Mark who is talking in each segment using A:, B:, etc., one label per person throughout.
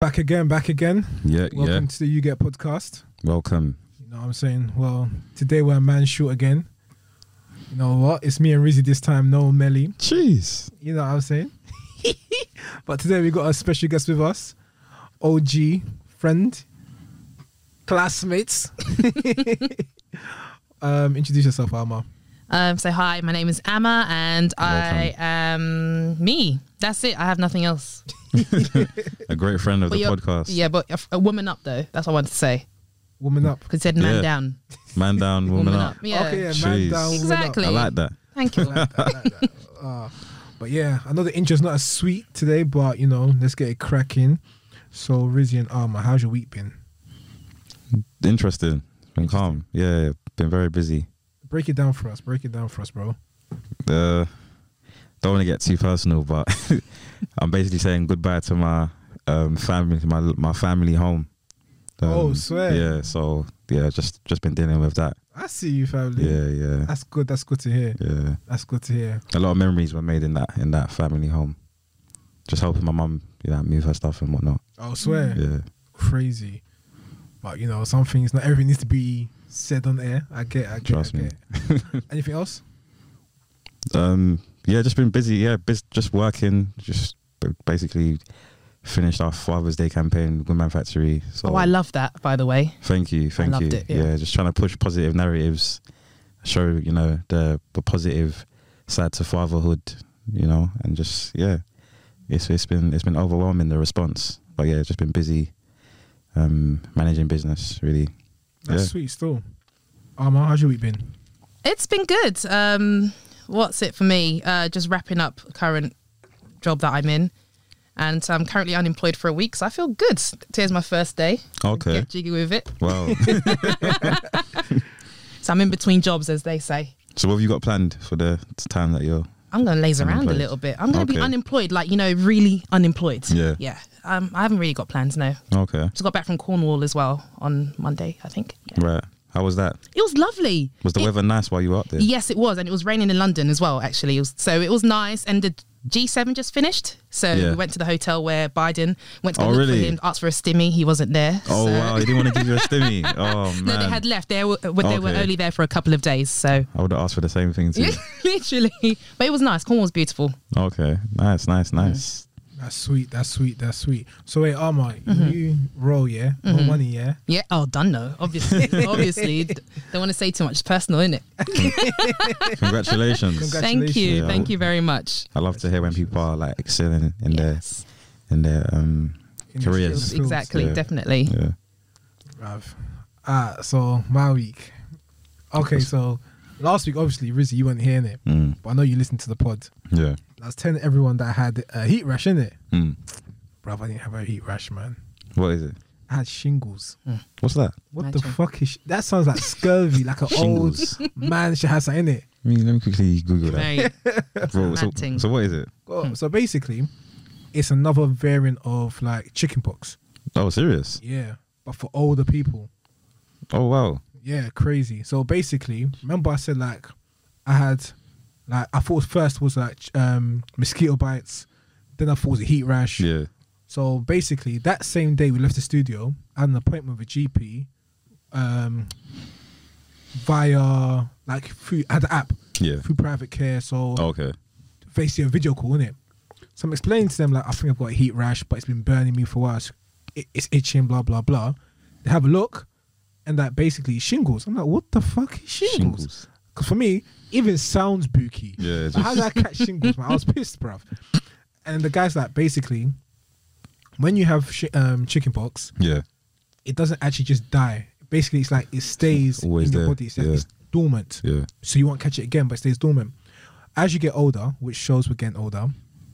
A: Back again, back again.
B: Yeah,
A: Welcome
B: yeah.
A: to the You Get podcast.
B: Welcome.
A: You know what I'm saying? Well, today we're a man short again. You know what? It's me and Rizzy this time, no Melly.
B: Jeez.
A: You know what I'm saying? but today we got a special guest with us OG, friend, classmates. um, introduce yourself, Alma.
C: Um, so hi, my name is Amma, and I
B: Welcome.
C: am me. That's it. I have nothing else.
B: A great friend of the
C: you're-
B: podcast.
C: Yeah, but a, f- a woman up though. That's what I wanted to say.
A: Woman up.
C: Because said man
B: Yeah.
C: down,
B: Man down, woman, up.
C: Yeah.
A: Okay, yeah, man
B: Jeez.
A: down, woman up.
C: Exactly.
B: I like that.
C: Thank you.
A: like that, like that. Uh, but yeah, I know the intro's not as sweet today, but you know, let's get it cracking. So Rizzy and Arma, how's your week been?
B: Interesting. Been calm. Yeah, yeah. been very busy.
A: Break it down for us. Break it down for us, bro.
B: Uh, don't want to get too personal, but I'm basically saying goodbye to my um, family, my my family home. Um,
A: Oh, swear.
B: Yeah, so yeah, just just been dealing with that.
A: I see you, family.
B: Yeah, yeah,
A: That's good. That's good to hear.
B: yeah.
A: That's good to hear.
B: A lot of memories were made in that in that family home. Just helping my mum, you know, move her stuff and whatnot.
A: I swear,
B: Yeah,
A: crazy. But you know, some things not everything needs to be said on air. I get, I get,
B: trust
A: I
B: me.
A: get. Anything else?
B: Um, yeah, just been busy. Yeah, bus just working. Just b- basically finished our Father's Day campaign, Woodman Factory. So
C: Oh, I love that. By the way,
B: thank you, thank
C: loved
B: you.
C: it, yeah.
B: just trying to push positive narratives, show you know the the positive side to fatherhood. You know, and just yeah, it's it's been it's been overwhelming the response. But yeah, just been busy um, managing business really.
A: That's
B: Yeah.
A: sweet. Still, Arma, how's your week been?
C: it's been good. Um, what's it for me? Uh, just wrapping up current job that I'm in, and I'm currently unemployed for a week, so I feel good. Today's my first day.
B: Okay.
C: Get jiggy with it.
B: Wow.
C: So I'm in between jobs, as they say.
B: so what have you got planned for the time that you're?
C: I'm gonna laze around a
B: Unemployed.
C: little bit. I'm gonna be
B: Okay.
C: unemployed, like you know, really unemployed.
B: Yeah.
C: yeah. Um, I haven't really got plans. No,
B: Okay.
C: just got back from Cornwall as well on Monday. I think Yeah.
B: Right. How was that?
C: it was lovely.
B: Was the
C: It-
B: weather nice while you were up there?
C: Yes, it was, and it was raining in London as well. Actually, it was, so it was nice. And the G7 just finished, so
B: Yeah.
C: we went to the hotel where Biden went to go
B: Oh,
C: look
B: really?
C: for him, asked for a stimmy. He wasn't there.
B: Oh
C: so-
B: wow, he didn't want to give you a stimmy. Oh man,
C: No, they had left. They were they were
B: Okay.
C: only there for a couple of days. So
B: I would have asked for the same thing too.
C: literally, but it was nice. Cornwall's beautiful.
B: okay, nice, nice, nice.
A: That's sweet. That's sweet. That's sweet. So wait, Arma, you roll, yeah? No money, yeah?
C: Yeah. Oh, done no. Obviously, obviously, D- don't want to say too much. It's personal, innit?
B: Congratulations.
A: Congrats.
C: Thank you.
B: Yeah.
C: Thank you very much.
B: I love to hear when people are like excelling in
C: Yes.
B: their in their um
A: In their
B: careers.
A: skills.
C: Exactly.
B: Yeah.
C: Definitely.
B: Yeah.
A: Rav. Ah, so my week. Okay, so last week, obviously, Rizzy, you weren't hearing it,
B: Mm.
A: but I know you listened to the pod.
B: Yeah.
A: I was telling everyone that I had a heat rash, innit?
B: Mm.
A: Bruv, I didn't have a heat rash, man.
B: What is it?
A: I had shingles.
B: What's that?
A: What the
C: Imagine.
A: fuck is sh- that? Sounds like scurvy, like an old
B: Shingles. I
A: man should have something in it.
B: mean, let me quickly Google that.
C: Very-
B: Bro, so,
C: mad thing.
B: so what is it?
A: Well, so basically, it's another variant of like chickenpox.
B: Oh, serious?
A: Yeah, but for older people.
B: Oh wow.
A: Yeah, crazy. So basically, remember I said like I had like I thought first was like ch- um mosquito bites, then I thought it was a heat rash.
B: Yeah.
A: So basically that same day we left the studio, I had an appointment with a GP um via like through I had the app
B: Yeah. Oh.
A: through private care. So
B: Okay.
A: basically a video call, innit? So I'm explaining to them like I think I've got a heat rash, but it's been burning me for a while. It's, it, it's itching, blah blah blah. They have a look, and that basically shingles. I'm like, what the fuck is shingles?
B: Shingles.
A: Because for me, even sounds booky.
B: Yeah,
A: Like,
B: it's
A: how did I catch shingles? Man, I was pissed, bruv. And the guy's like, basically, when you have sh- um, chickenpox,
B: Yeah.
A: it doesn't actually just die. Basically, it's like it stays
B: Always
A: in your
B: there,
A: body. It's, like
B: yeah.
A: it's dormant
B: Yeah.
A: so you won't catch it again, but it stays dormant. As you get older, which shows we're getting older,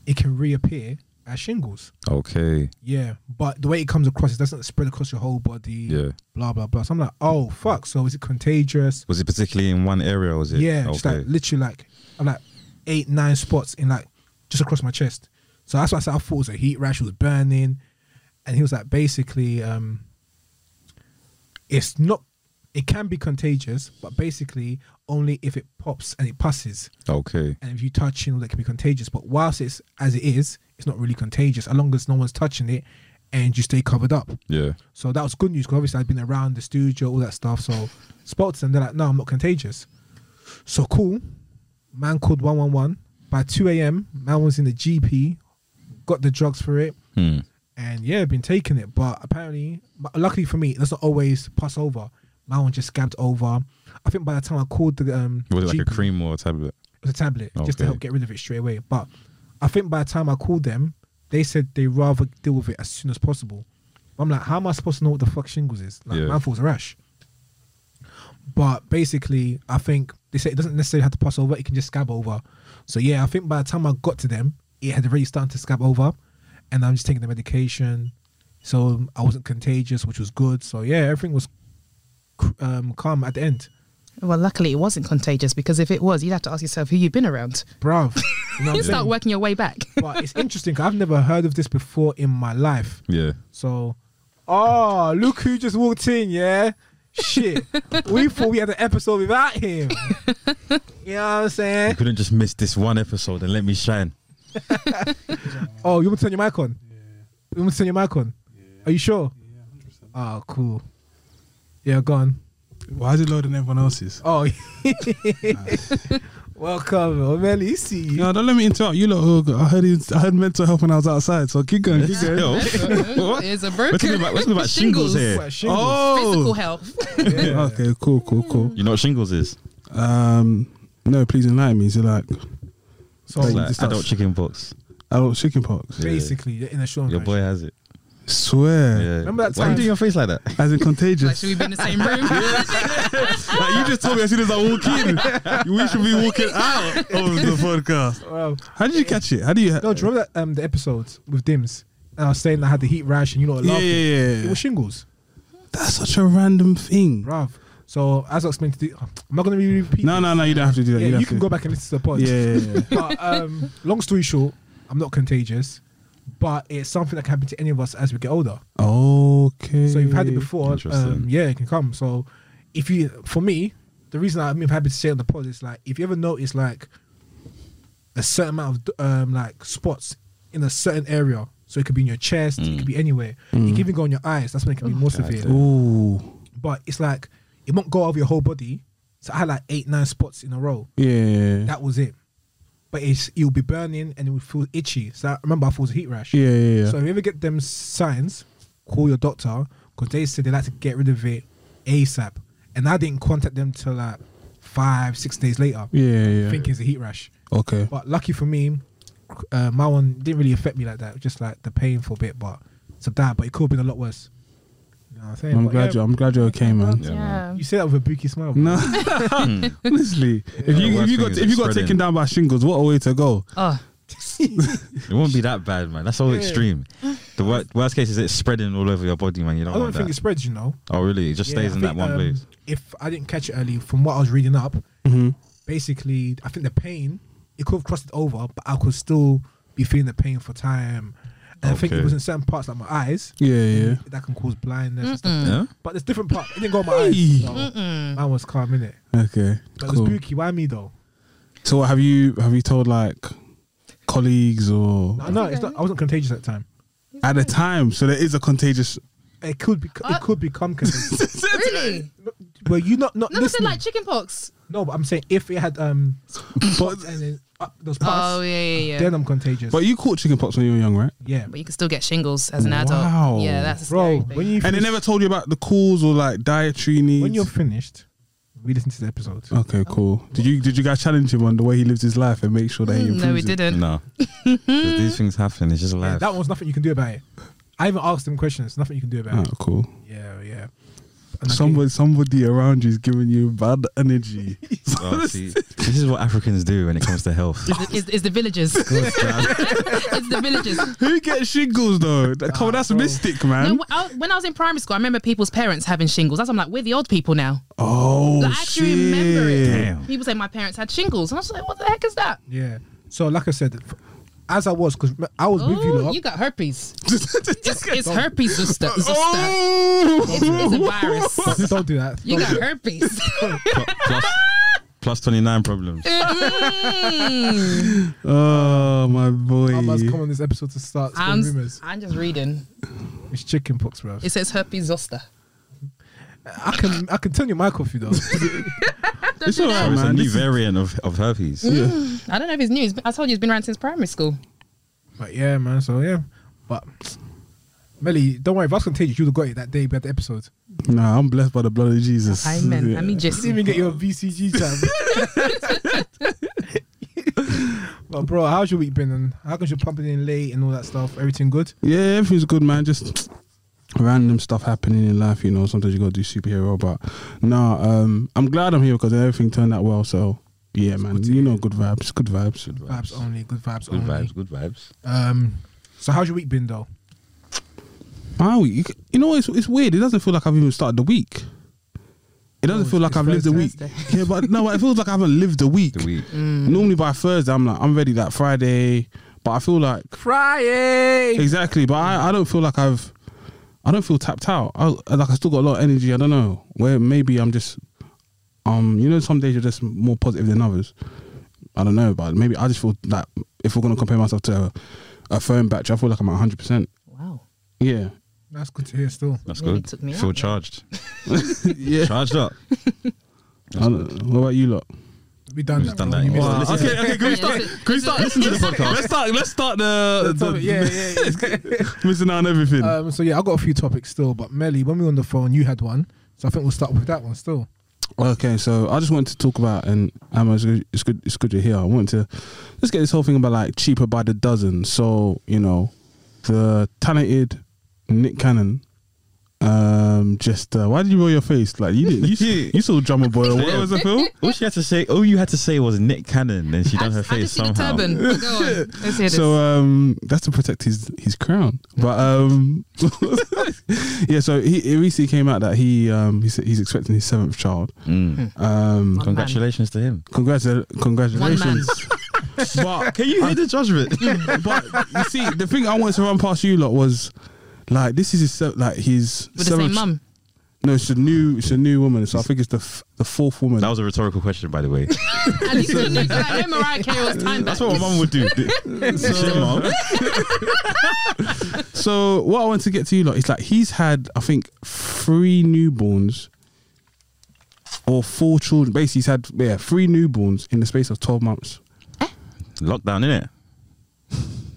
A: it can reappear as shingles.
B: Okay.
A: Yeah, but the way it comes across, it doesn't spread across your whole body.
B: Yeah.
A: blah blah blah. So I'm like, oh fuck. So is it contagious?
B: Was it particularly in one area or was it?
A: Yeah,
B: Okay.
A: just like literally like I'm like eight nine spots in like just across my chest. So that's why I said I thought it was a heat rash. It was burning, and he was like, basically, um, it's not. It can be contagious, but basically only if it pops and it passes
B: okay.
A: and if you touch, you know, that can be contagious. But whilst it's as it is, it's not really contagious. As long as no one's touching it and you stay covered up.
B: Yeah.
A: So that was good news because obviously I'd been around the studio, all that stuff. So spoke to them. They're like, no, I'm not contagious. So cool. Man called 111. By 2 a.m., man was in the GP, got the drugs for it,
B: Hmm.
A: and yeah, been taking it. But apparently, but luckily for me, it doesn't always pass over. My one just scabbed over. I think by the time I called the um,
B: Was it like a
A: GP
B: cream or a tablet?
A: it was a tablet just to
B: Okay.
A: help get rid of it straight away. But I think by the time I called them, they said they rather deal with it as soon as possible. I'm like, how am I supposed to know what the fuck shingles is? Like,
B: Yeah.
A: man falls a rash. But basically, I think they said it doesn't necessarily have to pass over; it can just scab over. So yeah, I think by the time I got to them, it had already started to scab over, and I'm just taking the medication, so I wasn't contagious, which was good. So yeah, everything was c- um, calm at the end.
C: Well, luckily it wasn't contagious because if it was, you'd have to ask yourself who you've been around.
A: Bruv, you know what I'm
C: You start
A: saying?
C: working your way back.
A: but it's interesting. 'cause I've never heard of this before in my life.
B: Yeah.
A: So, oh, look who just walked in, yeah? Shit. we thought we had an episode without him. You know what I'm
B: You
A: saying?
B: couldn't just miss this one episode and let me shine.
A: Oh, you want to turn your mic on? You want to turn your mic on? Are you sure? Oh, cool. Yeah, go on.
D: Why is it loading everyone else's?
A: Oh, welcome, O'Malley. See you.
D: No, don't let me interrupt you. Lot, who got- I heard it- I heard mental health when I was outside. So keep going, keep going.
B: Yo, what?
C: It's a
B: We're talking
C: broken
B: about, we're talking about shingles. here.
A: What, shingles?
B: Oh.
C: physical health.
D: Oh! Okay, cool, cool, cool.
B: You know what shingles is?
D: Um, no, please enlighten me. So like
A: So,
D: Oh,
B: It's
D: you
B: like
D: just
B: adult
D: asked.
B: chicken pox.
D: adult chicken pox.
B: Yeah.
A: basically, in a short
B: Your boy has it.
D: Swear,
B: Yeah.
A: Remember that
B: Why are you
A: time-
B: doing your face like that?
D: as in
C: Like,
D: contagious.
C: should we be in the same room?
D: Like, you just told me as soon as I walk in, we should be walking out of the podcast.
A: Wow.
D: How did you catch it? How do you?
A: No, do you remember that, um, the episodes with Dims? And I was saying I had the heat rash and you know,
D: yeah, yeah,
A: laughing.
D: yeah,
A: It was shingles,
D: That's such a random thing.
A: bruv. So as I explained to the, I'm not gonna be repeating.
D: No, no, no. You don't have to do that.
A: yeah,
D: don't
A: you
D: have
A: can
D: to.
A: go back and listen to the pod.
D: Yeah, yeah, yeah.
A: But um, long story short, I'm not contagious, but it's something that can happen to any of us as we get older.
D: Okay.
A: So you've had it before. Um,
B: Interesting.
A: yeah, it can come. So if you, for me, the reason I- I'm happy to say on the pod is like if you ever notice like a certain amount of um, like spots in a certain area, so it could be in your chest, it could be anywhere. It can even go in your eyes. That's when it can be more severe.
D: Ooh.
A: But it's like it won't go over your whole body. So I had like eight, nine spots in a row.
D: Yeah.
A: That was it. But it's you'll be burning and it will feel itchy. So I remember I thought it was a heat rash.
D: yeah, yeah, yeah.
A: So if you ever get them signs, call your doctor because they said they like to get rid of it ASAP. And I didn't contact them till like five, six days later,
D: yeah, yeah.
A: thinking it's a heat rash.
D: Okay.
A: But lucky for me, uh, my one didn't really affect me like that. Just like the painful bit, but it's a dad. But it could have been a lot worse. You know what I'm saying?
D: I'm
A: But
D: glad
A: yeah,
D: you. I'm glad you're okay, man.
B: Yeah,
C: Yeah.
A: you say that with a booky smile. bro.
D: No, honestly, if
B: The
D: you if
B: worst
D: you
B: thing
D: got
B: is
D: if you got
B: spreading.
D: taken down by shingles, what a way to go.
C: Oh,
B: It won't be that bad, man. That's all
A: Yeah.
B: extreme. The wor- worst case is it's spreading all over your body, man. You don't,
A: I don't
B: want
A: think
B: that.
A: it spreads. You know,
B: oh, really? It just
A: Yeah,
B: stays
A: I
B: in
A: think,
B: that one
A: um,
B: place.
A: If I didn't catch it early, from what I was reading up,
D: Mm-hmm.
A: basically, I think the pain it could have crossed it over, but I could still be feeling the pain for time. And I think it
B: Okay.
A: was in certain parts like my eyes
D: Yeah, yeah.
A: that can cause blindness. And stuff.
B: Yeah?
A: But there's different parts. It didn't go on my eyes.
D: Hey.
A: So mine was calm in it,
D: Okay.
A: but it was
D: Cool.
A: spooky. Why me though?
D: So, what have you have you told like colleagues or
A: No, no, it's not. I wasn't contagious at the time.
D: at the time? So there is a contagious.
A: It could be.
C: Uh,
A: It could become contagious.
C: really?
A: Were you not not
C: Never said
A: listening?
C: like chickenpox.
A: no, but I'm saying if it had um
D: But
A: and then up those
C: Oh,
A: parts,
C: yeah, yeah, yeah.
A: then I'm contagious.
D: but you caught chickenpox when you were young, right?
A: yeah,
C: But you can still get shingles as an adult.
D: Wow.
C: Yeah, that's a
A: bro.
C: scary thing.
A: When you
D: And they
A: finish-
D: never told you about the cause or like dietary needs.
A: when you're finished, we listen to the episode.
D: okay, cool. Did you did you guys challenge him on the way he lives his life and make sure that he
C: Mm,
D: improves?
C: no, we
D: it?
C: didn't.
B: No. 'Cause these things happen. It's just
A: Yeah,
B: life.
A: that one's nothing you can do about it. I even asked them questions. Nothing you can do about
D: Oh,
A: it.
D: cool.
A: Yeah, yeah. And I
D: Somebody, somebody around you is giving you bad energy.
B: Oh, see, this is what Africans do when it comes to health.
C: It's, the- it's, it's the villagers. it's the villagers.
D: Who gets shingles though? That, come on, that's
A: bro.
D: mystic, man.
C: No, wh- I- when I was in primary school, I remember people's parents having shingles. That's I'm like, we're the old people now.
D: oh,
C: Like, I actually remember it.
D: shit.
B: Damn.
C: People say my parents had shingles, and I was like, what the heck is that?
A: think- yeah. So like I said, f- as I was, because I was with you
C: Oh,
A: lot.
C: you got herpes. it's, it's herpes zoster. zoster.
D: Oh,
C: It's, it's a virus.
A: don't do that.
C: You
A: Don't-
C: got herpes.
B: Pl- Plus, Plus 29 problems.
C: Mm.
D: Oh my boy.
A: I must come on this episode to start spreading
C: I'm,
A: rumors.
C: I'm just reading.
A: It's chicken pox, bro.
C: It says herpes zoster.
A: I can I can turn your mic off, you though.
D: It's
C: Oh,
D: all
B: So
D: right,
B: it's a
D: man.
B: new
D: This is-
B: variant of, of herpes.
C: I don't know if it's new. It's been- I told you it's been around since primary school.
A: but yeah, man. So yeah, but Melly, don't worry. If I was contagious, you'd have got it that day. But the episode,
D: Nah, I'm blessed by the blood of Jesus.
C: Amen. I mean,
A: you
C: just
A: didn't even get your VCG jab. but bro, how's your week been? And how comes you're pumping in late and all that stuff? Everything good?
D: Yeah, everything's good, man. Just random stuff happening in life, you know. Sometimes you gotta do superhero, but no, um, I'm glad I'm here because everything turned out well. So yeah, man,
A: good to
D: you
A: hear.
D: know, good vibes, good vibes.
B: Good
A: Vibes only. Good vibes
B: Good
A: only.
B: vibes. Good vibes.
A: Um. So how's your week been though?
D: My week, you know, it's it's weird. It doesn't feel like I've even started the week. It doesn't
A: Oh,
D: feel
A: it's-
D: like
A: it's
D: I've lived a week.
C: Thursday.
D: Yeah, but no, but it feels like I haven't lived a week.
B: The week.
C: Mm.
D: Normally by Thursday, I'm like, I'm ready that Friday, but I feel like
A: Friday.
D: Exactly, but I, I don't feel like I've, I don't feel tapped out. I like I still got a lot of energy. I don't know where maybe I'm just, um, you know, some days you're just more positive than others. I don't know, but maybe I just feel that if we're gonna compare myself to a, a phone battery, I feel like I'm at 100. percent
C: wow.
D: Yeah,
A: That's good to hear. Still.
B: That's
C: Nearly
B: good.
C: took me
B: Feel
C: out.
B: charged.
D: yeah.
B: Charged up.
D: I don't, what about you lot?
A: We done
B: We've
A: that.
B: done
A: bro.
B: that.
A: You missed
B: Wow.
A: it.
D: Okay, okay. Can we
C: Yeah,
D: start?
C: this is-
D: Can we start listening to the podcast? Let's start. Let's start the,
A: The
D: the,
A: topic- yeah, yeah, yeah.
D: missing out on everything.
A: Um, so yeah, I got a few topics still, but Melly, when we were on the phone, you had one, so I think we'll start with that one still.
D: Okay, so I just wanted to talk about, and Amma, it's good, it's good, it's good you're here. I wanted to let's get this whole thing about like cheaper by the dozen. So you know, the talented Nick Cannon. Um, just uh, why did you roll your face? Like you did, you, you saw drummer boy. What was the film?
B: All she had to say, all you had to say was Nick Cannon, and she
C: I
B: done her
C: just, I
B: face
C: just see the
B: somehow. uh,
C: turban. Go on. Let's hear this.
D: So um, that's to protect his his crown. But um, yeah. So he it recently came out that he um he's, he's expecting his seventh child.
C: Hmm.
B: Mm.
C: Oh,
D: Um,
C: One
B: Congratulations to him.
D: congrats, congratulations. But
B: Can you hear the judgment?
D: but you see, the thing I wanted to run past you lot was like this is his se- like his
C: With the same
D: seventh-
C: mum.
D: No, it's a new it's a new woman. So I think it's the f- the fourth woman.
B: that was a retical question, by the way.
C: At least you knew that. I remember Mariah Carey was time
B: That's
C: back.
B: what my mum would do. Shit, mum.
D: so what I want to get to you lot is like he's had I think three newborns or four children. Basically, he's had yeah three newborns in the space of twelve months.
B: Lockdown, innit?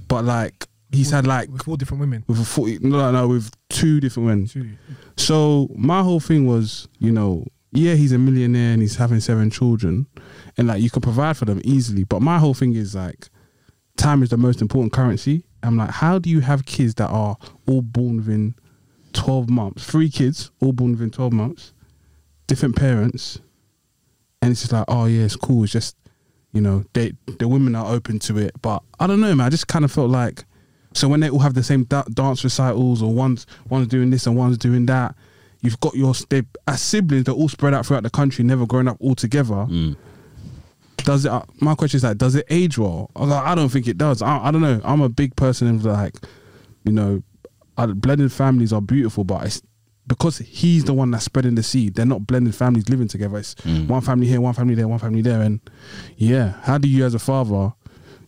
D: But like he's had like
A: With four different women.
D: with a forty no no with two different women.
A: Two.
D: So my whole thing was, you know, yeah, he's a millionaire and he's having seven children, and like you can provide for them easily. But my whole thing is like, time is the most important currency. I'm like, how do you have kids that are all born within twelve months? Three kids, all born within twelve months, different parents, and it's just like, oh yeah, it's cool. It's just, you know, they the women are open to it, but I don't know, man. I just kind of felt like. So when they all have the same da- dance recitals, or one's one's doing this and one's doing that, you've got your they as siblings they're all spread out throughout the country, never grown up all together. Does it? uh, My question is like, does it age well? I, was like, I don't think it does. I, I don't know. I'm a big person of like, you know, uh, blended families are beautiful, but it's because he's the one that's spreading the seed. They're not blended families living together. It's one family here, one family there, one family there, and yeah. How do you as a father?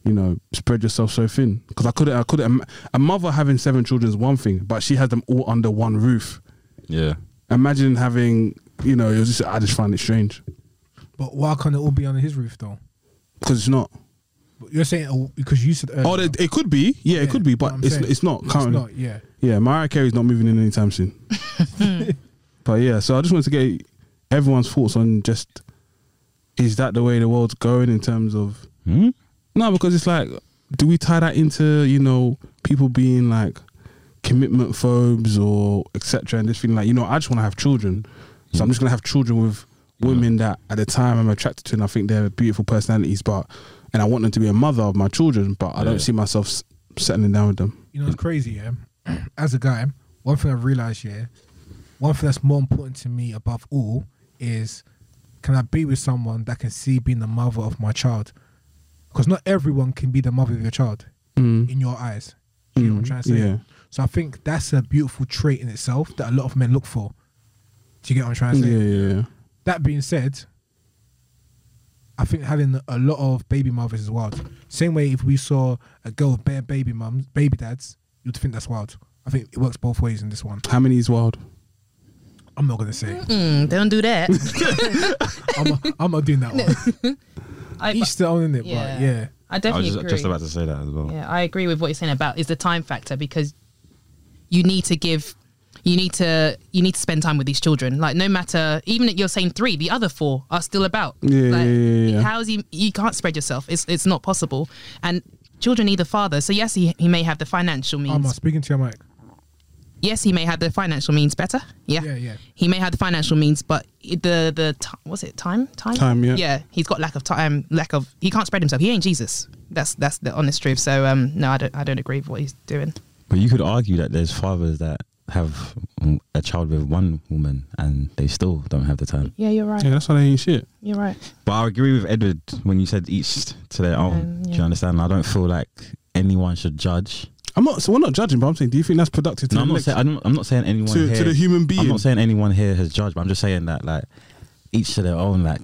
D: you know, spread yourself so thin. Because I couldn't, I couldn't. im- A mother having seven children is one thing, but she has them all under one roof.
B: Yeah.
D: Imagine having, you know, it was just, I just find it strange
A: But why can't it all be under his roof though?
D: because it's not.
A: But You're saying oh, because you said earlier.
D: Oh, it, it could be, yeah, it
A: Yeah,
D: could be,
A: what
D: but
A: I'm
D: it's
A: saying.
D: it's not
A: It's
D: currently.
A: not, yeah.
D: Yeah, Mariah Carey's not moving in anytime soon. but yeah, so I just wanted to get everyone's thoughts on just is that the way the world's going in terms of
B: Hmm?
D: No, because it's like, do we tie that into you know people being like commitment phobes or etc. And this thing like you know I just want to have children, so I'm just gonna have children with women that at the time I'm attracted to and I think they're beautiful personalities, but and I want them to be a mother of my children, but I
B: Yeah.
D: don't see myself s- settling down with them.
A: You know, it's crazy, yeah. As a guy, one thing I've realized, yeah, one thing that's more important to me above all is can I be with someone that can see being the mother of my child? Because not everyone can be the mother of your child
D: Mm.
A: in your eyes. Do you know what I'm
D: Mm,
A: trying to say?
D: yeah.
A: So I think that's a beautiful trait in itself that a lot of men look for. Do you get what I'm trying
D: Yeah,
A: to say?
D: yeah, yeah.
A: That being said, I think having a lot of baby mothers is wild. Same way if we saw a girl with bare baby mums, baby dads, you'd think that's wild. I think it works both ways in this one.
D: How many is wild?
A: I'm not gonna say.
C: Mm, don't do that.
A: I'm not, I'm not doing that one.
C: I,
A: Each their own, innit?
C: Yeah.
A: But yeah,
C: I
B: I was
C: definitely
B: just,
C: agree.
B: just about to say that as well.
C: Yeah, I agree with what you're saying about is the time factor because you need to give you need to you need to spend time with these children. Like no matter even if you're saying three, the other four are still about.
D: Yeah,
C: like,
D: yeah, yeah, yeah.
C: How's he you can't spread yourself. It's it's not possible. And children need a father. So yes he, he may have the financial
A: I'm
C: means.
A: not speaking to your mic.
C: yes, he may have the financial means better. Yeah.
A: Yeah, yeah.
C: He may have the financial means, but it- the the ti was it time time
D: Time, yeah.
C: yeah. He's got lack of time, lack of he can't spread himself. He ain't Jesus. That's that's the honest truth. So um, no, I don't I don't agree with what he's doing.
B: But you could argue that there's fathers that have mm, a child with one woman and they still don't have the time.
C: Yeah, you're right.
D: Yeah, that's why they ain't shit.
C: You're right.
B: But I agree with Edward when you said each to their own.
C: Um,
B: Do
C: yeah.
B: you understand? I don't feel like anyone should judge.
D: I'm not. So we're not judging, but I'm saying, do you think that's productive to
B: No,
D: the
B: I'm not,
D: next-
B: saying, I'm, not, I'm not saying anyone
D: to,
B: here.
D: to the human being?
B: I'm not saying anyone here has judged, but I'm just saying that like each to their own. Like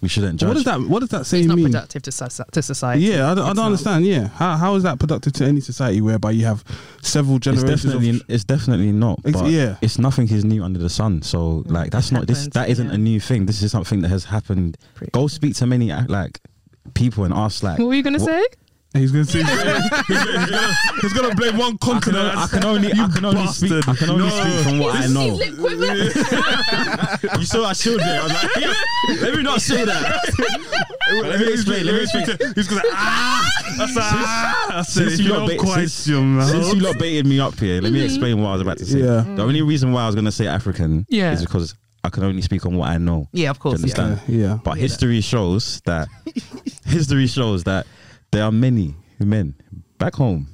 B: we shouldn't judge.
D: what does that? What does that say
C: it's not
D: mean?
C: productive to, soci- to society.
D: Yeah, I don't,
C: It's
D: I don't
C: not.
D: understand. Yeah, how, how is that productive to any society whereby you have several
B: It's
D: generations?
B: definitely
D: of,
B: it's definitely not.
D: It's-
B: but
D: yeah.
B: it's nothing is new under the sun. So
C: Mm,
B: like that's
C: it
B: not this.
C: happens,
B: That isn't
C: yeah.
B: a new thing. This is something that has happened.
C: Pretty
B: Go
C: cool.
B: speak to many uh, like people and ask like.
C: What were you gonna
B: wha-
C: say?
D: he's gonna say he's gonna blame one
B: I can,
D: continent.
B: I can only, I can only speak, I can only speak from what I know. You saw I shielded it. I was like, let me not say that. let me explain. Let me explain.
D: He's gonna ah. That's ah. That's
B: Since you, lot bait, since, since you lot baited me up here, let me explain what I was about to say.
D: Yeah.
B: The only reason why I was going to say African
C: Yeah.
B: is because I can only speak on what I know.
C: Yeah, of
B: Do you
C: course. Yeah.
B: understand?
D: yeah.
B: But history shows that history shows that there are many men back home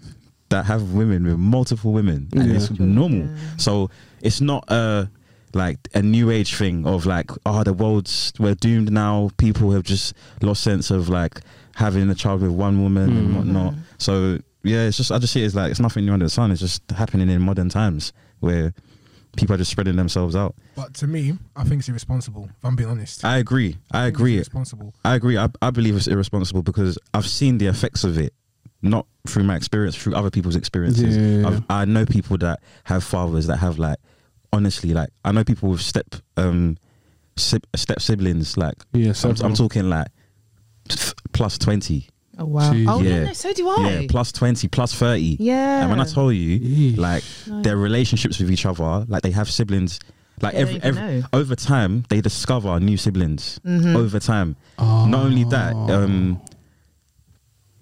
B: that have women with multiple women, and
D: Yeah.
B: it's normal. So it's not a like a new age thing of like, oh, the world's we're doomed now. People have just lost sense of like having a child with one woman
D: Mm.
B: and whatnot. So yeah, it's just I just see it as like it's nothing new under the sun. It's just happening in modern times where people are just spreading themselves out.
A: But to me, I think it's irresponsible. If I'm being honest,
B: I agree. I agree.
A: It's irresponsible.
B: I agree. I, I believe it's irresponsible because I've seen the effects of it, not through my experience, through other people's experiences.
D: Yeah.
B: I've, I know people that have fathers that have like, honestly, like I know people with step, um, si- step siblings. Like,
D: Yeah,
B: I'm,
D: several.
B: I'm talking like f- plus twenty.
C: Oh wow.
D: Jeez.
C: Oh
B: Yeah.
C: no, no, so do I.
B: Yeah, plus twenty, plus thirty.
C: Yeah.
B: And when I told you,
D: Yeesh.
B: like
C: No.
B: their relationships with each other, like they have siblings. Like
C: They don't
B: every,
C: even
B: every
C: know. Mm-hmm.
B: over time, they discover new siblings. Over time,
D: Ah.
B: not only that,
D: Oh.
B: um,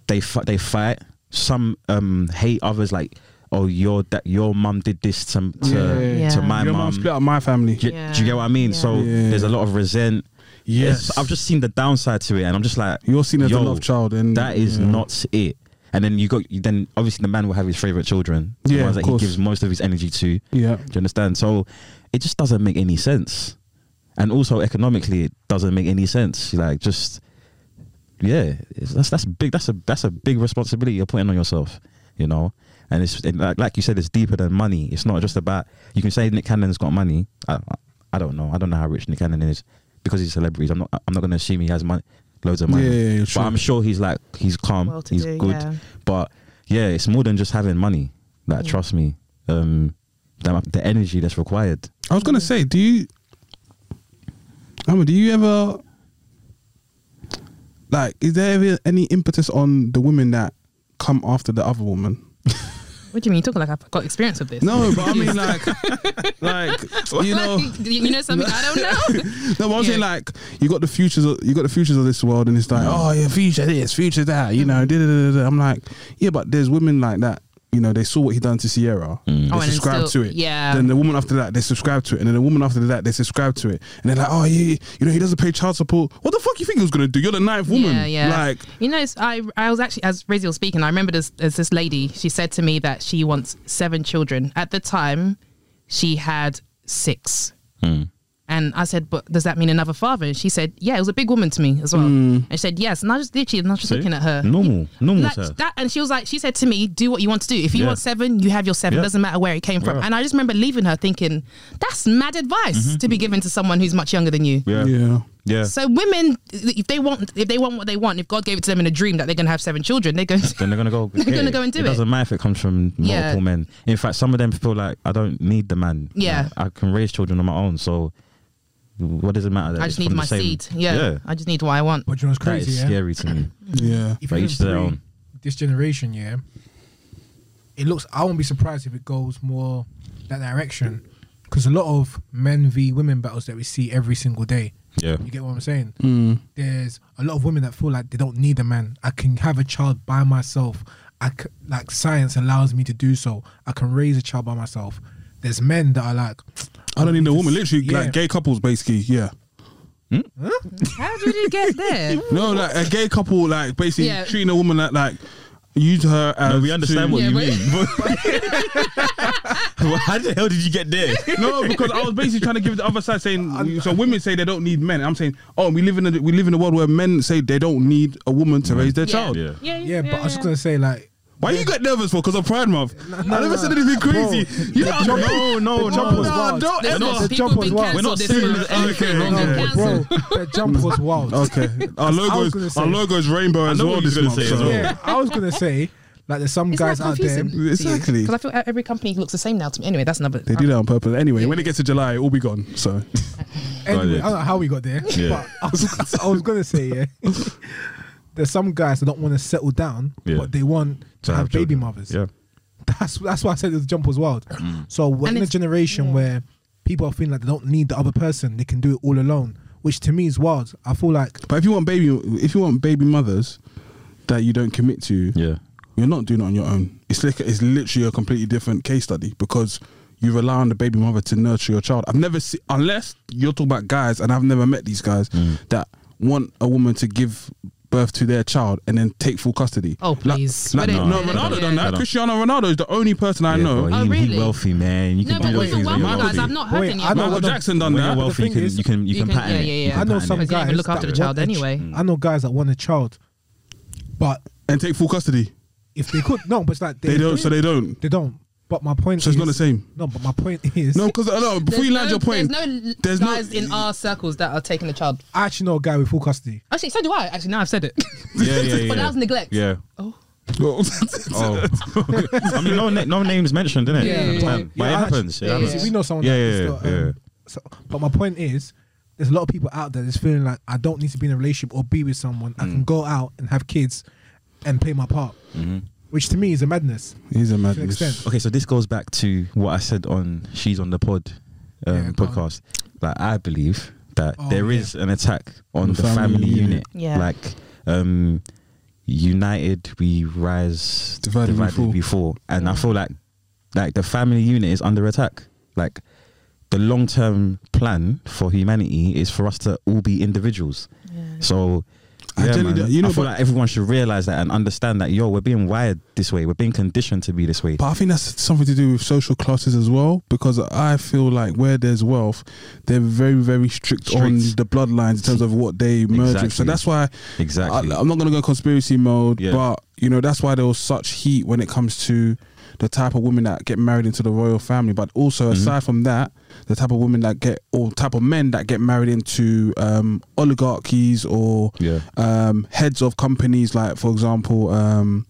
B: they fi- they fight. Some um, hate others. Like, oh, your da- your mum did this to to,
D: Yeah.
B: to
C: Yeah.
B: my
D: your mum
B: mum.
D: split up my family.
B: Do, do you get what I mean?
C: Yeah.
B: So
D: Yeah.
B: there's a lot of resent.
D: Yes,
B: It's- I've just seen the downside to it, and I'm just like,
D: You're seen as a
B: yo,
D: love child, and
B: that is
D: yeah.
B: not it. And then you got you, then obviously the man will have his favorite children, the
D: Yeah,
B: ones
D: of
B: that he
D: course.
B: gives most of his energy to.
D: Yeah,
B: Do you understand? So it just doesn't make any sense. And also economically, it doesn't make any sense. Like just yeah, it's, that's that's big. That's a that's a big responsibility you're putting on yourself. You know, and it's and like like you said, it's deeper than money. It's not just about you can say Nick Cannon's got money. I I- I don't know. I don't know how rich Nick Cannon is because he's celebrities. I'm not I'm not going to assume he has money, loads of money.
D: Yeah, yeah, yeah,
B: but
D: sure.
B: I'm sure he's like he's calm.
C: Well-to-do,
B: he's good.
C: yeah.
B: But yeah, it's more than just having money. Like
C: Yeah.
B: trust me, um, the, the energy that's required.
D: I was gonna say, do you, Ahmed, do you ever like? Is there ever any impetus on the women that come after the other woman?
C: What do you mean? You're talking like I've got experience with this.
D: No, but I mean like, like you know.
C: Like, you know something I don't know.
D: No, but I'm
C: Yeah.
D: saying like you got the futures, of, you got the futures of this world, and it's like, oh yeah, future this, future that, you know. Da, da, da, da, da. I'm like, yeah, but there's women like that. You know, they saw what he done to
B: Mm.
C: Oh,
D: Sierra.
C: and
D: They
C: it's
D: subscribe
C: still-
D: to it.
C: yeah.
D: Then the woman after that, they subscribe to it, and then the woman after that, they subscribe to it, and they're like, oh yeah, you know, he doesn't pay child support. What the fuck you think he was gonna do? You're the ninth woman.
C: Yeah, yeah.
D: Like,
C: you know, it's- I I was actually as Rizzy was speaking, I remember there's, there's this lady. She said to me that she wants seven children. At the time, she had six.
B: Hmm.
C: And I said, but does that mean another father? And she said, yeah, it was a big woman to me as well. And she said, yes. And I just literally, and I was just
B: See?
C: looking at her.
B: Normal, normal
C: Like,
B: to her.
C: that, and she was like, she said to me, do what you want to do. If you
B: Yeah.
C: want seven, you have your seven.
B: Yeah.
C: Doesn't matter where it came from.
B: Yeah. Mm-hmm.
C: And I just remember leaving her thinking, that's mad advice to be given to someone who's much younger than you.
D: yeah.
B: Yeah.
C: So women, if they want, if they want what they want, if God gave it to them in a dream that they're gonna have seven children, they're going. To,
B: then they're gonna go.
C: They're
B: get
C: gonna go and do it.
B: It doesn't matter if it comes from multiple
C: Yeah.
B: men. In fact, some of them feel like I don't need the man.
C: Yeah.
B: I can raise children on my own. So what does it matter? that
C: I
B: it's
C: just
B: from
C: need
B: the
C: my
B: same-
C: seed. Yeah,
B: Yeah.
C: I just need what I want.
A: But you know what's
B: That
A: crazy,
B: is
A: yeah?
B: scary to me.
D: Yeah.
A: If
B: But
A: you
B: each to their
A: look
B: own.
A: through this generation, yeah, it looks. I won't be surprised if it goes more that direction, because a lot of men v women battles that we see every single day.
B: Yeah.
A: You get what I'm saying?
D: Mm.
A: There's a lot of women that feel like they don't need a man. I can have a child by myself. I c- like science allows me to do so. I can raise a child by myself. There's men that are like,
D: I don't need a woman. Literally,
A: Yeah.
D: like gay couples, basically. Yeah.
C: How did you get there?
D: No, like a gay couple, like basically
C: Yeah.
D: treating a woman like like use her as.
B: No, we understand
D: to-
B: what
C: Yeah,
B: you
C: but-
B: mean. But- How the hell did you get there?
D: No, because I was basically trying to give the other side saying so women say they don't need men. I'm saying, oh, we live in a we live in a world where men say they don't need a woman to raise their child.
B: Yeah.
C: yeah,
A: yeah, but I was just gonna say like,
D: Why you got nervous for? Because of Pride Month. I never said anything crazy. you know,
B: No,
D: no,
B: no, no,
A: the jump was
B: no.
A: wild.
D: don't
C: There's
D: ever.
C: not-
A: The
C: people
A: jump was
C: being
A: wild.
B: We're not
C: cancelled this
B: saying
C: month.
B: there's anything wrong
C: Everything's been
B: with
A: no,
B: it.
A: bro,
C: cancelled.
A: the jump was wild.
D: Okay, our logo
A: was gonna
D: is
A: say-
D: our logo is rainbow as
B: know
D: well
B: what
D: this
B: you were
D: month.
B: gonna say as
D: So.
B: well.
A: Yeah, I was gonna say like there's some guys out there.
D: Exactly.
C: Because I feel every company looks the same now to me. Anyway, that's another.
D: They do that on purpose. Anyway, when it gets to July, it will be gone. So
A: Anyway, I
B: ahead.
A: don't know how we got there,
B: Yeah.
A: but I was, I was gonna say yeah. There's some guys that don't want to settle down,
B: Yeah.
A: but they want to, have, baby
B: children.
A: mothers.
B: Yeah.
A: That's that's why I said the jump was wild. So we're
C: And
A: in a
C: it's-
A: generation
C: yeah.
A: where people are feeling like they don't need the other person; they can do it all alone, which to me is wild. I feel like
D: But if you want baby, if you want baby mothers that you don't commit to,
B: Yeah.
D: you're not doing it on your own. It's like it's literally a completely different case study because you rely on the baby mother to nurture your child. I've never seen, unless you're talking about guys, and I've never met these guys
B: Mm.
D: that want a woman to give birth to their child and then take full custody.
C: Oh,
D: Like-
C: please.
D: like,
C: But
D: no,
C: it-
D: no,
C: yeah.
D: Ronaldo
C: Yeah.
D: done that.
B: Yeah.
D: Cristiano Ronaldo is the only person I
B: Yeah,
D: know.
B: boy,
C: Oh,
B: he- he
C: really?
B: wealthy man. You
C: No,
B: can
C: but
B: do those
C: even
B: things when
C: wealthy
B: you're
C: guys,
B: wealthy.
C: I've not
A: Wait,
C: heard any
A: I
C: of
A: know
C: that.
D: Michael
A: I know-
D: Jackson done
B: When you're
D: that.
A: The
B: wealthy, you
A: thing
B: can
A: is-
B: you can you
C: You
B: can
C: can-
B: pattern
C: yeah,
B: it.
C: yeah,
B: You
C: yeah.
B: can
A: I know
B: pattern
A: some
B: it.
C: Because you
A: guys.
C: don't even look after
A: that
C: the child
A: want ch-
C: anyway.
A: I know guys that want a child, but
D: and take full custody.
A: if they could, no, but it's like they,
D: They don't, so they don't.
A: They don't. But my point
D: So
A: is
D: it's not the same.
A: No, but my point is
D: No, because no, before you land your point,
C: There's no
D: there's no-
C: guys in our circles that are taking a child.
A: I actually know a guy with full custody.
C: Actually, so do I. Actually, now I've said it.
B: Yeah, yeah, yeah.
C: But that was neglect.
B: Yeah.
C: Oh,
B: Oh. I mean, no, na- no names mentioned, didn't it?
C: Yeah, yeah, yeah.
B: But, but
A: I
B: it
A: actually-
B: happens. It
C: yeah,
A: you
B: happens.
A: see, we know someone.
B: Yeah,
A: that
B: yeah,
A: is
B: yeah,
A: not, um,
B: yeah.
A: so- but my point is, there's a lot of people out there that's feeling like I don't need to be in a relationship or be with someone. I can go out and have kids and play my part, which to me is a madness.
D: he's a
A: To an extent.
D: madness.
B: Okay, so this goes back to what I said on She's on the Pod um,
A: Yeah, go on.
B: podcast. Like, I believe that
A: Oh,
B: there
A: yeah.
B: is an attack on
D: The
B: the, family,
D: family
B: unit.
D: unit.
C: Yeah.
B: Like, um, united we rise,
D: Divided we fall.
B: before, and I feel like like the family unit is under attack. Like, the long term plan for humanity is for us to all be individuals. So.
D: I
B: Yeah,
D: tell you
B: man.
D: that- you know,
B: I feel
D: but-
B: like everyone should realize that and understand that yo, we're being wired this way, we're being conditioned to be this way.
D: But I think that's something to do with social classes as well, because I feel like where there's wealth, they're very, very strict, on
B: Strict.
D: the bloodlines in terms of what they merge with. So
B: Exactly.
D: that's why
B: Exactly.
D: I, am not going to go conspiracy mode,
B: Yeah.
D: but you know that's why there was such heat when it comes to the type of women that get married into the royal family. But
B: Mm-hmm.
D: also aside from that, the type of women that get or type of men that get married into um, oligarchies or
B: Yeah.
D: um, heads of companies, like for example. Um,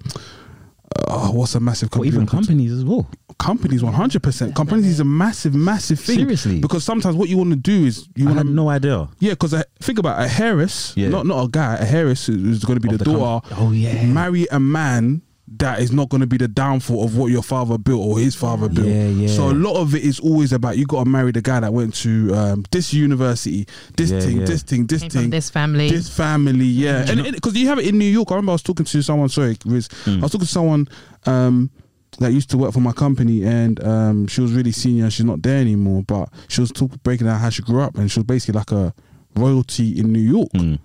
D: Oh, what's a massive
B: Or
D: company?
B: even companies as well.
D: companies 100% companies is a massive massive thing
B: Seriously.
D: because sometimes what you want to do is you
B: I
D: want
B: had
D: to
B: no idea.
D: yeah because think about it, a heiress
B: Yeah.
D: not not a guy a heiress is going to be
B: Of the
D: the,
B: com-
D: daughter
B: Oh, yeah.
D: marry a man that is not going to be the downfall of what your father built or his father built.
B: Yeah, yeah.
D: So a lot of it is always about you got to marry the guy that went to um, this university, this
B: Yeah,
D: thing,
B: yeah.
D: this thing, this
C: came
D: thing,
C: from this family.
D: this family, yeah, and because you have it in New York. I remember I was talking to someone. Sorry, Riz.
B: Hmm.
D: I was talking to someone um, that used to work for my company, and um, she was really senior. She's not there anymore, but she was talk, breaking down how she grew up, and she was basically like a royalty in New York.
B: Hmm.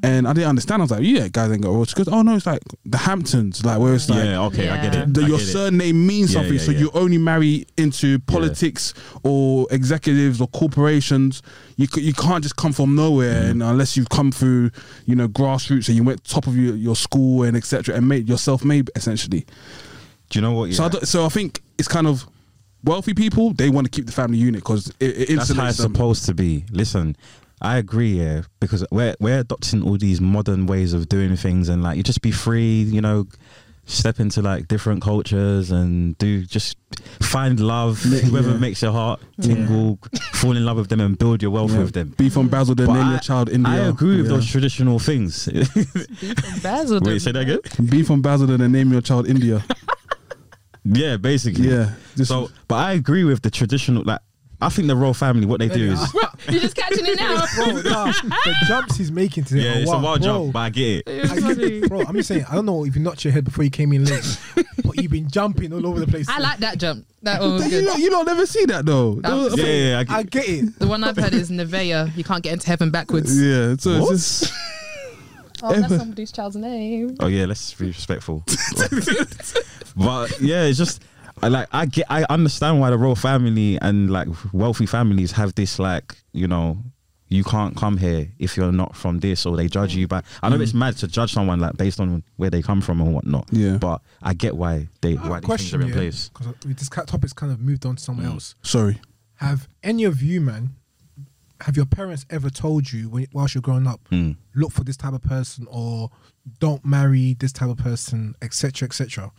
D: And I didn't understand. I was like, "Yeah, guys ain't got royalty." Because oh no, it's like the Hamptons, like where it's like
B: yeah, okay, I get
C: Yeah.
B: it.
D: the,
B: I
D: your
B: get it.
D: surname means
B: Yeah,
D: something,
B: yeah,
D: so
B: yeah.
D: you only marry into politics or executives or corporations. You c- you can't just come from nowhere,
B: Mm-hmm.
D: and unless you've come through, you know, grassroots and you went top of your, your school and etc. and made yourself made essentially.
B: Do you know what? Yeah.
D: So I don't- so I think it's kind of wealthy people they want to keep the family unit because it, it
B: That's how
D: insulates
B: it's
D: them.
B: supposed to be. Listen, I agree, yeah, because we're we're adopting all these modern ways of doing things, and like you just be free, you know, step into like different cultures and do just find love,
D: Yeah.
B: whoever makes your heart tingle, fall in love with them, and build your wealth
D: Yeah.
B: with them.
D: Be from Basel, then
B: But
D: name
B: I-
D: your child India.
B: I agree with
D: Yeah.
B: those traditional things.
C: Basil
B: Wait,
C: doesn't-
B: say that again?
D: Be from Basel, then name your child India.
B: Yeah, basically.
D: Yeah. Just-
B: So, but I agree with the traditional. Like, I think the royal family, what they do is
C: Bro, you're just catching it now.
A: Bro, nah, the jumps he's making today.
B: yeah,
A: are
B: it's a
A: wild,
B: wild
A: bro.
B: jump, but I get it.
A: I get it, bro, I'm just saying, I don't know if you knocked your head before you came in late, but you've been jumping all over the place.
C: I like that jump. That one was
D: you,
C: good.
D: don't, you don't never see that though. Oh, That was-
B: Yeah, yeah, I
A: I get
B: get it.
A: it.
C: The one I've heard is Nevea. You can't get into heaven backwards.
D: yeah. So
B: What?
D: it's just
C: Oh, that's somebody's child's name.
B: Oh yeah, let's be respectful. but yeah, it's just I like I get I understand why the royal family and like wealthy families have this like you know you can't come here if you're not from this or they judge you by I know it's
A: Mm.
B: mad to judge someone like based on where they come from and whatnot.
D: Yeah.
B: But I get why they
A: I have
B: why
A: a
B: these things are in
A: yeah,
B: place. Hmm.
A: 'cause we- this ca- topic's kind of moved on to somewhere else.
D: sorry.
A: Have any of you, man, have your parents ever told you when whilst you're growing up,
B: Mm.
A: look for this type of person or don't marry this type of person, etc., etc.?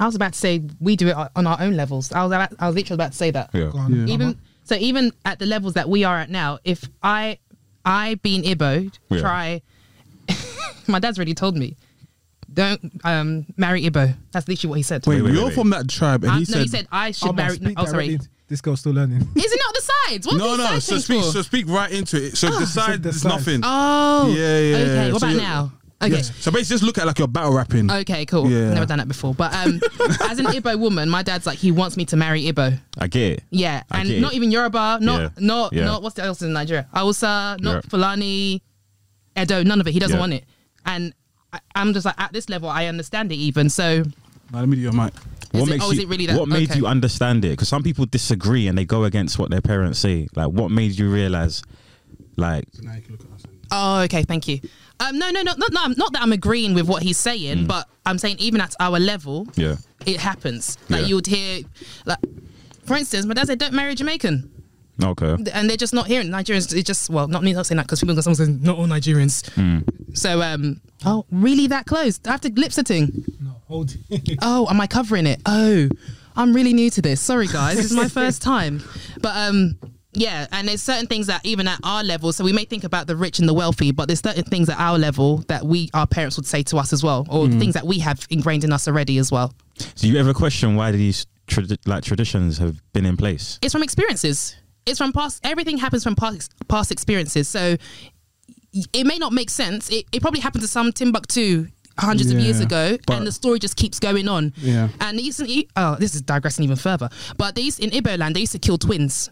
C: I was about to say we do it on our own levels. I was about, I was literally about to say that.
B: Yeah. Uh-huh.
A: Go on,
D: Yeah.
A: Mama.
C: Even so, even at the levels that we are at now, if I I being Ibo
B: Yeah.
C: try, my dad's already told me, don't um marry Ibo. That's literally what he said.
D: Wait,
B: wait,
D: you're
B: wait.
C: Uh,
D: from that tribe, and
C: no,
D: he said.
C: I should
A: Mama,
C: marry. No,
A: speak
C: oh, sorry.
A: directly. This girl's still learning.
C: Is it not the sides? What
D: no,
C: are these
D: no.
C: sides
D: So
C: things
D: speak.
C: for? Ah,
D: So speak right into it. So decide
A: the
D: there's
A: sides.
D: nothing.
C: oh,
D: Yeah, yeah.
C: Okay, what
D: So
C: about
D: you-
C: now? Okay.
D: Yes. So basically, just look at like your battle rapping.
C: Okay, cool.
D: Yeah.
C: Never done that before. But um, as an Ibo woman, my dad's like he wants me to marry Ibo.
B: I get it.
C: Yeah,
B: I
C: and
B: get
C: not
B: it.
C: even Yoruba, not
B: Yeah.
C: not
B: Yeah.
C: not what's the else in Nigeria? Hausa, not
B: Yeah.
C: Fulani, Edo, none of it. He doesn't
B: Yeah.
C: want it, and I, I'm just like at this level, I understand it even. So
D: Now, let me do your mic.
C: Is
B: What
C: it-
B: makes
C: oh, is
B: you,
C: it really that-
B: What made
C: okay.
B: you understand it? Because some people disagree and they go against what their parents say. Like, what made you realize, like,
D: Now you can look at us.
C: Oh, okay. Thank you. Um, no, no, no, no, no. Not that I'm agreeing with what he's saying, but I'm saying even at our level,
B: Mm. Yeah.
C: it happens. Like
B: Yeah.
C: you would hear, like, for instance, my dad said, "Don't marry a Jamaican,"
B: okay,
C: and they're just not hearing Nigerians. It just well, not me not saying that because people are sometimes saying not all Nigerians.
B: Mm.
C: So, um, oh, really that close? I have to lip sitting.
A: No, hold
C: Oh, am I covering it? Oh, I'm really new to this. Sorry, guys, this is my first time. But um, yeah, and there's certain things that even at our level, so we may think about the rich and the wealthy, but there's certain things at our level that we our parents would say to us as well, or things that we have ingrained in us already as well.
B: Do you ever question why these tradi- like traditions have been in place?
C: It's from experiences. It's from past. Everything happens from past past experiences. So y- it may not make sense. It, it probably happened to some Timbuktu hundreds of
D: Yeah,
C: years ago,
D: but-
C: and the story just keeps going on.
D: Yeah.
C: And they used to, oh, this is digressing even further. But they used in Ibo land, they used to kill twins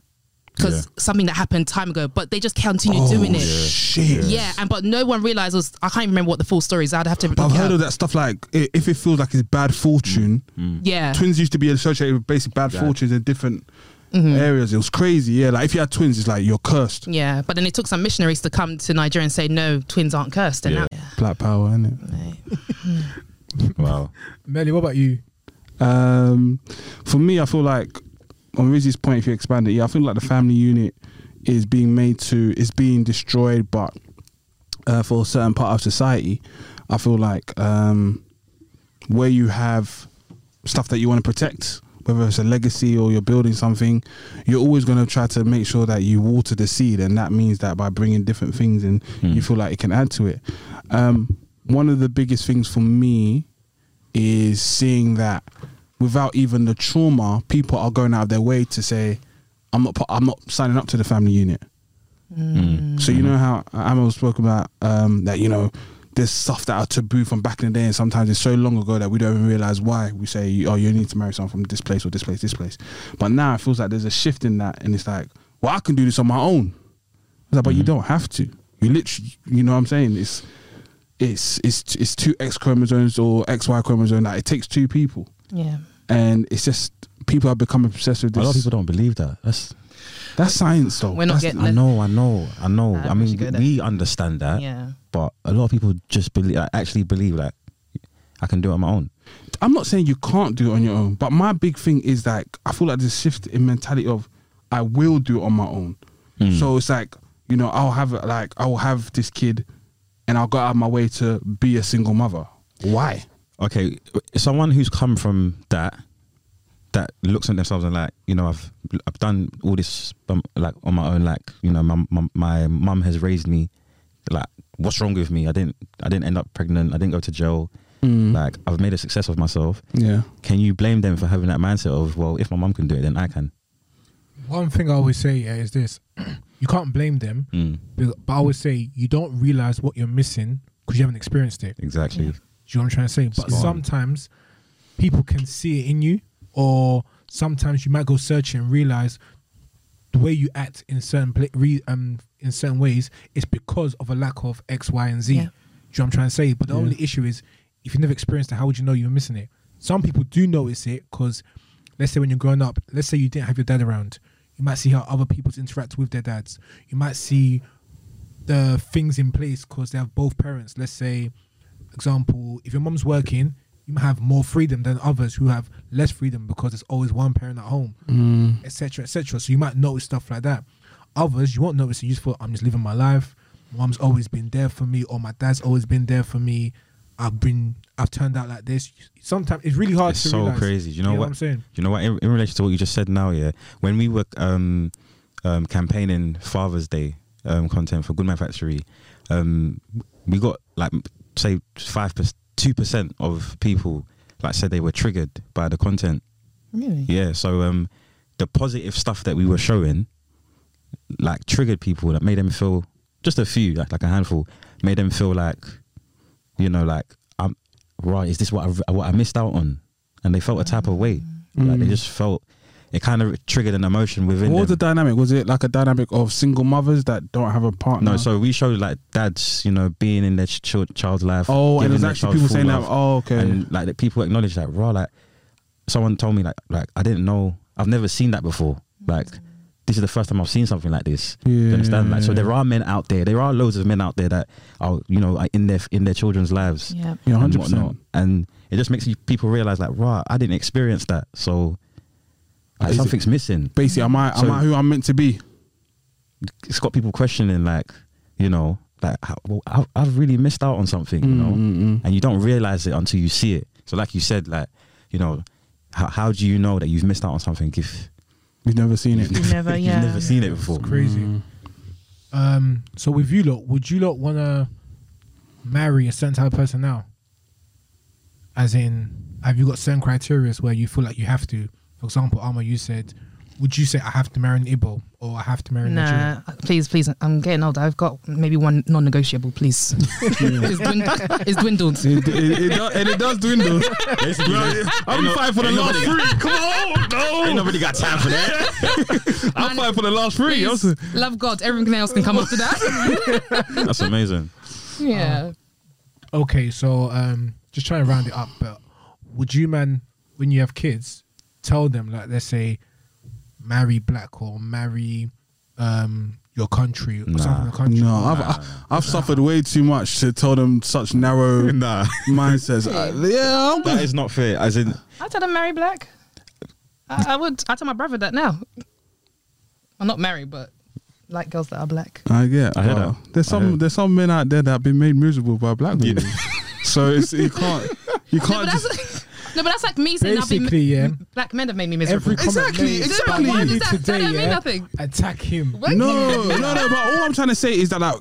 C: because
B: Yeah.
C: something that happened time ago. But they just continue
D: Oh,
C: doing it.
D: Shit.
C: Yeah, and but no one realized was I can't even remember what the full story is. I'd have to.
D: But I've
C: look it
D: heard of
C: up.
D: that stuff like i- if it feels like it's bad fortune.
C: Yeah,
D: Twins used to be associated with basically bad
B: Yeah.
D: fortunes in different areas. It was crazy. Yeah, like if you had twins, it's like you're cursed.
C: Mm-hmm. yeah. But then it took some missionaries to come to Nigeria and say no, twins aren't cursed. And
B: Yeah.
C: now,
D: Black power, isn't it?
B: Wow.
A: Melly, what about you?
D: Um, for me, I feel like on Rizzy's point, if you expand it, yeah, I feel like the family unit is being made to is being destroyed, but uh, for a certain part of society, I feel like um, where you have stuff that you want to protect, whether it's a legacy or you're building something, you're always going to try to make sure that you water the seed, and that means that by bringing different things in, you feel like it can add to it. Um, one of the biggest things for me is seeing that without even the trauma, people are going out of their way to say, "I'm not, pa- I'm not signing up to the family unit."
B: hmm.
C: Mm.
D: So you know how Amos spoke about um, that you know there's stuff that are taboo from back in the day, and sometimes it's so long ago that we don't even realize why we say, "Oh, you need to marry someone from this place or this place, this place." But now it feels like there's a shift in that, and it's like, "Well, I can do this on my own." I was like, but
B: Mm-hmm.
D: you don't have to. You literally, you know what I'm saying? It's it's it's it's two X chromosomes or XY chromosome. Like it takes two people,
C: yeah.
D: and it's just people have become obsessed with
B: A
D: this.
B: lot of people don't believe that. That's
D: That's science, though.
C: We're not
D: That's-
C: getting
B: I
C: there.
B: know, I know, I know.
C: I
B: I mean,
C: Ah, should go there.
B: we understand that.
C: Yeah.
B: But a lot of people just believe, like, actually believe, like, I can do it on my own.
D: I'm not saying you can't do it on your own, but my big thing is
B: Hmm.
D: like I feel like this shift in mentality of I will do it on my own. So it's like you know, I'll have like I'll have this kid, and I'll go out of my way to be a single mother. Why?
B: okay, someone who's come from that, that looks at themselves and like, you know, I've I've done all this um, like on my own, like you know, my my- my mum has raised me. Like, what's wrong with me? I didn't I didn't end up pregnant. I didn't go to jail. Like, I've made a success of myself.
D: Yeah.
B: Can you blame them for having that mindset of, well, if my mum can do it, then I can.
A: One thing I always say yeah, is this: you can't blame them,
B: Mm,
A: but but I always say you don't realize what you're missing because you haven't experienced it.
B: exactly.
A: Do you know what I'm trying to say? But
B: Spot on.
A: sometimes people can see it in you, or sometimes you might go searching and realize the way you act in certain pla- re- um in certain ways is because of a lack of X, Y, and Z. Do
C: Yeah.
A: you know what I'm trying to say? But the
D: Yeah.
A: only issue is if you never experienced it, how would you know you're missing it? Some people do notice it because, let's say when you're growing up, let's say you didn't have your dad around, you might see how other people interact with their dads. You might see the things in place because they have both parents. Let's say, example, if your mum's working, you might have more freedom than others who have less freedom because there's always one parent at home, etc., etc. So you might notice stuff like that. Others, you won't notice. You just thought, I'm just living my life. My Mum's always been there for me, or my dad's always been there for me. I've been, I've turned out like this. Sometimes it's really hard
B: It's
A: to
B: so
A: realize.
B: crazy. You know
A: what?
B: what?
A: I'm saying?
B: You know what? In, in relation to what you just said now, yeah. When we were um, um, campaigning Father's Day um, content for Goodman Factory, um, we got like say five two percent of people like said they were triggered by the content.
C: Really?
B: Yeah. So um, the positive stuff that we were showing, like triggered people that made them feel just a few, like like a handful, made them feel like, you know, like I'm right. Is this what I what I missed out on? And they felt a type of way. Like they
D: Mm.
B: just felt it kind of triggered an emotion within
D: What was the
B: them.
D: dynamic? Was it like a dynamic of single mothers that don't have a partner?
B: no, so we showed like dads, you know, being in their ch- ch- child's life.
D: oh, and
B: giving
D: there's
B: their
D: actually
B: child
D: people
B: full
D: saying that.
B: love.
D: Oh, okay.
B: and like that people acknowledge that raw like someone told me like like i didn't know i've never seen that before like this is the first time i've seen something like this
D: yeah.
B: Do you understand like so there are men out there there are loads of men out there that are you know are in their in their children's lives
C: Yeah.
D: Yeah, hundred
B: and whatnot
D: percent.
B: and it just makes you people realize like raw i didn't experience that so like,
D: Is it-
B: something's missing
D: Basically, am I am
B: So-
D: I who I'm meant to be?
B: it's got people questioning like you know like how, well, I- i've really missed out on something you know
D: Mm, mm, mm.
B: and you don't realize it until you see it. So, like you said, like you know, how, how do you know that you've missed out on something if
D: You've never seen it.
C: You've never,
B: you've
C: yeah.
B: never seen it before?
A: It's crazy.
D: Mm.
A: Um, so with you lot, would you lot wanna marry a certain type of person now? As in, have you got certain criteria where you feel like you have to? For example, Alma, you said, would you say I have to marry an Igbo or I have to marry a Nigerian?
C: Nah, Uh, please, please. I'm getting older. I've got maybe one non-negotiable. Please, it's, dwindled, it's dwindled.
D: It, it, it does, and it does dwindle. I'll be fighting for the last three. Come on, no.
B: Ain't nobody got time for that.
D: I'll fight for the last three.
C: Please,
D: Also-
C: love God. Everything else can come after that.
B: That's amazing.
C: yeah.
A: Okay, so um, just trying to round it up, but would you man, when you have kids, tell them like let's say, marry black or marry um your country or
B: Nah.
A: something? Your country.
D: No, I've I, I've suffered way too much to tell them such narrow
B: Nah,
D: mindsets. I, Uh, yeah, I'm
B: that is not fair. As in,
C: I tell them marry black. I, I would. I tell my brother that now. I'm not married, but like girls that are black.
D: I get.
B: I hear
D: uh,
B: that.
D: There's
B: I
D: some
B: hear.
D: there's some men out there that have been made miserable by black women. so it's you can't you
C: No,
D: can't
C: but
D: just
C: that's no, but that's like me saying I've been
A: Basically, yeah.
C: black men have made me miserable.
A: Every comment made
D: Exactly,
A: by
D: exactly.
A: you
D: Why
C: does that- that
A: today,
C: don't mean
A: yeah,
C: nothing.
A: attack him.
C: Wait.
D: no no no. But all I'm trying to say is that like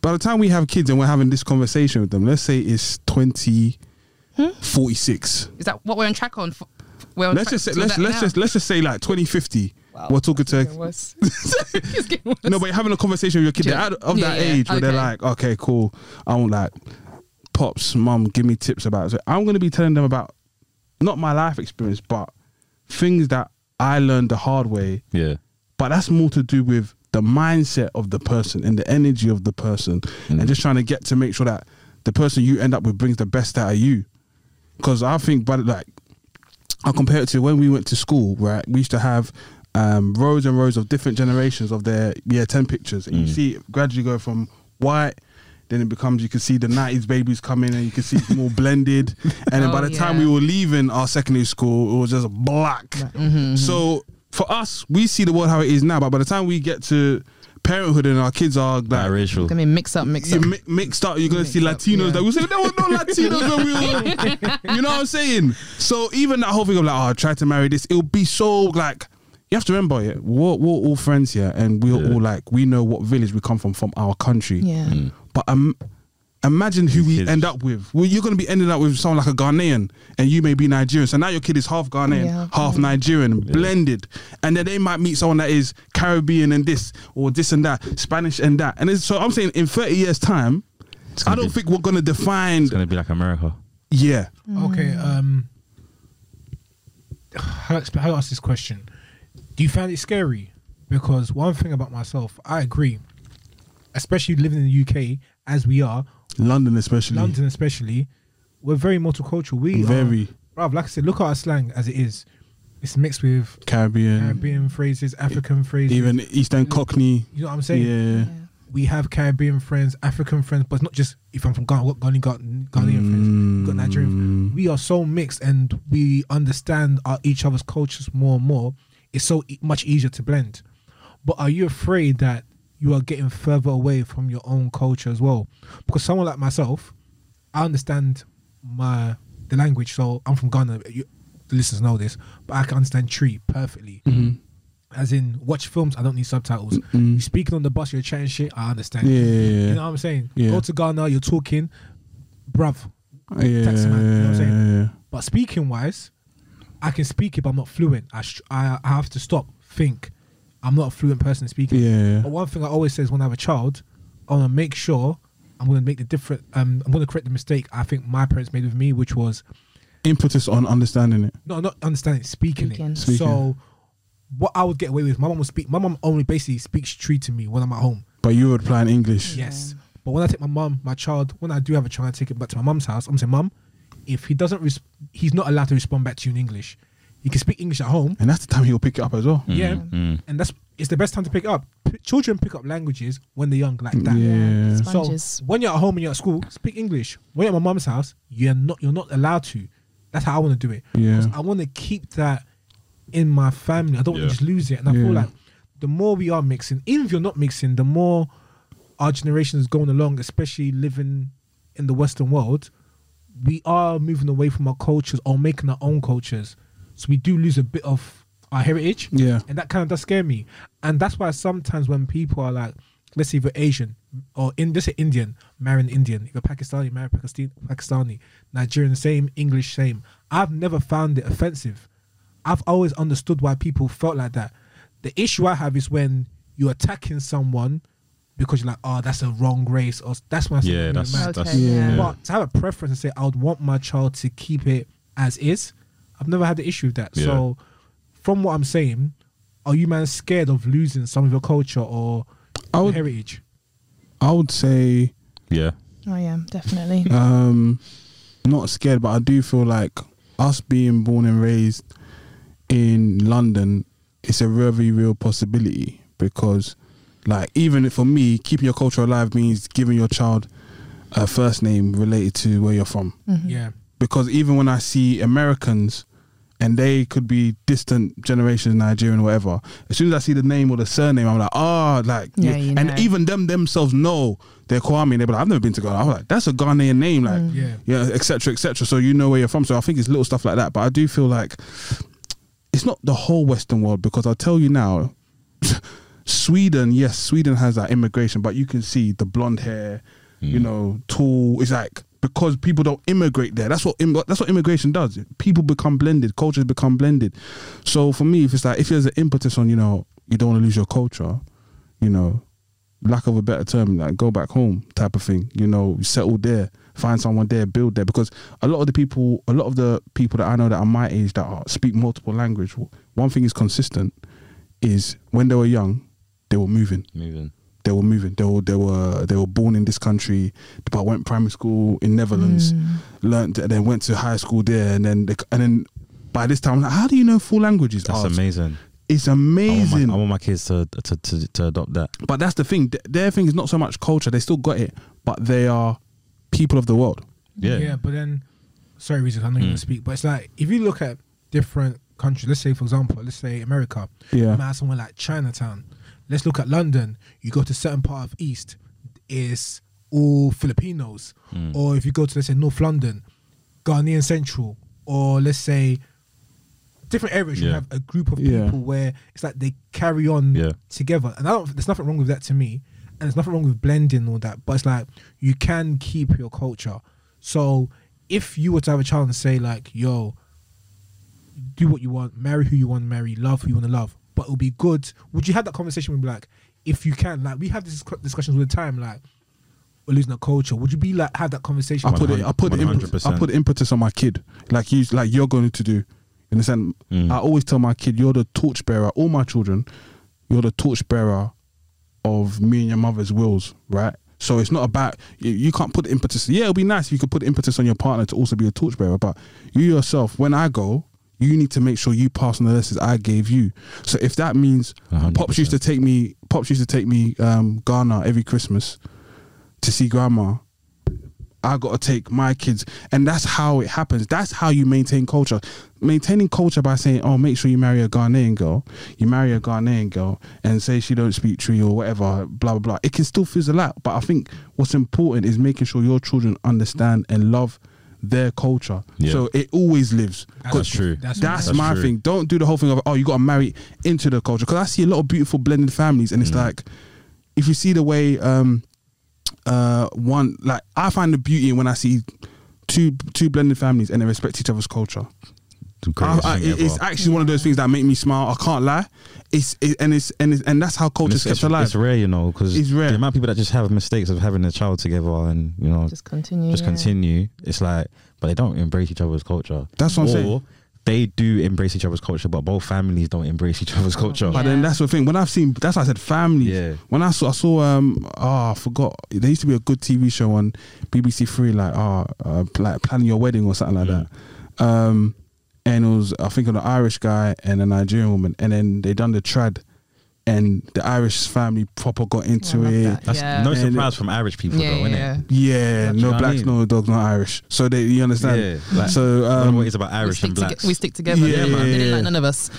D: by the time we have kids and we're having this conversation with them, let's say it's twenty forty six.
C: Is that what we're on track on? For, Hmm? we're on
D: Let's
C: track
D: just say,
C: to
D: let's
C: that
D: let's
C: now?
D: just let's just say like twenty fifty. We're talking
C: It's getting
D: to
C: worse. It's getting worse.
D: No, but you're having a conversation with your kid
C: Yeah.
D: they're out of
C: Yeah,
D: that
C: yeah.
D: age where they're
C: Okay.
D: like, okay, cool. I want like pops, mum, give me tips about. It. So I'm going to be telling them about not my life experience, but things that I learned the hard way.
B: yeah,
D: But that's more to do with the mindset of the person and the energy of the person, and just trying to get to make sure that the person you end up with brings the best out of you. Because I think, but like I compare it to when we went to school, right? We used to have um, rows and rows of different generations of their year 10 pictures. And you see it gradually go from white, then it becomes, you can see the 90s babies coming and you can see it's more blended. And then by
C: Oh,
D: the time we
C: yeah.
D: were leaving our secondary school, it was just black. So for us, we see the world how it is now. But by the time we get to parenthood and our kids are like
B: biracial.
C: I mean, mix up, mix
D: you
C: up.
D: mi- mixed up. You're gonna see
C: Mixed up,
D: Latinos
C: yeah.
D: that we say there were no Latinos when we were, you know what I'm saying? So even that whole thing of like, oh, I tried to marry this. It'll be so like. You have to remember, yeah, we're, we're all friends here, and we're
B: Yeah.
D: all like, we know what village we come from from our country.
C: yeah.
B: Mm.
D: But um, imagine who we
B: kids.
D: end up with. Well, you're going to be ending up with someone like a Ghanaian, and you may be Nigerian. So now your kid is half Ghanaian,
C: Yeah.
D: half Nigerian, blended. And then they might meet someone that is Caribbean and this, or this and that, Spanish and that. And it's, so I'm saying in 30 years' time, I
B: gonna
D: don't
B: be-
D: think we're going to define.
B: It's gonna be like America.
D: yeah.
C: Mm.
A: Okay. Um, how to how to ask this question? Do you find it scary? Because one thing about myself, I agree, especially living in the UK as we are,
D: Mm. London, especially.
A: London especially, we're very multicultural. We
D: Very.
A: are, bruv, like I said, look at our slang as it is. It's mixed with
D: Caribbean,
A: Caribbean phrases, African phrases.
D: even East End Cockney.
A: you know what I'm saying?
D: Yeah.
C: Yeah.
A: we have Caribbean friends, African friends, but it's not just if I'm from Ghana, what Ghanaian, Ghan- Ghanaian friends, we've got Nigerian. friends. We are so mixed, and we understand our, each other's cultures more and more. It's so e- much easier to blend. But are you afraid that you are getting further away from your own culture as well? Because someone like myself, I understand my the language. So I'm from Ghana. You, the listeners know this, but I can understand tree perfectly. As in, watch films. I don't need subtitles. You're speaking on the bus. You're chatting shit. I understand.
D: Yeah, yeah, yeah.
A: You know what I'm saying?
D: Yeah.
A: Go to Ghana. You're talking, bruv.
D: Yeah.
A: Taxi man, you know what I'm saying?
D: yeah, yeah.
A: But speaking wise, I can speak it, but I'm not fluent. I sh- I I have to stop, think. I'm not a fluent person speaking.
D: Yeah.
A: But one thing I always say is when I have a child, I want to make sure I'm going to make the different. Um, I'm going to correct the mistake I think my parents made with me, which was
D: Impetus on understanding it.
A: no, not understanding, speaking,
C: Speaking.
A: it.
D: Speaking.
A: So, what I would get away with, my mom would speak. My mom only basically speaks tree to me when I'm at home.
D: But you would plan English.
A: Yes. But when I take my mum, my child, when I do have a child, I take it back to my mum's house. I'm saying, mum, if he doesn't, res- he's not allowed to respond back to you in English. He can speak English at home.
D: And that's the time he'll pick it up as well.
A: Yeah.
B: Mm.
A: And that's it's the best time to pick it up. P- children pick up languages when they're young, like that.
D: Yeah.
C: Sponges.
A: So when you're at home and you're at school, speak English. When you're at my mum's house, you're not you're not allowed to. That's how I want to do it.
D: Yeah.
A: 'Cause I want to keep that in my family. I don't want
B: Yeah.
A: to just lose it. And I
D: Yeah.
A: feel like the more we are mixing, even if you're not mixing, the more our generation is going along, especially living in the Western world, we are moving away from our cultures or making our own cultures. So we do lose a bit of our heritage.
D: Yeah.
A: And that kind of does scare me. And that's why sometimes when people are like, let's say if you're Asian or in this Indian, marry an Indian. If you're Pakistani, marry Pakistani, Pakistani. Nigerian, same. English, same. I've never found it offensive. I've always understood why people felt like that. The issue I have is when you're attacking someone because you're like, oh, that's a wrong race, or that's when I say
B: Yeah,
A: you're
B: that's
A: mad.
B: that's
C: Okay,
B: yeah.
C: yeah.
A: But to have a preference and say I would want my child to keep it as is, I've never had the issue with that. So, from what I'm saying, are you man scared of losing some of your culture or
D: I would-
A: heritage?
D: I would say
B: yeah.
C: Oh yeah, definitely.
D: um not scared, but I do feel like us being born and raised in London, it's a very real possibility because like even for me, keeping your culture alive means giving your child a first name related to where you're from.
A: Yeah,
D: because even when I see Americans and they could be distant generations, Nigerian, whatever. As soon as I see the name or the surname, I'm like, ah, like,
C: Yeah, you
D: and
C: know.
D: even them themselves know they're Kwame. And they're like, I've never been to Ghana. I'm like, that's a Ghanaian name, like,
C: Mm.
A: yeah.
D: yeah, etc., cetera, etc. So you know where you're from. So I think it's little stuff like that. But I do feel like it's not the whole Western world because I'll tell you now, Sweden, yes, Sweden has that immigration, but you can see the blonde hair,
B: Mm.
D: you know, tall. It's like because people don't immigrate there. That's what im- that's what immigration does. People become blended, cultures become blended. So for me, if it's like if there's an impetus on you know you don't want to lose your culture, you know, lack of a better term, like go back home type of thing. You know, settle there, find someone there, build there. Because a lot of the people, a lot of the people that I know that are my age that are, speak multiple language, w- one thing is consistent is when they were young, they were moving.
B: Moving.
D: They were moving. They were they were they were born in this country, but went primary school in Netherlands,
C: Hmm. Mm.
D: learned and then went to high school there, and then they, c- and then by this time, I'm like, how do you know four languages?
B: That's
D: Oh, it's-
B: amazing.
D: It's
B: I want,
D: amazing.
B: my, oh I want my kids to, to to to adopt that.
D: But that's the thing. th- Their thing is not so much culture. They still got it, but they are people of the world.
B: Yeah.
A: But then, sorry, reasons I know you want to speak, but it's like if you look at different countries. Let's say, for example, let's say America.
D: Yeah.
A: You might have somewhere like Chinatown. Let's look at London. You go to certain part of East, it's all Filipinos. Or if you go to let's say North London, Ghanaian Central, or let's say different areas, you
B: Yeah.
A: have a group of
D: Yeah.
A: people where it's like they carry on
B: Yeah.
A: together. And I don't there's nothing wrong with that to me. And there's nothing wrong with blending and all that. But it's like you can keep your culture. So if you were to have a child and say like, yo, do what you want, marry who you want to marry, love who you want to love. But it'll be good. Would you have that conversation with like, if you can, like we have these discu- discussions all the time, like we're losing our culture. Would you be like have that conversation?
D: I put it. I put the impetus.
B: 100%.
D: I put the impetus on my kid, like you, like you're going to do. In the sense, I always tell my kid, you're the torchbearer. All my children, you're the torchbearer of me and your mother's wills, right? So it's not about you, you can't put the impetus. Yeah, it'll be nice if you could put the impetus on your partner to also be a torchbearer, but you yourself, when I go. You need to make sure you pass on the lessons I gave you. So if that means
B: 100%.
D: pops used to take me, pops used to take me um, Ghana every Christmas to see grandma. I got to take my kids, and that's how it happens. That's how you maintain culture. Maintaining culture by saying, "Oh, make sure you marry a Ghanaian girl. You marry a Ghanaian girl, and say she don't speak tree or whatever." Blah blah blah. It can still fizzle out, but I think what's important is making sure your children understand and love their culture.
B: Yeah.
D: So it always lives.
B: That's true.
A: That's,
D: That's,
A: that's
D: my
B: true.
D: thing. Don't do the whole thing of oh, you got to marry into the culture because I see a lot of beautiful blended families, and it's
B: Mm.
D: like if you see the way um uh one like I find the beauty in when I see two two blended families and they respect each other's culture.
B: The
D: I,
B: greatest
D: I,
B: thing
D: it- it's
B: ever.
D: actually one of those things that make me smile. I can't lie. It's it, and it's and it's, and that's how
B: And
D: culture's
B: it's,
D: kept
B: it's,
D: alive.
B: it's rare, you know, because
D: It's rare.
B: the amount of people that just have mistakes of having a child together and you know just,
C: Just continue. yeah.
B: continue. It's like, but they don't embrace each other's culture.
D: That's what I'm saying.
B: Or They do embrace each other's culture, but both families don't embrace each other's culture.
D: But then
C: Yeah.
D: that's the thing. When I've seen, that's why I said families.
B: Yeah.
D: When I saw, I saw, um, oh, I forgot. There used to be a good TV show on BBC Three, like, oh, uh, like planning your wedding or something like
B: Mm.
D: that. Um, and it was, I think, an Irish guy and a Nigerian woman, and then they done the trad, and the Irish family proper got
C: Oh, I
D: into
C: love
D: it.
C: that.
B: That's
C: Yeah.
B: no
D: And-
B: surprise from Irish people,
C: Yeah,
B: though, isn't
C: yeah.
B: it?
D: Yeah,
B: That's
D: no
B: what I
D: blacks,
B: mean.
D: no dogs, no Irish. So they, you understand?
B: Yeah, like-
D: so
B: I don't know what
D: um,
B: it is about
C: We
B: Irish
C: stick,
B: and
C: toge-
B: blacks.
C: we stick together.
D: Yeah,
C: Yeah,
D: man.
C: They didn't like none of us.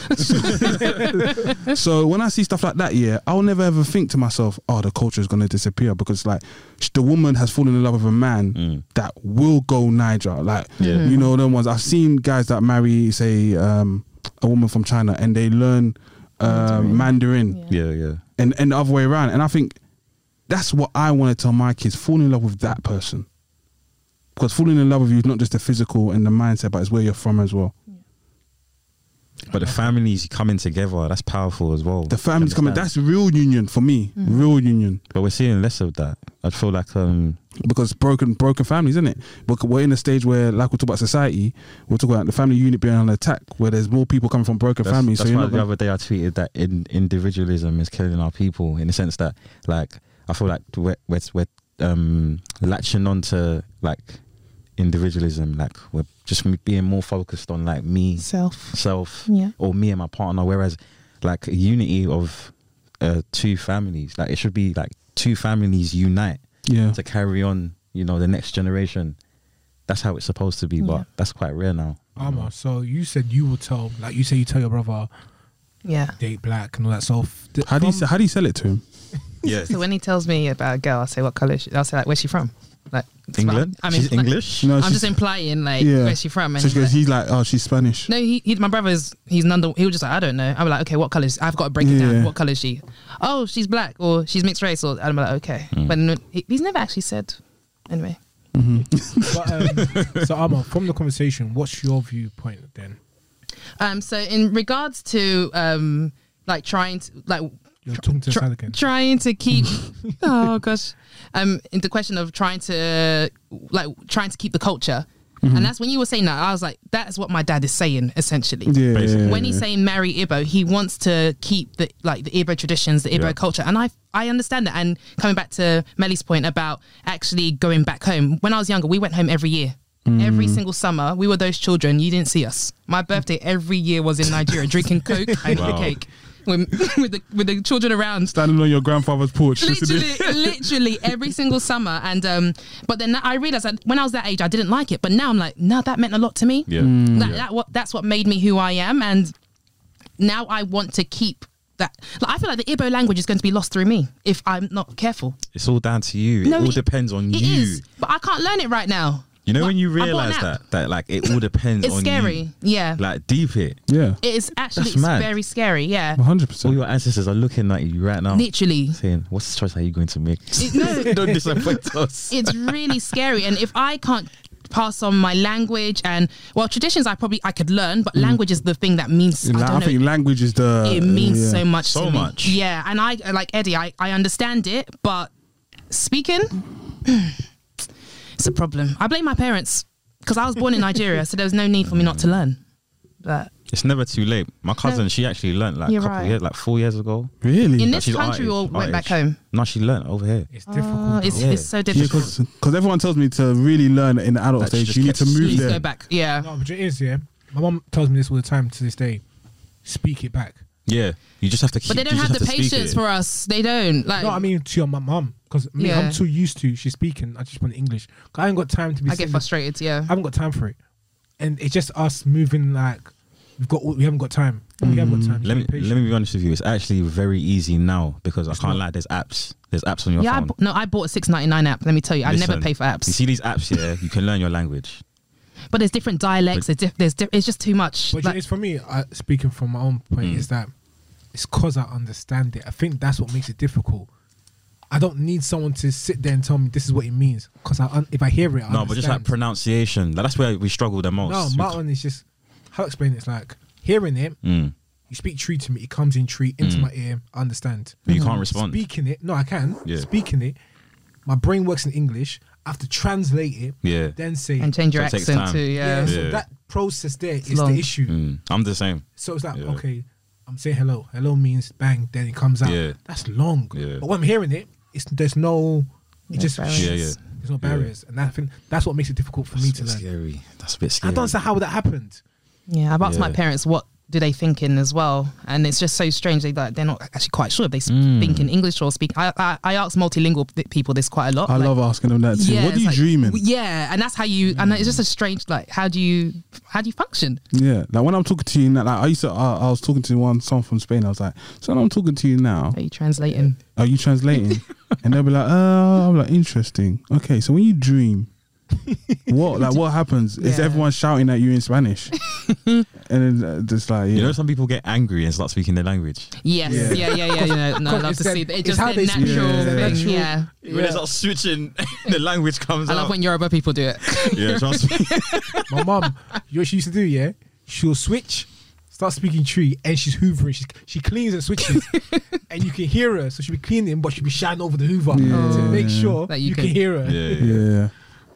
D: So when I see stuff like that, yeah, I'll never ever think to myself, oh, the culture is going to disappear because like sh- the woman has fallen in love with a man
B: Mm.
D: that will go Niger. Like,
B: Yeah.
C: Mm-hmm. Mm.
D: you know, them ones. I've seen guys that marry, say, um, a woman from China and they learn uh, Mandarin,
C: Mandarin.
B: yeah, yeah.
D: and, and the other way around. And I think that's what I want to tell my kids fall in love with that person. Because falling in love with you is not just the physical and the mindset, but it's where you're from as well.
B: But the families coming together, that's powerful as well.
D: The family's coming.
B: Understand?
D: That's real union for me. Real union.
B: But we're seeing less of that. I feel like um
D: because broken broken families, isn't it? But we're in a stage where, like we talk about society, we're talking about the family unit being under attack, where there's more people coming from broken
B: that's,
D: families.
B: that's
D: so
B: why
D: you're
B: the
D: not gonna,
B: other day I tweeted that in, individualism is killing our people in the sense that like I feel like we're we're, we're um latching on to like individualism, like we're just being more focused on like me
C: Self.
B: self
C: Yeah.
B: or me and my partner whereas like unity of uh, two families like it should be like two families unite
D: yeah,
B: to carry on you know the next generation that's how it's supposed to be but
C: Yeah.
B: that's quite rare now Um,
A: Armor. So you said you will tell, like you say, you tell your brother
C: Yeah.
A: date black and all that. So f- th-
D: how do you
A: from-
D: se- how do you sell it to him?
B: yeah
C: So when he tells me about a girl, I say, "What color?" Is she? I'll say, "Like, where's she from?" Like it's
B: England
C: fine. I mean,
B: she's
C: like,
B: English
D: No,
C: I'm
D: she's-
C: just implying, like,
D: Yeah.
C: where's she from? And
D: So
C: he's
D: she goes,
C: like-
D: he's like, oh, she's Spanish.
C: no, he, he, my brother's. He's none. The, he was just like, I don't know. I'm like, okay, what colors? I've got to break it
D: Yeah.
C: down. What color is she? Oh, she's black, or she's mixed race, or and I'm like, okay.
A: Mm.
C: But no- he, he's never actually said. Anyway,
A: But, um, so Armor, from the conversation, what's your viewpoint then?
C: um, so in regards to um, like trying to like
A: You're talking to
C: tr-
A: Sal again.
C: trying to keep oh gosh um in the question of trying to like trying to keep the culture
A: Mm-hmm.
C: and that's when you were saying that i was like that's what my dad is saying essentially
D: Yeah,
B: Basically.
C: when he's saying marry Igbo, he wants to keep the like the Igbo traditions, the Igbo
B: Yeah.
C: culture, and I I understand that. And coming back to Melly's point about actually going back home, when I was younger, we went home every year. Every
B: Mm.
C: single summer, we were those children. You didn't see us. My birthday every year was in Nigeria, drinking coke and
B: Wow.
C: cake with, with the with the children around
D: standing on your grandfather's porch.
C: literally, literally every single summer. And um, but then I realized that when I was that age, I didn't like it. But now I'm like, no, that meant a lot to me.
B: Mm. yeah
C: Mm. That, that what that's what made me who I am, and now I want to keep that like, I feel like the Igbo language is going to be lost through me if I'm not careful.
B: It's all down to you. It
C: No,
B: all
C: it-
B: depends on
C: It is,
B: you.
C: but I can't learn it right now.
B: You know when
C: What-
B: you
C: I bought an
B: realize
C: app.
B: that that like it all depends
C: It's
B: on
C: scary.
B: you.
C: Yeah.
B: Like deep it.
D: Yeah,
C: it is actually
B: That's
C: it's
B: mad.
C: very scary. Yeah.
D: one hundred
B: All
D: percent.
B: your ancestors are looking at you right now,
C: Literally.
B: saying, "What's the choice are you going to make?
C: It- no,
B: Don't disappoint us."
C: it's really scary and if i can't pass on my language and well traditions i probably i could learn
B: Mm.
C: but language is the thing that means i
D: I,
C: don't know
D: think language is
B: Uh,
D: the
C: it means
D: yeah.
C: so much
B: So
C: to me.
B: much.
C: yeah and i like eddie i, I understand it but speaking it's a problem i blame my parents because i was born in nigeria so there was no need for me not to learn but
B: It's never too late. My cousin, she actually learned like a
C: You're
B: couple
C: right.
B: years, like four years ago.
D: Really,
C: in
B: Like,
C: this
B: she's
C: country
B: Irish-
C: or went back
B: Irish.
C: home
B: No, she learned over here.
A: It's difficult.
C: Oh, it's,
B: Yeah.
C: it's so difficult
D: because everyone tells me to really learn in the adult
B: Like, she
D: stage,
B: just
D: you need
B: gets-
D: to
C: you
D: move
C: need to
D: there.
C: go back yeah
A: No, but it is, yeah. My mom tells me this all the time to this day. Speak it back.
B: Yeah, you just have to. Keep,
C: but they don't
B: you just
C: have the
B: to speak
C: patience
B: it.
C: for us they don't like
A: No, I mean to your mum, because me,
C: Yeah.
A: I'm too used to she's speaking. I just want English. 'Cause I ain't got time to be.
C: I get
A: sitting-
C: frustrated. Yeah,
A: I haven't got time for it, and it's just us moving like we've got. all- We haven't got time. We haven't got time.
B: Mm, Let me
A: Just be patient.
B: let me be honest with you. It's actually very easy now because I can't lie. There's apps. There's apps on your
C: yeah. I
B: phone.
C: b no, I bought a six ninety nine app. Let me tell you, I never
B: Listen,
C: pay for apps.
B: You see these apps here? You can learn your language.
C: but there's different dialects. there's diff- there's diff- it's just too much.
A: But
C: Like,
A: it's for me. I, speaking from my own point,
B: Mm.
A: is that it's because I understand it. I think that's what makes it difficult. I don't need someone to sit there and tell me this is what it means because I un- if I hear it, I
B: No, but just like
A: understand.
B: pronunciation. Like, that's where we struggle the most.
A: no,
B: We
A: my
B: c-
A: one is just how I explain it. It's like hearing it.
B: Mm.
A: You speak tree to me. It comes in tree into my ear. I understand.
B: But you can't respond.
A: Speaking it, no, I can.
B: Yeah.
A: Speaking it, my brain works in English. I have to translate it.
B: Yeah.
A: Then say.
C: and change your
B: So it takes
C: accent
B: time.
C: too. Yeah.
A: So
B: Yeah.
A: that process there is
C: long.
A: the issue.
B: Mm. I'm the same.
A: So it's like,
B: Yeah.
A: okay, I'm saying hello. Hello means bang, then it comes out.
B: Yeah.
A: That's long.
B: Yeah.
A: But when I'm hearing it, it's there's no, it
C: No
A: just
C: barriers.
B: Yeah, yeah.
A: There's no barriers, and I think that's what makes it difficult for me
B: That's a
A: to
B: bit
A: learn.
B: scary. That's a bit
A: I
B: scary.
A: don't understand how that happened.
C: Yeah, I've asked my
B: Yeah.
C: parents what do they think in as well, and it's just so strange. They like they're not actually quite sure if they
D: Mm.
C: think in English or speak. I I, I ask multilingual p- people this quite a lot.
D: I
C: like,
D: love asking them that too.
C: Yeah,
D: what are
C: it's
D: you
C: like-
D: dreaming?
C: Yeah, and that's how you. And it's just a strange like how do you how do you function?
D: Yeah, like when I'm talking to you now, like I used to, I, I was talking to one someone from Spain. I was like, "So when I'm talking to you now,
C: Are you translating?
D: are you translating?" and they'll be like, "Oh, I'm like interesting. Okay, so when you dream, what like what happens? Is
C: Yeah.
D: everyone shouting at you in Spanish?" and then uh, just like, yeah.
B: You know, some people get angry and start speaking their language.
C: Yes.
D: Yeah.
C: Yeah. Yeah. Yeah. yeah, No, I
A: Because
C: love
A: it's
C: to
A: their-
C: see that. It
A: it's
C: just
A: how they
C: their natural
A: speak.
D: Yeah.
C: thing.
A: Their natural-
C: yeah.
B: When they start switching, the language comes
C: I
B: out.
C: love when Yoruba people do it.
B: yeah, trust me.
A: My mum, you know what she used to do, yeah? She'll switch, start speaking tree, and she's hoovering. She, she cleans and switches. and you can hear her. So she'll be cleaning, but she'll be shining over the hoover to
D: Yeah.
A: make sure
C: That you
A: you, can,
C: can-
A: hear her.
B: Yeah.
D: yeah,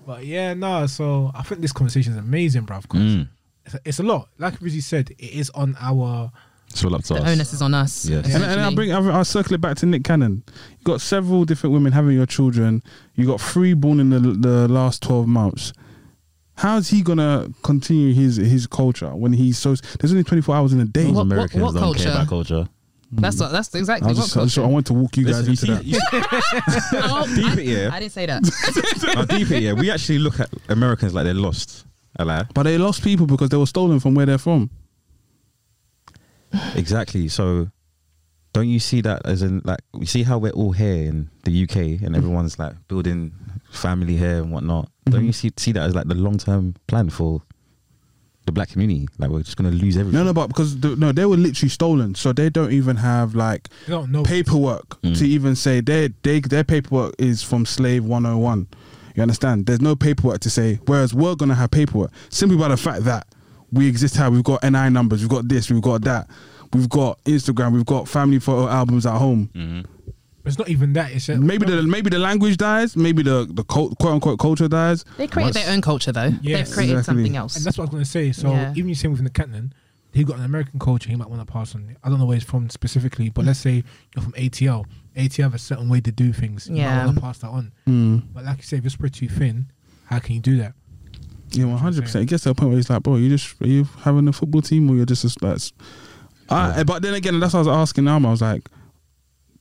A: But yeah, no, so I think this conversation is amazing, bruv. 'cause
B: Mm.
A: It's, it's a lot. Like Rizzy said, it is on our.
B: It's all up to
C: the
B: us.
C: onus is on us.
B: Yes.
D: And, and I
C: essentially.
D: bring, I, I circle it back to Nick Cannon. You got several different women having your children. You got three born in the, the last twelve months. How's he gonna continue his his culture when he's so? There's only twenty four hours in a day.
B: Those
C: What- what-
B: Americans
C: what
B: don't care
C: culture?
B: about culture.
C: That's what, that's
D: I,
C: exactly
D: was
C: what
D: just, I, just- I
C: culture.
D: want to walk you guys
B: Listen,
D: into that.
B: you see- you
C: Oh,
B: see- deep
C: I,
B: it, yeah.
C: I didn't say that.
B: Now, deep it, yeah. We actually look at Americans like they're lost. I lie.
D: But they lost people because they were stolen from where they're from.
B: Exactly. So, don't you see that as in like you see how we're all here in the UK and everyone's like building family here and whatnot. Don't you see see that as like the long term plan for the black community? Like we're just gonna lose everything.
D: No, no, but because the, no, they were literally stolen, so they don't even have like
A: They don't know.
D: paperwork to even say their they, their paperwork is from slave 101 you understand there's no paperwork to say whereas we're going to have paperwork simply by the fact that we exist how we've got ni numbers we've got this we've got that we've got instagram we've got family photo albums at home
A: It's not even that. It's just,
D: maybe the maybe the language dies maybe the the cult, quote unquote culture dies
C: They created their own culture though.
A: Yes.
C: They've created
D: Exactly.
C: something else.
A: And that's what I was going to say. So
C: Yeah.
A: even you saying within the Canton, he got an American culture. He might want to pass on. I don't know where he's from specifically, but let's say you're from ATL. ATL have a certain way to do things. You might
C: Yeah.
A: want to pass that on. But like you say, if you're spread too thin, how can you do that?
D: Yeah, one hundred percent. It gets to a point where it's like, bro, you just are you having a football team or you're just a, like, s- I, eh, but then again, that's what I was asking now. I was like,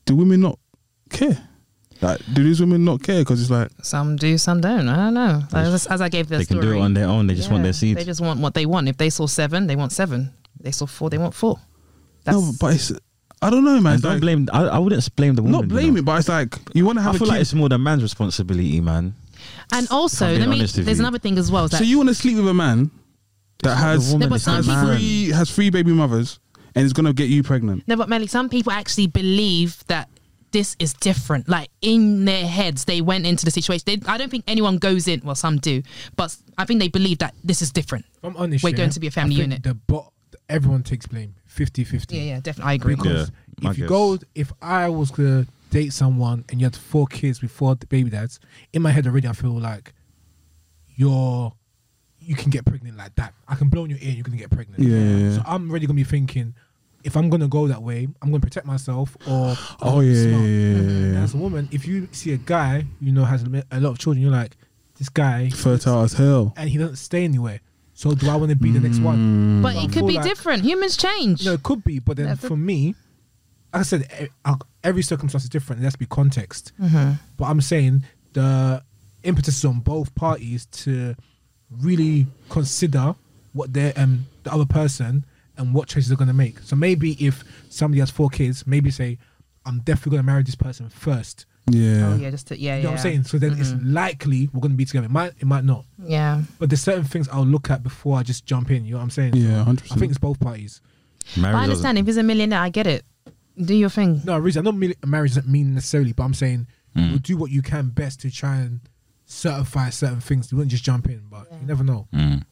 D: do women not care? Like, do these women not care? Because it's like,
C: Some do, some don't. I don't know. As, as I gave the
B: they can
C: story,
B: do it on their own. They just want
C: yeah,
B: their seed.
C: They just want what they want. If they saw seven, they want seven. They saw four, they want four. That's
D: no, but it's I don't know, man.
B: And
D: It's
B: don't
D: like-
B: blame. I, I wouldn't blame the woman.
D: not
B: you know.
D: blame it, but it's like you want to have
B: I
D: a
B: feel
D: kid.
B: like it's more the man's responsibility, man.
C: And also,
B: I'm being
C: let me.
B: honest with
C: There's
B: you.
C: another thing as well. Is that
D: so you want to sleep with a man
B: not
D: that
B: the
D: has
B: woman,
C: No, but
B: it's the
C: some
B: man.
C: people-
D: three has three baby mothers and is gonna get you pregnant.
C: No, but Melly, some people actually believe that this is different. Like in their heads, they went into the situation. They, I don't think anyone goes in. Well, some do, but I think they believe that this is different.
A: If I'm honest,
C: We're
A: yeah,
C: going to be a family
A: I think
C: unit.
A: The bot, everyone takes blame 50 50.
C: Yeah, yeah, definitely. I agree.
A: Because
B: Yeah, my
A: if you
B: guess.
A: go, if I was to date someone and you had four kids before the baby dads, in my head already, I feel like you're, you can get pregnant like that. I can blow in your ear, you're going to get pregnant.
D: Yeah, yeah, yeah.
A: So I'm already going to be thinking, if I'm going to go that way, I'm going to protect myself or. I'm
D: Oh
A: gonna be
D: yeah, yeah,
A: smart.
D: yeah,
A: And
D: yeah,
A: As a woman, if you see a guy, you know, has a mi- a lot of children, you're like, this guy,
D: yeah. Fertile as hell.
A: and he doesn't stay anywhere. So do I want to be the next one?
D: Mm.
C: But
A: I
C: it could
A: feel
C: be
A: like-
C: different. Humans change.
A: No, it could be, but then
C: Yeah, but-
A: for me, like I said, e- uh, every circumstance is different. and That's be context. But I'm saying the impetus is on both parties to really consider what their um the other person and what choices they're gonna make. So maybe if somebody has four kids, maybe say, I'm definitely gonna marry this person first.
C: Oh
D: Yeah.
C: yeah, just to, yeah,
A: You
C: yeah.
A: know what I'm saying? So then it's likely we're gonna be together. It might it might not.
C: Yeah.
A: But there's certain things I'll look at before I just jump in. You know what I'm saying?
D: Yeah, hundred
A: I think
D: percent.
A: it's both parties.
B: Marriage
C: I
B: doesn't-
C: understand. If he's a millionaire, I get it. Do your thing.
A: No, reason. I know mil- marriage doesn't mean necessarily, but I'm saying
B: Mm.
A: you do what you can best to try and certify certain things. You wouldn't just jump in, but you never know
B: Mm.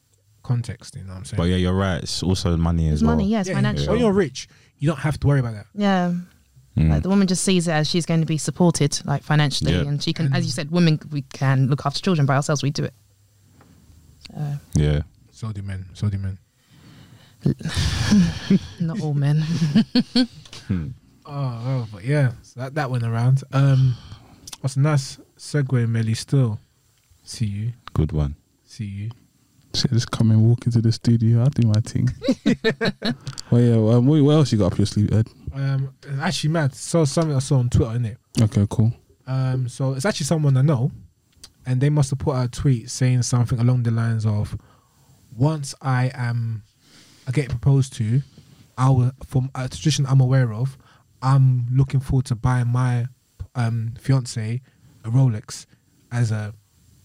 A: context. You know what I'm saying?
B: But yeah, you're right. It's also money as
C: It's
B: well.
C: money. Yeah, it's
A: Yeah,
C: financial.
A: When
C: Yeah.
A: you're rich, you don't have to worry about that.
B: Mm.
C: Like the woman just sees it as she's going to be supported, like financially,
B: Yeah.
C: and she can, as you said, women we can look after children by ourselves. We do it.
B: Yeah.
A: So do men. So do men.
C: Not all men.
B: Hmm.
A: Oh, well, but yeah, so that that went around. Um, what's a nice segue, Melly? Still, see you,
B: Good one.
A: see you.
D: Shit, just come and walk into the studio. I'll do my thing. well, yeah. Well, um, what what else you got up your sleeve, Ed?
A: Um, it's actually, mad. So something I saw on Twitter, innit?
D: Okay, cool.
A: Um, so it's actually someone I know, and they must have put out a tweet saying something along the lines of, "Once I am, I get proposed to, I will from a tradition I'm aware of, I'm looking forward to buying my um fiance a Rolex as a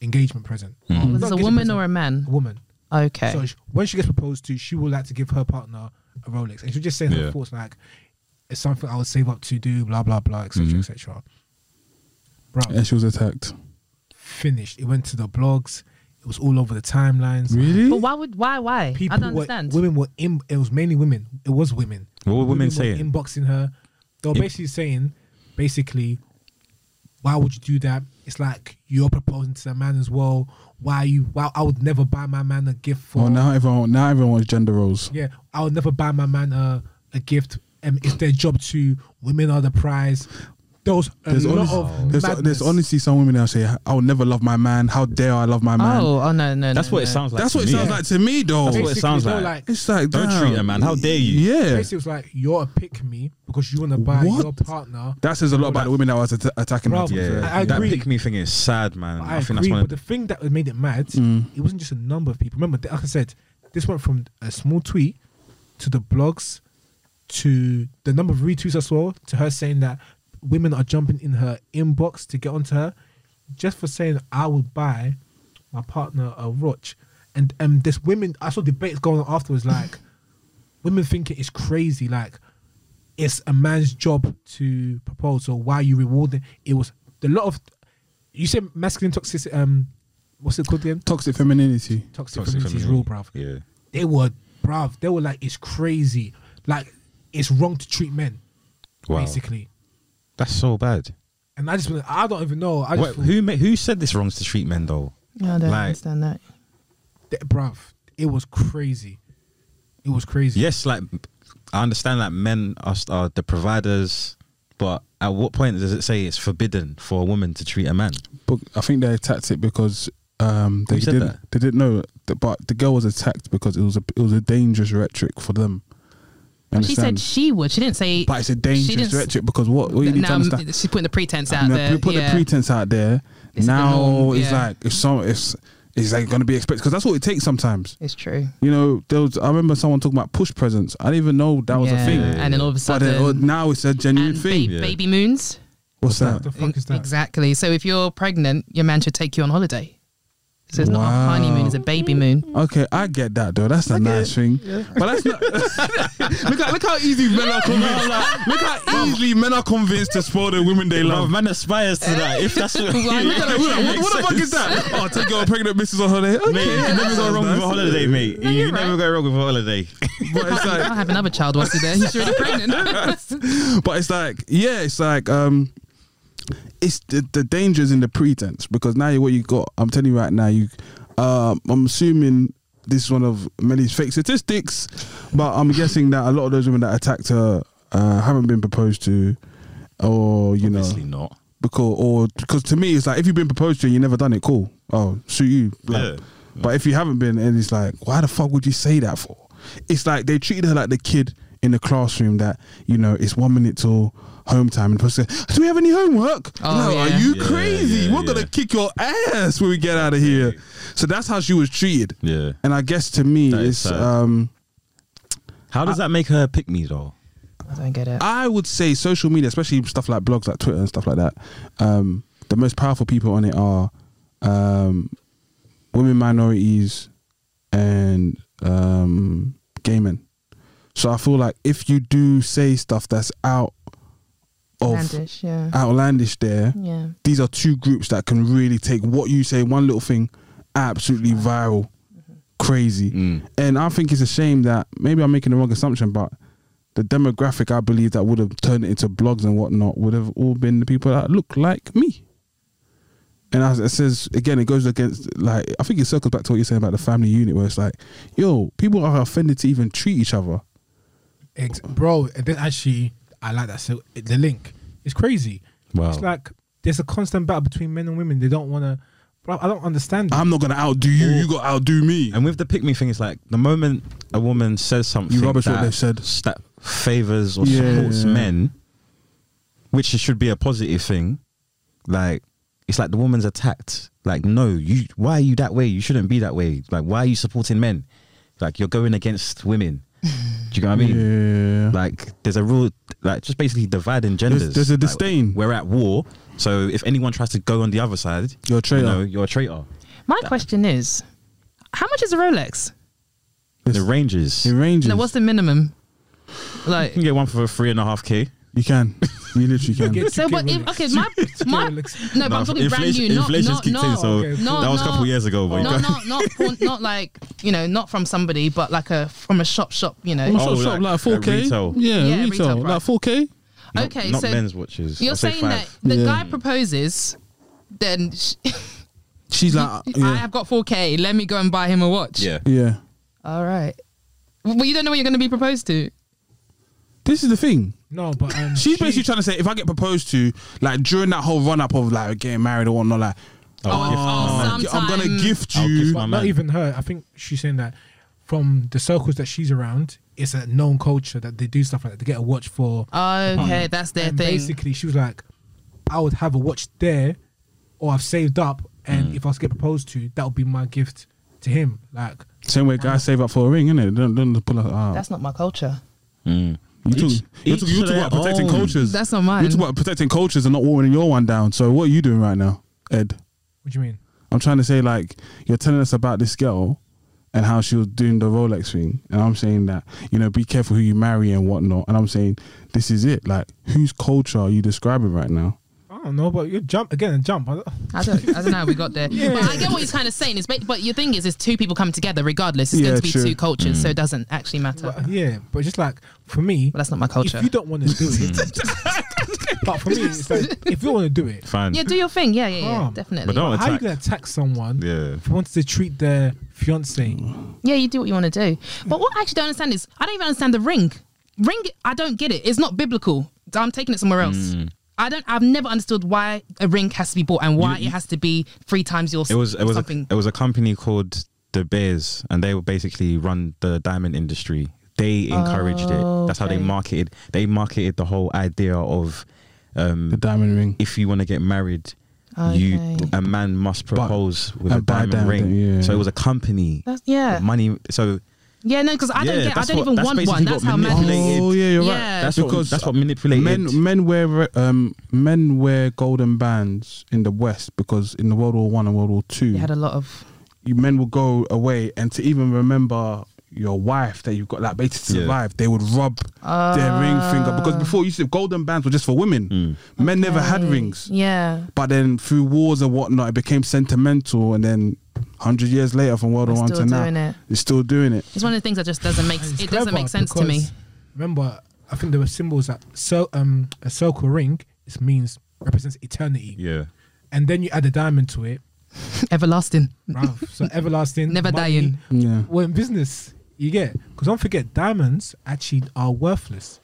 A: engagement present.
B: Mm.
C: Was this a woman or a man?
A: a woman?
B: Eh.
C: Okay.
A: So sh when she gets proposed to, she will like to give her partner a Rolex, and she'll just say in her
B: Yeah.
A: thoughts like, "It's something I would save up to do, blah blah blah, etc.
B: Mhm.
A: etc." Bro,
D: And she was attacked.
A: finished. It went to the blogs. It was all over the timelines.
C: But
D: Really?
C: why would why why?
A: People
C: I don't
A: were,
C: understand.
A: Women were in. It was mainly women. It was women.
B: What were women saying?
A: Inboxing her. They were
B: Im-
A: basically saying, basically, why would you do that? It's like you're proposing to a man as well. Why are you? Why I would never buy my man a gift for.
B: Oh,
D: Well, now everyone, now everyone wants gender roles.
A: Yeah, I would never buy my man a, a gift. Um, it's their job to. Women are the prize. Those a
D: There's,
A: lot
D: honest,
A: of
D: there's,
A: madness.
D: there's honestly some women that say, "I'll never love my man. How dare I love my man?"
C: oh, oh no, no,
B: That's
C: no,
B: what it
C: no.
B: sounds like.
D: That's
B: to
D: what it
B: me.
D: sounds like to me, though.
B: That's what it
A: Basically,
B: sounds
A: they're
B: like.
D: It's like
B: Don't
D: damn.
B: treat a man. How dare you?
D: Yeah,
A: Basically, it was like you're a pick me because you want to buy
D: What?
A: your partner.
D: that says a lot about the women that was at- attacking her.
A: Bro,
D: to be
B: Yeah,
D: fair.
A: I
B: that
A: agree.
B: pick me thing is sad, man.
A: I,
B: I, think
A: agree,
B: that's one
A: but
B: of
A: the thing that made it mad,
D: Mm.
A: it wasn't just a number of people. Remember, like I said, this went from a small tweet to the blogs to the number of retweets I saw to her saying that women are jumping in her inbox to get onto her just for saying I would buy my partner a watch. And and there's women I saw debates going on afterwards like women thinking it's crazy like it's a man's job to propose so why are you rewarding it was a lot of you said masculine toxicity um what's it called again
D: Toxic femininity.
A: toxic,
B: toxic
A: femininity is
B: femininity.
A: real bruv
B: Yeah.
A: they were bruv they were like it's crazy like it's wrong to treat men
B: Wow.
A: basically
B: That's so bad.
A: and I just I don't even know I
B: Wait,
A: just
B: who ma- who said this wrongs to treat men though?
C: Yeah, I don't
B: Like-
C: understand that.
A: th- bruv it was crazy it was crazy
B: Yes, like I understand that men are, are the providers, but at what point does it say it's forbidden for a woman to treat a man?
D: But I think they attacked it because um, they
B: Who said
D: didn't.
B: that?
D: They didn't know, that- but the girl was attacked because it was a it was a dangerous rhetoric for them.
C: But she said
D: Understand?
C: she would. She didn't say.
D: but it's a
C: she didn't
D: dangerous
C: s-
D: rhetoric because what? What you need to
C: now
D: understand?
C: she's putting the pretense
D: I
C: out
D: mean,
C: there.
D: people put
C: yeah.
D: the pretense out there.
C: This is the
D: now
C: norm,
D: it's
C: yeah.
D: like if some if It's like going to be expected because that's what it takes sometimes.
C: It's true.
D: You know, there was, I remember someone talking about push presents. I didn't even know that was
C: Yeah.
D: a thing.
C: And then all of a
D: But then,
C: sudden,
D: oh, now it's a genuine
C: and ba-
D: thing.
B: Yeah.
C: baby moons.
D: What's
A: What
D: that?
A: the fuck is that?
C: E- Exactly. So if you're pregnant, your man should take you on holiday. So it's not a
D: Wow.
C: honeymoon; it's a baby moon.
D: Okay, I get that though. That's a nice thing. But that's not. look, how, look how easy men are convinced. look how easily men are convinced to spoil the women they
B: Love
D: love.
B: man aspires to that. If that's what,
C: Why
D: Look at that, look at that. What, what the fuck is that? Oh, take your pregnant missus on holiday.
B: Mate,
D: Okay.
B: you never go wrong with a holiday, mate. you
C: you're
B: never
C: right.
B: go wrong with a holiday.
D: But it's like,
C: I'll have another child whilst you're there. He's already pregnant.
D: but it's like yeah it's like um it's the, the dangers in the pretense because now what you got i'm telling you right now you um i'm assuming this is one of Melly's fake statistics but i'm guessing that a lot of those women that attacked her uh, haven't been proposed to or you know
B: not.
D: because or because to me it's like if you've been proposed to and you never done it cool oh suit you like,
B: Yeah.
D: but if you haven't been and it's like why the fuck would you say that for it's like they treated her like the kid in the classroom that you know it's one minute till home time and the person said, do we have any homework
C: Oh,
D: no
C: yeah.
D: are you
B: Yeah,
D: crazy
B: yeah,
D: we're
B: yeah.
D: gonna kick your ass when we get out of here so that's how she was treated
B: Yeah.
D: and i guess to me
B: That is
D: it's
B: sad.
D: um
B: How does that make her pick me though?
C: I don't get it.
D: I would say social media, especially stuff like blogs, like Twitter and stuff like that. Um, the most powerful people on it are um, women, minorities, and um, gay men. So I feel like if you do say stuff that's out
A: Oh.
D: of
C: Outlandish, yeah.
A: Uh,
D: outlandish, there,
C: yeah.
D: these are two groups that can really take what you say, one little thing, absolutely viral,
C: Mm-hmm.
D: crazy.
B: Mm.
D: And I think it's a shame that maybe I'm making the wrong assumption, but the demographic I believe that would have turned it into blogs and whatnot would have all been the people that look like me. And as it says again, it goes against like I think it circles back to what you're saying about the family unit, where it's like, yo, people are offended to even treat each other.
A: Ex- bro, and then actually, I like that. So the link is crazy.
B: Wow.
A: It's like there's a constant battle between men and women. They don't want to. Bro, I don't understand.
B: Ah.
A: it.
D: I'm not gonna outdo you. You got to outdo me.
B: And with the pick me thing, it's like the moment a woman says something
D: You rubbish
B: that,
D: what they've said.
B: that favors or
D: Yeah.
B: supports men, which it should be a positive thing, like it's like the woman's attacked. Like, no, you why are you that way? You shouldn't be that way. Like, why are you supporting men? Like you're going against women. Do you know what I mean?
D: yeah.
B: Like there's a real like just basically dividing genders.
D: there's a
B: Like,
D: disdain.
B: we're at war, so if anyone tries to go on the other side,
D: You're a traitor.
B: You know, you're a traitor.
C: My question is, how much is a Rolex?
B: The Rangers,
D: It
B: you
D: ranges.
C: No, what's the minimum? Like,
B: can get one for three and a half k.
D: you can. You literally can.
A: get
C: so
A: 2K
C: what? If,
A: Rolex.
C: okay, my my no,
A: Rolex.
C: but I'm talking brand new. Not
B: inflation's
C: not
B: kicked
C: no.
B: in, so
A: Okay, cool.
C: no,
B: that was a
C: no.
B: couple years ago. But
C: No,
B: you
C: no, not porn, not like you know, not from somebody, but like a from a shop, shop. You know.
B: Oh, like- like 4K? retail.
D: Yeah,
C: Yeah, retail, retail, like right.
D: 4K.
B: not,
C: okay,
B: not
C: so
B: men's watches.
C: you're
B: I'll say
C: saying that
B: five.
C: the
D: Yeah.
C: guy proposes, then sh
D: She's like,
C: I
D: yeah.
C: have got 4K. Let me go and buy him a watch.
B: Yeah,
D: yeah.
C: All right. Well, you don't know what you're going to be proposed to.
D: This is the thing.
A: no, but um,
D: She's
A: she-
D: basically trying to say if I get proposed to, like during that whole run up of like getting married or whatnot, like
B: Oh,
C: oh,
D: I'm, g- I'm gonna
C: sometime-
D: gift
B: I'll
D: you.
B: gift
A: But not
B: my man.
A: even her. I think she's saying that from the circles that she's around, it's a known culture that they do stuff like that. They get a watch for.
C: Okay, that's their
A: and
C: thing.
A: Basically, she was like, I would have a watch there, or I've saved up, and
C: Mm.
A: if I was to get proposed to, that would be my gift to him. Like,
D: Same way guys save up for a ring, innit? Don't don't pull out. Uh,
C: That's not my culture.
B: Mm.
D: you
B: Each-
D: talk, you
B: each
D: talk,
B: to
D: you talk about
B: their
D: protecting
B: own.
D: cultures.
C: That's not mine.
D: You talk about protecting cultures and not watering your one down. So what are you doing right now, Ed?
A: what do you mean?
D: I'm trying to say like you're telling us about this girl and how she was doing the Rolex thing, and I'm saying that you know be careful who you marry and whatnot, and I'm saying this is it. Like whose culture are you describing right now?
A: I don't know, but you jump again, jump. I don't-
C: I don't, I don't know how we got there. But I get what he's kind of saying. Is ba- but your thing is, is two people come together regardless. It's
D: Yeah,
C: going to be
D: true.
C: two cultures, so it
B: Mm.
C: doesn't actually matter.
A: but, yeah, but just like for me,
C: Well, that's not my culture.
A: if
C: Hmm.
A: you don't want to do it, but for me, it's like if you want to do it,
B: Fine.
C: yeah, do your thing. Yeah, yeah, yeah,
A: Calm.
C: definitely.
B: but don't
A: how are you
B: attack.
A: gonna attack someone
B: Yeah.
A: who wants to treat their fiance?
C: Yeah, you do what you want to do. But what I actually don't understand is I don't even understand the ring. Ring, I don't get it. It's not biblical. I'm taking it somewhere else.
B: Hmm.
C: I don't. I've never understood why a ring has to be bought and why it has to be three times your.
B: It was it was a,
C: something.
B: it was a company called the Bears, and they were basically run the diamond industry. They encouraged it. That's how they
C: Oh, Okay.
B: marketed. They marketed the whole idea of um,
D: The diamond ring.
B: if you want to get married, you
C: Okay.
B: a man must propose with
D: a
B: a,
D: bad
B: diamond,
D: diamond,
B: ring.
D: yeah.
B: So it was a company.
C: That's, yeah.
B: Money. So
C: Yeah, no, because I
B: Yeah,
C: don't get, I
B: that's
C: don't
B: what-
C: even
B: that's
C: want
B: basically
C: one. That's
B: what
C: how
B: manipulated-
C: men.
D: Oh yeah, you're
C: Yeah.
D: right.
B: that's
D: Because
B: what that's what manipulated.
D: Men men wear um men wear golden bands in the West because in the World War One and World War Two,
C: They had a lot of.
D: you men will go away and to even remember your wife that you've got like basically to
B: Yeah.
D: survive, they would rub their ring
C: Uh.
D: finger because before you said golden bands were just for women.
B: Hmm.
D: Men never had
C: Okay.
D: rings.
C: Yeah.
D: But then through wars and whatnot, it became sentimental. And then, hundred years later, from World
C: We're
D: War One to
C: still doing
D: now,
C: it.
D: it's still doing it.
C: It's one of the things that just doesn't make
A: It's
C: it doesn't
A: clever
C: make sense to me.
A: because Remember, I think there were symbols that so um a circle ring it means represents eternity,
B: Yeah.
A: and then you add a diamond to it,
C: Everlasting,
A: bruv. so everlasting,
C: never
A: money,
C: dying.
D: Yeah.
A: Well, in business, you get because don't forget diamonds actually are worthless.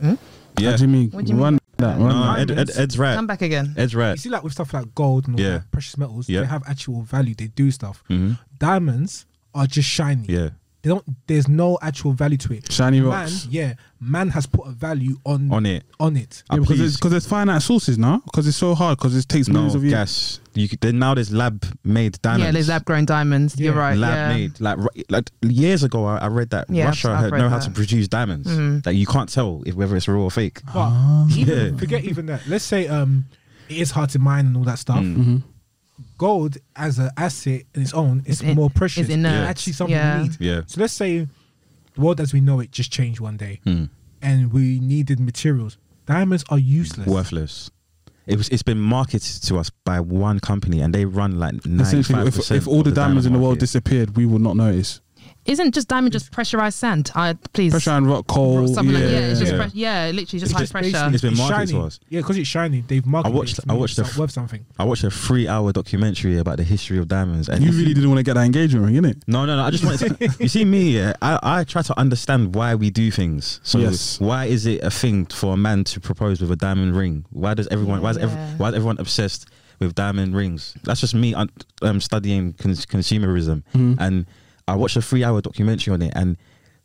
B: Yeah.
D: What do you mean?
C: What do you mean
D: run
C: by
D: that.
C: that?
D: Run
B: No, Ed,
D: that.
B: Ed, Ed's right.
C: Come back again.
B: Ed's right.
A: You see, like with stuff like gold and all
B: Yeah.
A: that, precious metals,
B: Yeah.
A: they have actual value. They do stuff.
B: Mhm.
A: Diamonds are just shiny.
B: Yeah.
A: They don't. There's no actual value to it.
D: Shiny
A: man,
D: rocks.
A: Yeah, man has put a value on
B: On it.
A: on it.
B: Uh,
D: Yeah, because
B: please.
D: there's, cause there's finite sources now. Because it's so hard. Because it takes
B: No
D: millions of years.
B: gas. You could, then now there's lab made diamonds.
C: Yeah, there's lab grown diamonds. You're
A: Yeah.
C: right.
B: lab
C: yeah.
B: made like ru- like years ago I, I read that
C: Yeah, I've-
B: Russia
C: I've
B: had-
C: read
B: know how
C: that.
B: to produce diamonds
D: Mm.
B: that you can't tell if whether it's real or fake.
A: But
C: Ah.
A: even,
B: Yeah.
A: forget even that. Let's say um, it is hard to mine and all that stuff.
B: Mm.
C: Mm-hmm.
A: Gold as an asset in its own is
C: It's in-
A: more precious.
C: it's inert.
A: It's actually something
C: Yeah.
A: we need.
B: Yeah.
A: So let's say the world as we know it just changed one day,
B: Hmm.
A: and we needed materials. Diamonds are useless.
B: Worthless. It was, it's been marketed to us by one company and they run like
D: Essentially,
B: 95
D: if, if all the, diamonds in the world disappeared, we would not notice.
C: Isn't just diamond just pressurized sand? I please.
D: Pressure and rock, coal.
C: something
D: yeah.
C: like yeah, it's just
B: yeah.
C: press- yeah, literally just
B: It's
C: high
B: just
C: pressure.
B: basically- It's been marketed
A: shiny.
B: to us.
A: Yeah, because it's shiny. They've marketed.
B: I watched-
A: It to
B: I
A: me
B: watched
A: it's
B: the f-
A: worth something.
B: I watched a three hour documentary about the history of diamonds and
D: You
B: if
D: really didn't want to get that engagement ring, innit?
B: No, no, no. I just want. you see me. Yeah, I, I try to understand why we do things. So
D: Yes.
B: why is it a thing for a man to propose with a diamond ring? Why does everyone? Why is every,
C: Yeah.
B: Why is everyone obsessed with diamond rings? That's just me. un- um, studying cons- consumerism, and I watched a three-hour documentary on it, and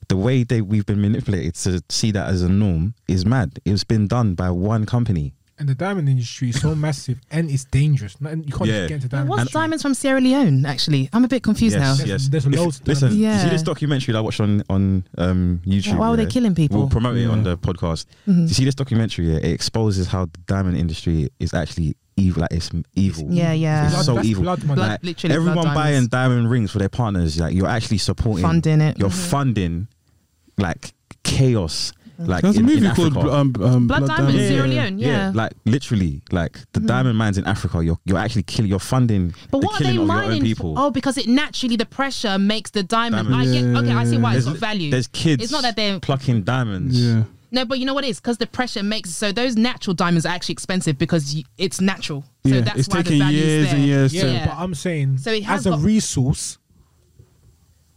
B: the way they we've been manipulated to see that as a norm is mad. It's been done by one company.
A: And the diamond industry is so massive and it's dangerous. Not- You can't
B: Yeah.
A: just get into
C: What's
A: diamond. industry.
C: diamonds from Sierra Leone? Actually, I'm a bit confused now.
A: There's- there's loads of
B: listen,
A: diamonds.
B: you see
C: Yeah.
B: this documentary that I watched on on um, YouTube.
C: why were they killing people? Mm-hmm.
B: We'll promote it on
D: Yeah.
B: the podcast. You see this documentary? Yeah, it exposes how the diamond industry is actually evil. Like it's m- evil.
C: Yeah, yeah.
B: It's
A: Blood-
B: so
A: that's
B: evil.
A: blood money.
C: Blood-
B: Like,
C: literally blood
B: everyone buying
C: diamonds.
B: diamond rings for their partners. Like you're actually supporting,
C: Funding it.
B: You're
C: Mhm.
B: funding like chaos. Like
D: There's a
B: in- in
D: movie called
A: uh,
B: Africa.
D: um, um,
C: Blood Diamonds,
D: Diamond.
C: Sierra Leone. Mm-hmm. Yeah. Mm-hmm.
B: like literally, like the diamond mines in Africa. You're you're actually killing. You're funding
C: but
B: the
C: what are
B: killing
C: they
B: of your own
C: mining?
B: people.
C: For? Oh, because it naturally the pressure makes the diamond.
B: Diamond.
C: I get, okay, I see why
B: there's,
C: it's got value.
B: there's kids.
C: It's not that they're
B: plucking diamonds.
D: Yeah.
C: No, but you know what it is? Because the pressure makes so those natural diamonds are actually expensive because you, it's natural. So
D: Yeah,
C: that's
D: it's
C: why
D: taken
C: the value's
D: years
C: there.
D: and years
A: Yeah,
D: to-
C: Yeah.
A: but I'm saying
C: So it has
A: as a
C: got-
A: resource,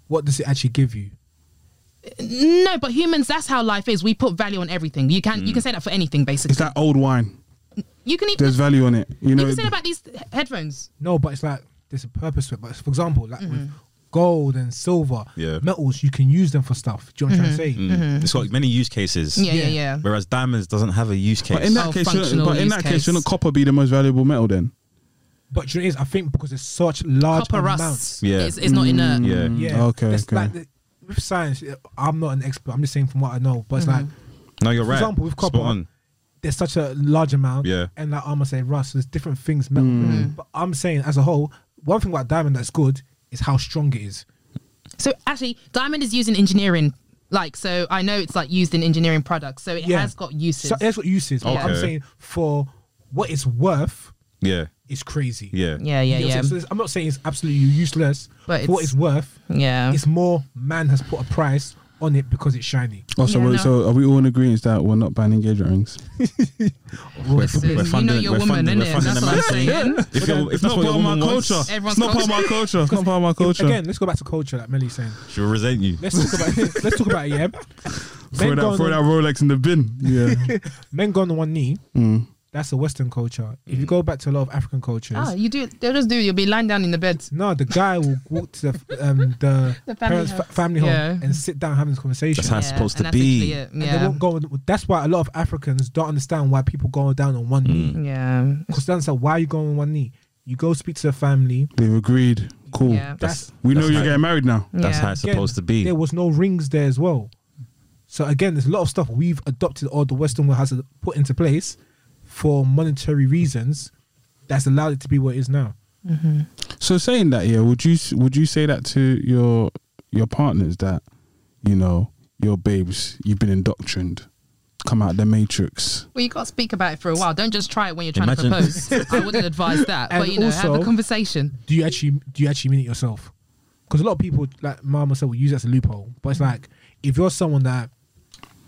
A: what does it actually give you?
C: No, but humans, that's how life is. We put value on everything. You
B: Hmm.
C: can you can say that for anything basically.
D: It's that old wine.
C: you can even
D: There's value on it. You
C: you
D: know.
C: can say that about these headphones.
A: No, but it's like there's a purpose to it. But for example, like with
C: Mm-hmm.
A: gold and silver,
B: Yeah. Mm.
A: metals, you can use them for stuff. Do you know what I'm trying
C: Mm-hmm.
A: to say?
B: It's got many use cases.
C: Yeah, yeah,
A: Yeah.
C: yeah.
B: Whereas diamonds doesn't have a use case.
D: But in that
C: Oh,
D: case, shouldn't,
C: functional
D: but in
C: use
D: that
C: case.
D: case, shouldn't copper be the most valuable metal then?
A: But do you know what it is? I think because there's such large
C: Mm-hmm. Copper
A: amounts.
C: rust.
B: Yeah. Mm,
C: It's, it's not inert.
B: yeah.
A: Yeah.
D: Okay,
A: It's
D: okay.
A: Like the, with science, I'm not an expert. I'm just saying from what I know. But it's
C: Mm-hmm.
A: like
B: No, you're
A: For
B: right.
A: example, with
B: Spot
A: copper,
B: on.
A: there's such a large amount.
B: Yeah. Mm.
A: And like Arma said, Russ, there's different things metal.
C: Mm-hmm.
A: But I'm saying as a whole, one thing about diamond that's good is how strong it is.
C: So actually, diamond is used in engineering. Like so, I know it's like used in engineering products. So it
A: Yeah.
C: has got uses.
A: So that's what use is. But I'm
B: Okay.
A: saying for what it's worth,
B: Yeah,
A: it's crazy.
B: yeah,
C: yeah, yeah,
A: You know what
C: yeah,
A: I'm saying? So it's- I'm not saying it's absolutely useless,
C: But
A: but for what
C: it's-
A: it's worth,
C: yeah.
A: it's more man has put a price on it because it's shiny.
D: Also,
C: Yeah,
D: we're-
C: no.
D: so are we all in agreement that we're not banning engagement rings?
B: We're,
C: This is- you know your
B: we're
C: woman,
B: funding, we're funding
C: innit? That's
B: the
C: what I'm
B: man's thing.
C: saying.
B: If, you're, if that's what your woman wants,
C: Everyone's
D: it's not part of my culture. It's not part of my culture.
A: Again, let's go back to culture, like Melly's saying.
B: she'll resent you.
A: Let's talk about let's talk about it, yeah.
D: throw
A: Men
D: that,
A: going,
D: throw that
A: on,
D: Rolex in the bin. Yeah.
A: men going on one knee, That's a Western culture. If you
D: Mm.
A: go back to a lot of African cultures,
C: Ah, you do. They'll just do. You'll be lying down in the bed.
A: no, the guy will walk to the um, the,
C: The family
A: parents'
C: house.
A: fa- family home
C: Yeah.
A: and sit down having this conversation.
B: That's how it's
C: Yeah,
B: supposed
C: and
B: to
C: that's
B: be.
C: literally it.
A: And they
C: Yeah.
A: won't go. on- That's why a lot of Africans don't understand why people go down on one
C: Mm.
A: knee.
C: Yeah.
A: Because they understand why you go on one knee. You go speak to the family.
D: They've agreed. Cool.
C: Yeah.
B: That's
D: We know
B: that's
D: you're
B: how-
D: getting married now.
B: That's
C: yeah.
B: how it's
A: Again,
B: supposed to be.
A: There was no rings there as well. So again, there's a lot of stuff we've adopted or the Western world has put into place for monetary reasons that's allowed it to be what it is now.
D: So saying that, yeah, would you would you say that to your your partners that you know your babes you've been indoctrined, come out the matrix?
C: Well, you got to speak about it for a while. Don't just try it when you're trying
B: Imagine-
C: to propose. I wouldn't advise that.
A: And
C: but you know, have
A: also-
C: a conversation.
A: Do you actually do you actually mean it yourself? Because a lot of people, like Mama said, will use that as a loophole. But it's like if you're someone that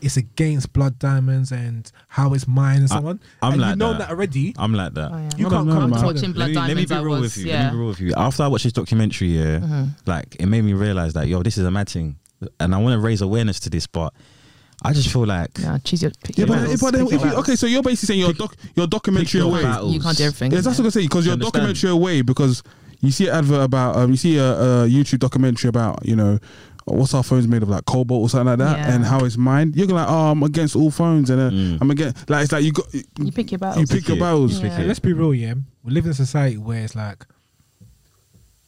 A: is against blood diamonds and how it's mine and someone,
B: I'm
A: and you
B: like
A: know
B: that.
A: that, already.
B: I'm like that.
C: Oh, yeah.
A: You can't
D: I don't know,
A: come
D: man.
A: to
C: Watching Blood
B: let me, let me
C: Diamonds,
B: be
C: I
B: real
C: was.
B: with you.
C: yeah. Mm-hmm.
B: Let me be real with you. After I watched this documentary, yeah, like it made me realize that yo, this is a mad thing, and I want to raise awareness to this, but I just feel like
C: Yeah, choose your. pick your
D: Yeah, but,
C: battles,
D: but then
C: pick your
D: if you,
C: battles.
D: okay, so you're basically saying your doc your documentary
B: your
D: away.
B: battles.
C: You can't do everything.
D: Yeah, that's what I'm saying because
B: You
D: your
B: understand?
D: documentary away because you see an advert about um, you see a, a YouTube documentary about you know what's our phones made of like cobalt or something like that
C: Yeah.
D: and how it's mined. You're gonna like oh I'm against all phones and uh, I'm against like it's like you got
C: You pick your
D: you
C: battles.
D: pick your
B: it.
D: battles.
C: Yeah.
A: And let's be real, yeah. We live in a society where it's like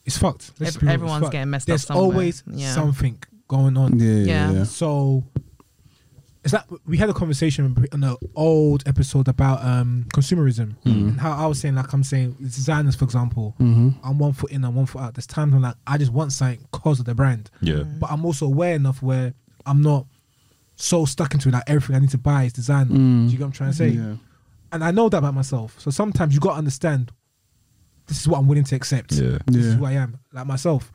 A: it's fucked. Let's
C: Ev-
A: be real, it's
C: everyone's
A: fucked.
C: getting messed up
A: There's
C: somewhere.
A: always
C: Yeah.
A: something going on.
D: Yeah, yeah,
C: Yeah.
D: yeah.
A: So it's like we had a conversation on an old episode about um consumerism
D: Mm-hmm.
A: and how I was saying, like I'm saying, designers, for example, I'm one foot in and one foot out. There's times I'm like, I just want something because of the brand.
B: Yeah.
A: But I'm also aware enough where I'm not so stuck into it, like everything I need to buy is designer. Do you get what I'm trying to say?
D: Mm. Yeah.
A: and I know that about myself. So sometimes you got to understand this is what I'm willing to accept.
B: Yeah.
A: This is
D: Yeah.
A: who I am. Like myself,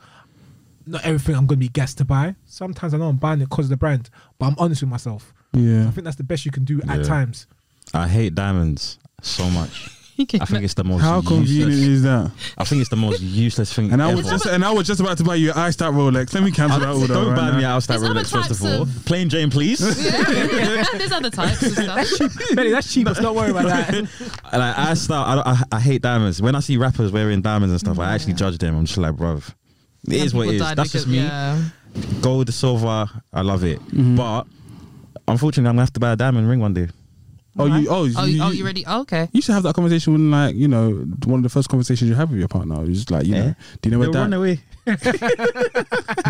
A: not everything I'm going to be guessed to buy. Sometimes I know I'm buying it because of the brand, but I'm honest with myself. I
D: Yeah.
A: think that's the best you can do
B: Yeah.
A: at times.
B: I hate diamonds so much. I think it's the most.
D: How convenient
B: useless-
D: is that?
B: I think it's the most useless thing
D: And I
B: ever.
D: was just and I was just about to buy you an ice that Rolex. Let me cancel that
B: I-
D: order.
B: don't
D: right
B: buy
D: now.
B: me out that
C: There's other
B: Rolex first
C: types
B: of all.
C: of-
B: Plain Jane, please.
C: Yeah. There's other types of stuff.
A: Benny, that's cheap. Let's not worry about that.
B: And like, I start. I, don't- I, I hate diamonds. When I see rappers wearing diamonds and stuff, I actually judge them. I'm just like, bruv, it is what it is. That's just me.
C: Yeah.
B: Gold, silver, I love it.
D: Mm-hmm.
B: But unfortunately, I'm gonna have to buy a diamond ring one day.
D: Oh, you oh,
C: Oh, you, oh, you ready? Oh, okay.
D: You should have that conversation when, like, you know, one of the first conversations you have with your partner. It's just like, you know,
B: Eh?
D: do you know
B: They'll run
D: what that?
B: away.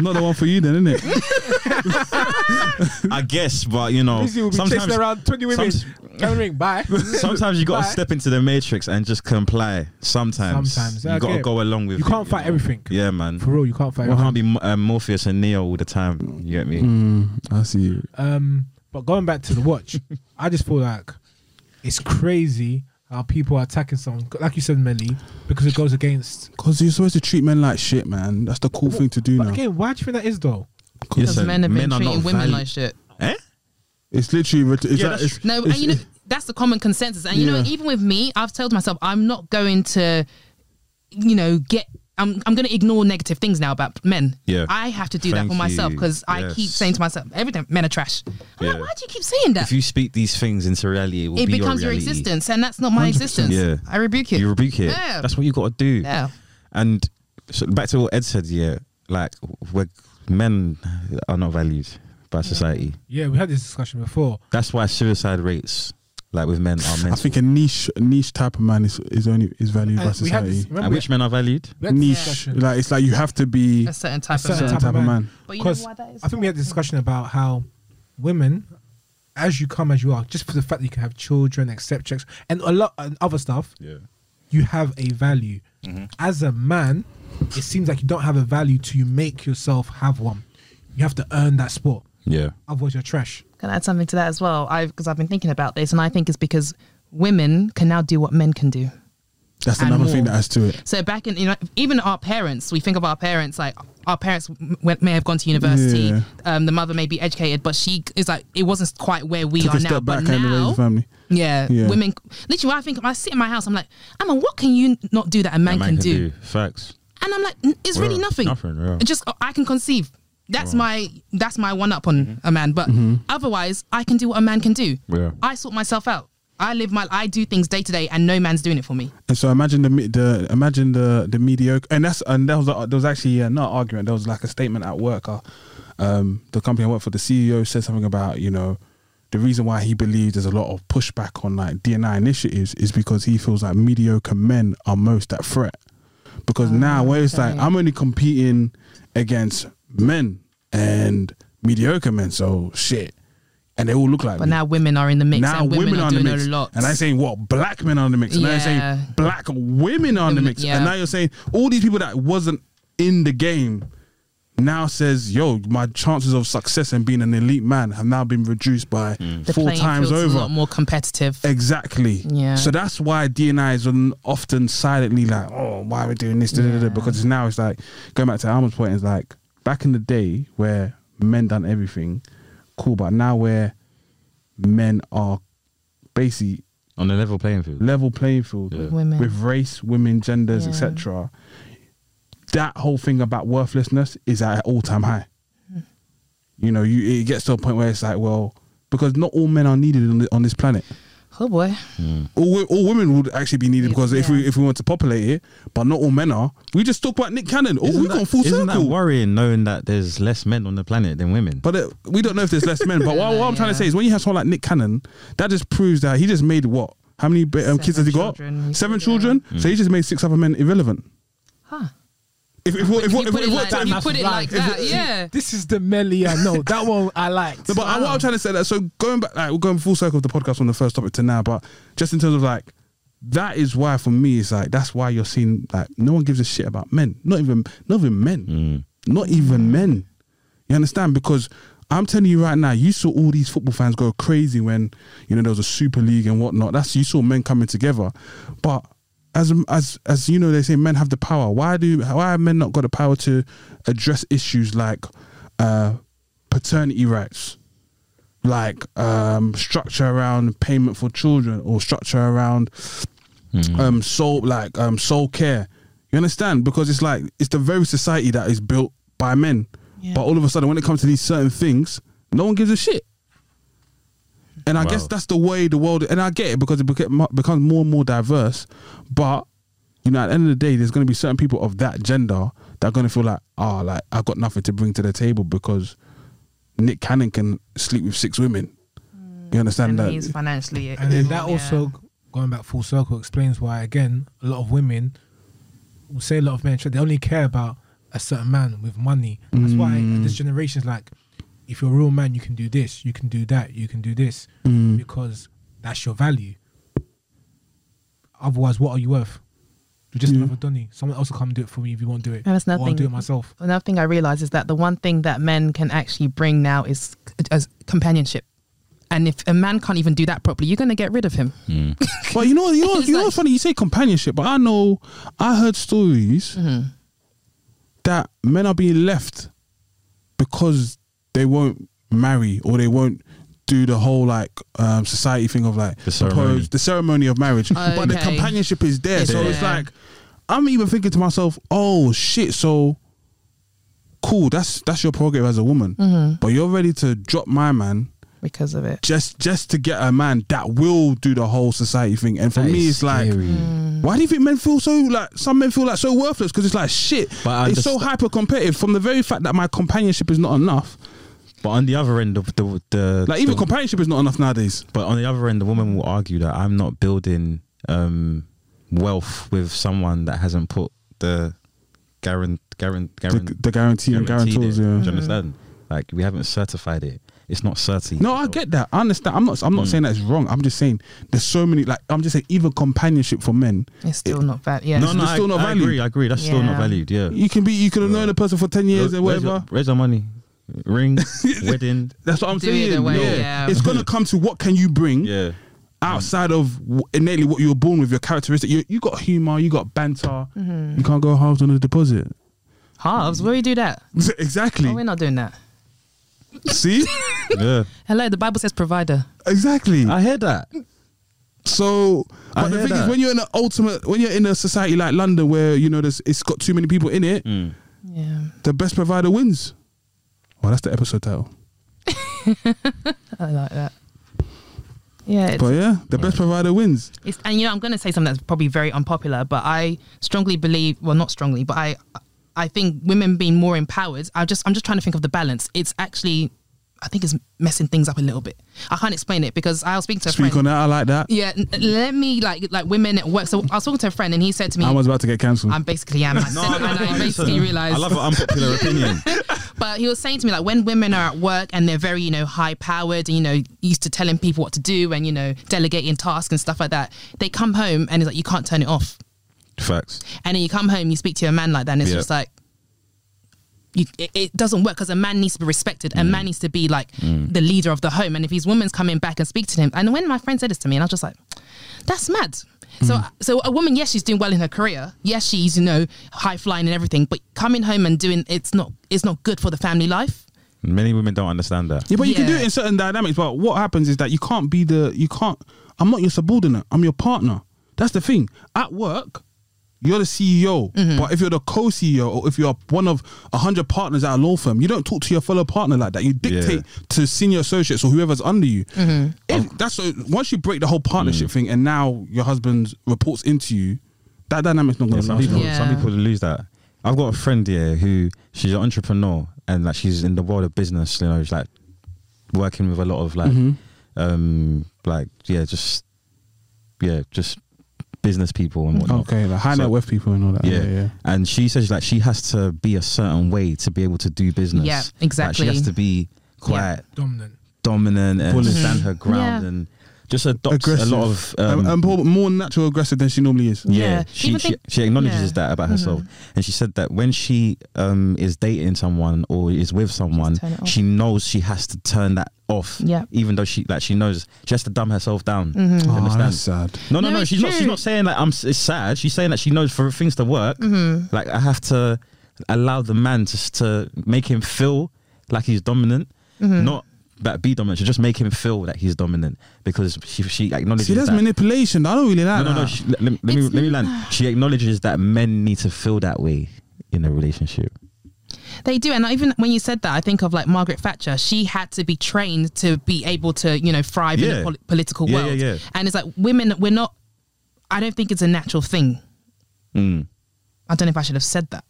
D: Not the one for you, then, isn't it?
B: I guess, but you know,
A: Busy will be chasing
B: Oh, sometimes,
A: around 20 women.
B: somet-
A: Diamond ring, bye.
B: sometimes you gotta
A: Bye.
B: step into the matrix and just comply. Sometimes,
A: Sometimes,
B: you
A: I
B: gotta
A: get it.
B: go along with.
A: You
B: it,
A: can't fight
B: know?
A: everything.
B: Yeah, man.
A: For real, you can't fight.
B: We can't
A: everything.
B: be Mo- uh, Morpheus and Neo all the time. You get me?
D: Mm, I see. you.
B: Uh-huh.
A: Um, but going back to the watch, I just feel like it's crazy how people are attacking someone, like you said, Melly, because it goes against.
D: Cause you're supposed to treat men like shit, man. That's the cool thing to do
A: But
D: now.
A: again, why do you think that is though?
C: Because men have been
B: are
C: treating
B: not
C: women
B: valu-
C: like shit.
B: Eh?
D: It's literally ret- it's
B: Yeah,
D: like,
B: that's
D: it's,
C: No, and
D: it's-
C: you know that's the common consensus. And you
D: Yeah.
C: know, even with me, I've told myself I'm not going to, you know, get. I'm I'm going to ignore negative things now about men.
B: Yeah.
C: I have to do
B: Thank
C: that for myself
B: you.
C: because I
B: Yes.
C: keep saying to myself, everything men are trash. I'm
B: Yeah.
C: like, why do you keep saying that?
B: If you speak these things into reality, it will
C: it
B: be
C: becomes
B: your,
C: your,
B: reality.
C: existence, and that's not my existence.
B: Yeah.
C: I rebuke it.
B: You rebuke it.
C: Yeah.
B: That's what you got to do.
C: yeah,
B: And so back to what Ed said. Yeah, like we're, men are not valued by society.
A: Yeah, we had this discussion before.
B: That's why suicide rates, like with men, are
D: I
B: mental.
D: think a niche a niche type of man is, is only is valued by
A: And we had
D: society.
A: this.
B: And
A: Remember,
B: which men are valued?
A: we had this
D: niche,
A: discussion.
D: like it's like you have to be
C: a certain type
A: certain
C: of
D: certain
C: man.
A: type of
D: type of
A: man.
D: man.
C: But you know
A: Because
C: why that is?
A: I think we had this discussion about how women, as you come as you are, just for the fact that you can have children, accept checks, and a lot and other stuff,
B: Yeah.
A: you have a value.
D: Mm-hmm.
A: As a man, it seems like you don't have a value to make yourself have one. You have to earn that spot.
B: Yeah.
A: Otherwise, you're trash.
C: Can I add something to that as well? I because I've been thinking about this, and I think it's because women can now do what men can do.
D: that's
C: and
D: another thing
C: more.
D: that adds to it.
C: So back in, you know, even our parents, we think of our parents like our parents m- went, may have gone to university.
D: Yeah.
C: Um, the mother may be educated, but she is like it wasn't quite where we
D: Took
C: are
D: a
C: now. But
D: step back and raised
C: now,
D: a family.
C: yeah,
D: Yeah.
C: women. Literally, when I think I sit in my house, I'm like, Emma, what can you not do that a man,
B: A man
C: can, do?
B: facts.
C: And I'm like, "N- it's really
B: Well,
C: nothing.
B: nothing, yeah.
C: It Just uh, I can conceive. That's my
B: Mm-hmm.
D: Mm-hmm.
C: that's my one up on a man. But otherwise, I can do what a man can do.
B: Yeah.
C: I sort myself out. I live my I do things day to day and no man's doing it for me.
D: And so imagine the me- the imagine the the mediocre and that's and that was there was actually uh, not an argument there was like a statement at work. Uh, um, the company I work for, the CEO said something about you know the reason why he believes there's a lot of pushback on like DNI initiatives is because he feels like mediocre men are most at threat because now where it's like
C: Ah, okay.
D: I'm only competing against men and mediocre men, so shit, and they all look like
C: But
D: me
C: now women are in the mix
D: now
C: and
D: women,
C: women,
D: are
C: are
D: in
C: doing
D: the mix,
C: a lot.
D: and I saying what black men are in the mix, and I
C: Yeah.
D: saying black women are in the
C: Women-
D: mix,
C: yeah.
D: and now you're saying all these people that wasn't in the game now says yo my chances of success and being an elite man have now been reduced by
C: the
D: four
C: playing
D: times
C: field's a
D: over
C: lot more competitive.
D: Exactly.
C: Yeah.
D: So that's why DNI is un- often silently like, oh, why are we doing this? Da, da, da, da.
C: Yeah.
D: Because now it's like, going back to Alma's point, it's like back in the day where men done everything, cool, but now where men are basically
B: on a level playing field.
D: level playing field
B: Yeah.
C: Women.
D: with race, women, genders,
C: Yeah.
D: etc. That whole thing about worthlessness is at an all time high.
C: Mm.
D: You know, you it gets to a point where it's like, well, because not all men are needed on, the, on this planet
C: oh boy.
D: all, wo- all women would actually be needed because if
C: Yeah.
D: we if we want to populate it, but not all men are. We just talk about Nick Cannon. Oh,
B: Isn't
D: we
B: that-
D: gone full
B: isn't that
D: circle.
B: worrying knowing that there's less men on the planet than women?
D: but uh we don't know if there's less men. But what, what I'm trying
C: Yeah.
D: to say is when you have someone like Nick Cannon, that just proves that he just made what? How many ba- um, kids has
C: Seven
D: he got?
C: children.
D: Seven
C: Yeah.
D: children. So he
B: Mm.
D: just made six other men irrelevant.
C: Huh.
D: If if what if
C: You
D: what if
C: put
D: what
C: it
D: if
C: like
D: what
C: that.
D: time-
C: You put it like that. Yeah.
A: This is the melee I know. That one I liked.
D: No, but I, what I'm trying to say that so going back, like we're going full circle of the podcast from the first topic to now, but just in terms of like that is why for me it's like that's why you're seeing like no one gives a shit about men, not even not even men, not even men. You understand? Because I'm telling you right now, you saw all these football fans go crazy when you know there was a Super League and whatnot. That's you saw men coming together, but. As, as as you know, they say men have the power. Why do why have men not got the power to address issues like uh, paternity rights, like um, structure around payment for children or structure around um, soul like um, soul care. You understand? Because it's like it's the very society that is built by men,
C: Yeah.
D: but all of a sudden when it comes to these certain things, no one gives a shit. And I
B: Wow.
D: guess that's the way the world. And I get it because it beca- mu- becomes more and more diverse, but. You know, at the end of the day, there's going to be certain people of that gender that are going to feel like, ah, like I've got nothing to bring to the table because Nick Cannon can sleep with six women. You understand
C: And
D: that?
C: Mm, he's financially.
A: and then that
C: yeah.
A: also going back full circle explains why again a lot of women will say a lot of men they only care about a certain man with money. That's why this generation is like, if you're a real man, you can do this, you can do that, you can do this, because that's your value. Otherwise, what are you worth? You're just
D: Yeah.
A: another Donny. Someone else will come do it for me if you won't do it.
C: And that's
A: Or I'll
C: nothing-
A: do it myself.
C: Another thing I realize is that the one thing that men can actually bring now is as companionship. And if a man can't even do that properly, you're going to get rid of him.
D: But you know, you know,
C: It's
D: you know
C: like-
D: what's funny? You say companionship, but I know I heard stories
C: Mm-hmm.
D: that men are being left because they won't marry or they won't do the whole like um, society thing of like
B: The ceremony.
D: the ceremony of marriage, but the
C: Okay.
D: companionship is there.
C: It's
D: so it's
C: there.
D: like I'm even thinking to myself, oh shit, so. Cool, that's that's your prerogative as a woman,
C: Mm-hmm.
D: but you're ready to drop my man
C: because of it.
D: just just to get a man that will do the whole society thing. And for
B: That
D: me,
B: is
D: it's like,
B: scary.
D: why do you think men feel so like some men feel like so worthless? Because it's like shit.
B: But I
D: it's so
B: understand-
D: hyper competitive. From the very fact that my companionship is not enough.
B: But on the other end of the the
D: Like even
B: the-
D: companionship is not enough nowadays.
B: But on the other end, the woman will argue that I'm not building um, wealth with someone that hasn't put the guaran- guaran-
D: The,
B: guaran-
D: the guarantee and
B: guaranteed
D: guarantors.
B: it. Do you
D: Yeah.
B: understand? Like we haven't certified it. It's not certain.
D: No, I get that. I understand. I'm not. I'm
B: Mm.
D: not saying that's wrong. I'm just saying there's so many. Like I'm just saying even companionship for men.
C: It's still not bad. Yeah.
B: No, no,
D: It's
B: I,
D: still not
B: I
D: valued.
B: agree. I agree. That's still not
C: Yeah.
B: valued. Yeah.
D: You can be. You could have known a person for ten years
B: Where's
D: and
B: your-
D: whatever.
B: where's your money? Ring, wedding.
D: That's what I'm
C: Do
D: saying.
C: either way,
D: yeah.
C: yeah.
D: it's gonna come to what can you bring.
B: Yeah.
D: outside of w- innately what you were born with, your characteristic. You, you got humor, you got banter.
C: Mm-hmm.
D: You can't go halves on a deposit.
C: Halves, where do you do that?
D: Exactly.
C: Oh, we're not doing that.
D: See,
B: Yeah.
C: Hello, the Bible says provider.
D: exactly.
B: I hear that.
D: So,
B: I
D: but the
B: hear
D: thing is,
B: that.
D: when you're in an ultimate, when you're in a society like London where you know there's it's got too many people in
B: Mm.
D: it,
C: Yeah.
D: the best provider wins. Well, that's the episode title.
C: I like that. Yeah, it's,
D: But yeah, the best provider wins.
C: it's- and you know I'm going to say something that's probably very unpopular, but I strongly believe, well, not strongly, but I, I think women being more empowered. I just I'm just trying to think of the balance. It's actually, I think it's messing things up a little bit. I can't explain it because I was speaking to a
D: Speak
C: friend.
D: on that. I like that.
C: Yeah, n- let me like like women at work. So I was talking to a friend and he said to me,
D: I was about to get cancelled.
C: I'm basically am. I said- and I basically realized.
B: I love an unpopular opinion.
C: But he was saying to me like when women are at work and they're very you know high powered and you know used to telling people what to do and you know delegating tasks and stuff like that, they come home and it's like you can't turn it off.
B: Facts.
C: And then you come home, you speak to a man like that, and it's
B: Yeah.
C: just like. You, it, it doesn't work because a man needs to be respected. A man needs to be like the leader of the home. And if his woman's coming back and speak to him, and when my friend said this to me, and I was just like, "That's mad." So, so a woman, yes, she's doing well in her career. Yes, she's you know high flying and everything. But coming home and doing it's not it's not good for the family life.
B: Many women don't understand that.
D: Yeah, but you can do
C: Yeah.
D: it in certain dynamics. But what happens is that you can't be the you can't. I'm not your subordinate. I'm your partner. That's the thing. At work, you're the CEO. But if you're the co-CEO or if you're one of a hundred partners at a law firm, you don't talk to your fellow partner like that. You dictate to senior associates or whoever's under you. If that's so, once you break the whole partnership thing, and now your husband reports into you, that dynamic's not
B: Yeah,
D: going to
B: some
D: last.
B: people,
D: long.
C: Yeah.
B: some people lose that. I've got a friend here who she's an entrepreneur and like she's in the world of business. You know, she's like working with a lot of like, um, like yeah, just yeah, just business people and whatnot.
D: Okay, like high net
B: So-
D: worth people and all that.
B: Yeah.
D: yeah. yeah.
B: And she says like she has to be a certain way to be able to do business.
C: Yeah,
B: Like, she
C: exactly.
B: has to be quite
A: Dominant.
B: dominant and
D: Bullish.
B: stand her ground
C: Mm. Yeah.
B: and just adopts a lot of
D: Um,
B: um,
D: and more, more natural aggressive than she normally is.
B: Yeah,
C: Yeah.
B: She,
C: Even
B: she
C: think-
B: she acknowledges
C: yeah.
B: that about herself, and she said that when she um is dating someone or is with someone,
C: turn it off.
B: she knows she has to turn that off.
C: Yeah. Mm-hmm.
B: even though she like she knows she has to dumb herself down. You
D: Oh,
B: understand?
D: that's sad.
B: No, no,
C: No,
B: no.
C: it's
B: She's not. She's
C: true.
B: not saying that I'm. s- It's sad. She's saying that she knows for things to work.
C: Mm-hmm.
B: Like I have to allow the man to s- to make him feel like he's dominant,
C: Mm-hmm.
B: not that be dominant. She just make him feel that he's dominant because she she acknowledges
D: See, that's
B: that.
D: manipulation. I don't really like
B: No, no, no.
D: that.
B: She, let, let, let me
C: It's
B: let me land. She acknowledges that men need to feel that way in a relationship.
C: They do, and even when you said that, I think of like Margaret Thatcher. She had to be trained to be able to, you know, thrive in
B: Yeah.
C: the pol- political
B: Yeah, yeah,
C: world.
B: yeah.
C: And it's like women, we're not. I don't think it's a natural thing.
B: Mm.
C: I don't know if I should have said that.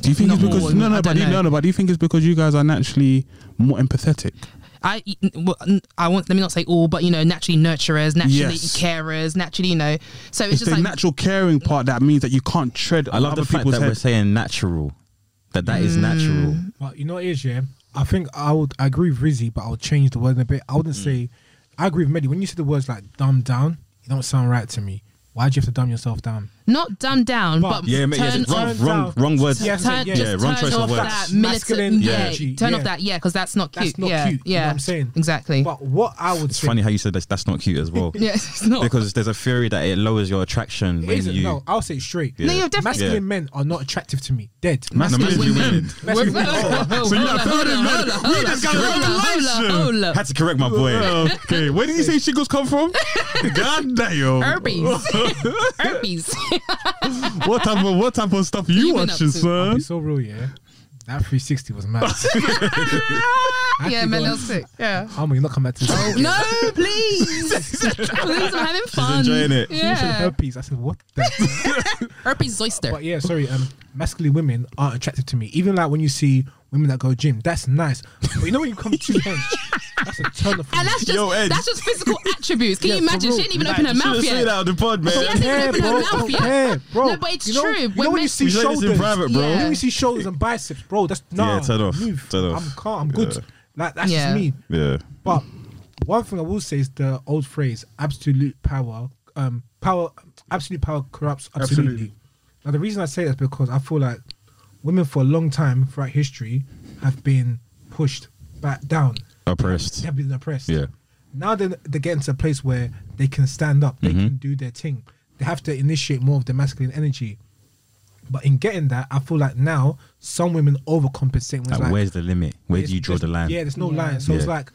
D: do you think
C: not
D: it's because
C: all,
D: no,
C: I
D: no, but
C: don't
D: you,
C: know.
D: no, no, but do you think it's because you guys are naturally more empathetic?
C: I, well, I want. Let me not say all, but you know, naturally nurturers, naturally
D: Yes.
C: carers, naturally, you know. So it's,
D: It's,
C: just
D: the
C: like
D: natural caring part that means that you can't tread
B: I love
D: other
B: the fact
D: people's
B: that we're
D: heads.
B: saying natural, that that is natural.
C: Mm.
A: Well, you know what it is, yeah. I think I would I agree with Rizzy, but I'll change the word a bit. I
C: Mm.
A: wouldn't say I agree with Medi. When you say the words like dumb down, it don't sound right to me. Why do you have to dumb yourself down?
C: not dumbed down,
A: But-
C: but,
B: Yeah, mate, yes,
C: turn
B: wrong,
C: off.
A: turn
B: wrong,
A: down.
B: wrong words.
A: Yeah,
C: Turn,
A: yeah,
C: just
A: yeah,
B: wrong
C: turn
B: choice of
C: off
B: words.
C: that
A: Masculine
C: militant, yeah.
A: energy,
C: Turn
A: yeah.
C: off that, yeah, because that's not cute.
A: That's not
C: yeah,
A: cute, you
C: yeah,
A: know what I'm saying?
C: exactly.
A: But what I would
B: It's
A: say
B: funny how you said that's that's not cute as well.
C: yeah, it's not.
B: Because there's a theory that it lowers your attraction
A: it
B: when
A: isn't,
B: you.
A: no, I'll say it straight.
B: No, Yeah.
C: you're definitely-
A: masculine
B: Yeah.
A: men are not attractive to me. Dead.
B: Masculine
C: Masculine
B: women.
C: women.
A: Masculine women.
C: Oh, So you got filled in, man. We just got a revelation. Hold up.
B: Had to correct my boy.
D: okay, where did you say shingles come from? God damn!
C: Herpes. Herpes.
D: What type of what type of stuff
C: You been up to?
A: I'll be so real, yeah. That 360 was mad.
C: yeah,
A: Actually,
C: man,
A: go
C: that
A: on.
C: was sick. Yeah.
A: I'm gonna not come back to this.
C: No, please. please, I'm having fun.
B: enjoying it.
A: You said
C: Yeah.
A: herpes. I said what? the-
C: Herpes zoister.
A: but yeah, sorry. Um, masculine women aren't attractive to me. Even like when you see women that go gym, that's nice. But you know when you come to men, that's a turn off. for
C: And
A: me.
C: that's just
B: Yo, Ed.
C: that's just physical attributes. Can
A: Yeah,
C: you imagine?
A: for real.
C: She didn't even open her
B: Should've
C: mouth
B: said that
C: yet.
B: on the pod,
C: She
B: man.
C: hasn't
A: Compare,
C: even opened her
A: bro.
C: mouth
A: Compare,
C: yet.
A: bro.
C: No, but it's
A: you know,
C: true.
A: You know
C: When
A: when
C: men-
A: you see
B: We learned this
A: shoulders,
B: in private,
C: bro.
A: You know when
C: Yeah.
A: you see shoulders and biceps, bro. That's nah.
B: Yeah, turn off,
A: Move.
B: turn off.
A: I'm calm. I'm good.
B: Yeah.
A: Like that's
C: Yeah.
A: just me.
B: Yeah.
A: But one thing I will say is the old phrase absolute power um power absolute power corrupts absolutely.
D: Absolutely.
A: Now the reason I say that is because I feel like women for a long time throughout history have been pushed back down. They
B: Oppressed.
A: have been oppressed.
B: Yeah.
A: Now they're, they're getting to a place where they can stand up, they can do their thing. They have to initiate more of the masculine energy. But in getting that, I feel like now some women overcompensate. when it's
B: Like, where's the limit? Where do
A: it's-
B: you draw the
A: there's-
B: line?
A: Yeah, there's no
C: Yeah.
A: line. So it's
B: Yeah.
A: like,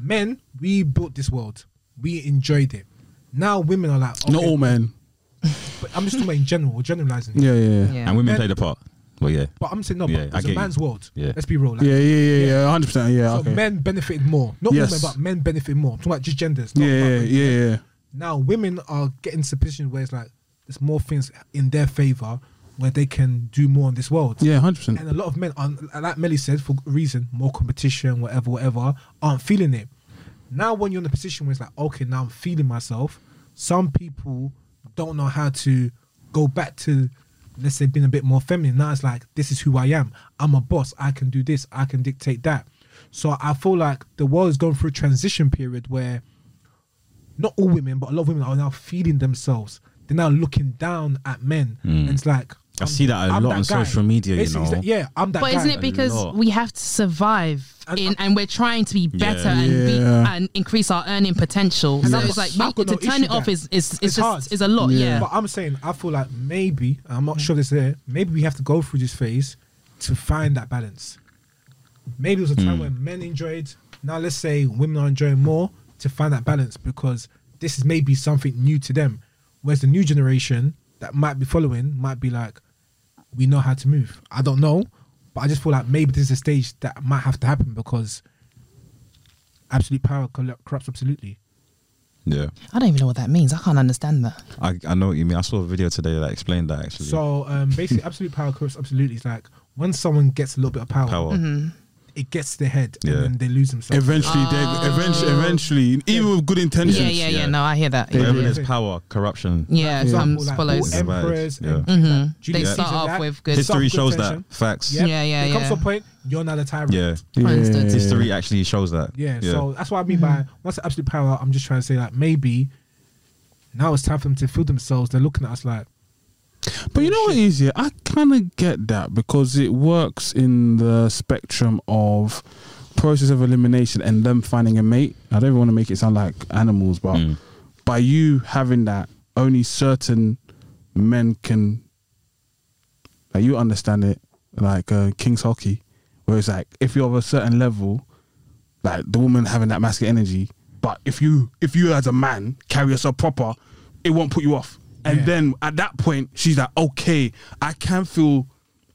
A: men, we built this world. We enjoyed it. Now women are like,
D: Not
A: okay,
D: all men.
A: but I'm just talking about in general, we're generalizing. it.
D: Yeah, yeah, yeah.
B: And women
A: Men-
B: play the part. Well, yeah,
A: But I'm saying no,
B: Yeah,
A: but
B: I
A: it's
B: get
A: a
B: you.
A: man's world.
B: Yeah.
A: Let's be real. Like,
D: Yeah, yeah, yeah, yeah, hundred percent. Yeah,
A: so
D: okay.
A: men benefited more. Not
D: Yes.
A: women, but men benefit more. I'm talking about just genders.
D: yeah,
A: not about
D: yeah,
A: women.
D: yeah, yeah.
A: Now women are getting to a position where it's like there's more things in their favor where they can do more in this world.
D: Yeah, hundred percent.
A: And a lot of men, are, like Melly said, for good reason, more competition, whatever, whatever, aren't feeling it. Now, when you're in a position where it's like, okay, now I'm feeling myself, some people don't know how to go back to, let's say, being a bit more feminine. Now it's like, this is who I am. I'm a boss. I can do this. I can dictate that. So I feel like the world is going through a transition period where not all women, but a lot of women are now feeling themselves. They're now looking down at men. And it's like,
B: Hmm. I see that a lot on social media, you
A: Basically, it's
B: know.
A: like, yeah, I'm that
C: But
A: guy.
C: isn't it because
B: lot.
C: we have to survive
A: And-
C: in, and we're trying to be better and be,
D: Yeah.
C: and increase our earning potential? So
A: Yes.
C: it's like
A: I've
C: we,
A: got
C: to
A: no
C: turn
A: issue
C: it off
A: there.
C: is is, is
A: It's
C: just
A: hard.
C: is a lot.
D: Yeah.
C: Yeah, Mm.
A: But I'm saying I feel like maybe I'm not sure this there. Maybe we have to go through this phase to find that balance. Maybe it was a time when men enjoyed. Now let's say women are enjoying more to find that balance because this is maybe something new to them. Whereas the new generation that might be following might be like, we know how to move. I don't know, but I just feel like maybe this is a stage that might have to happen because absolute power corru- corrupts absolutely.
B: yeah.
C: I don't even know what that means. I can't understand that.
B: I, I know what you mean. I saw a video today that explained that actually.
A: So um, basically, absolute power corrupts absolutely. It's like when someone gets a little bit of power,
B: power.
A: it gets to their head
B: Yeah.
A: and then they lose themselves.
D: Eventually, they eventually, eventually, even with good intentions.
C: Oh. yeah, yeah, yeah,
B: yeah.
C: No, I hear that. Yeah,
B: Wherever
A: yeah.
B: there's power, corruption.
C: yeah it
A: For
C: comes
A: example, like,
C: follows.
A: all emperors,
B: Yeah.
A: and Julius
C: Mhm. They
A: Caesar
C: start
A: and
C: off
A: that,
C: with good-
A: they start
B: History
A: with
B: shows
A: good
B: that.
A: tension.
B: Facts.
A: Yep.
C: Mm. Yeah, yeah,
A: It comes to a
C: yeah.
A: point you're now the tyrant.
B: Yeah.
C: Understood.
B: History actually shows that.
A: Yeah, so that's what I mean by once the absolute power. I'm just trying to say like maybe now it's time for them to feel themselves. They're looking at us like
D: But you know what is yeah, I kind of get that because it works in the spectrum of process of elimination and them finding a mate. I don't even want to make it sound like animals, but
B: Mm.
D: by you having that, only certain men can. Like you understand it, like uh, King's hockey, where it's like if you're of a certain level, like the woman having that masculine energy. But if you if you as a man carry yourself proper, it won't put you off. And
A: Yeah.
D: then at that point, she's like, okay, I can feel,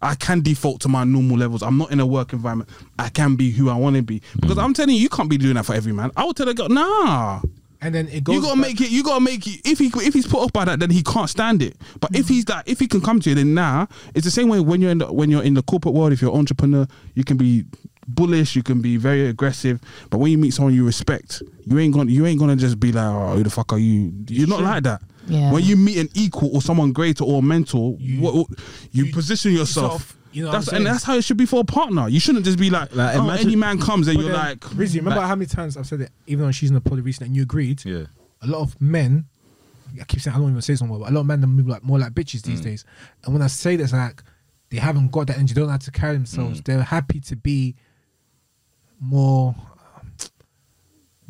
D: I can default to my normal levels. I'm not in a work environment. I can be who I want to be because I'm telling you, you can't be doing that for every man. I would tell a girl, nah,
A: and then it goes.
D: you gotta
A: back-
D: make it. You gotta make it. If he if he's put off by that, then he can't stand it. But if he's that, if he can come to you, then nah. It's the same way when you're in the, when you're in the corporate world. If you're an entrepreneur, you can be bullish. You can be very aggressive. But when you meet someone you respect, you ain't gonna you ain't gonna just be like, oh, who the fuck are you? You're not like that.
C: Yeah.
D: When you meet an equal or someone greater or a mentor,
A: You-
D: what, what- you,
A: you-
D: position yourself.
A: yourself, you know what
D: that's,
A: I'm
D: and
A: saying?
D: that's how it should be for a partner. You shouldn't just be like,
B: Like,
D: oh,
B: imagine-
D: any man comes and
A: But
D: you're
A: then,
D: like,
A: Rizzy, remember how many times I've said it? Even though she's in the poly recently, and you agreed.
B: Yeah.
A: a lot of men I keep saying I don't even say this one word, but a lot of men are move like more like bitches
B: Mm.
A: these days. And when I say this like they haven't got that energy, they don't know how to carry themselves.
B: Mm.
A: They're happy to be more um,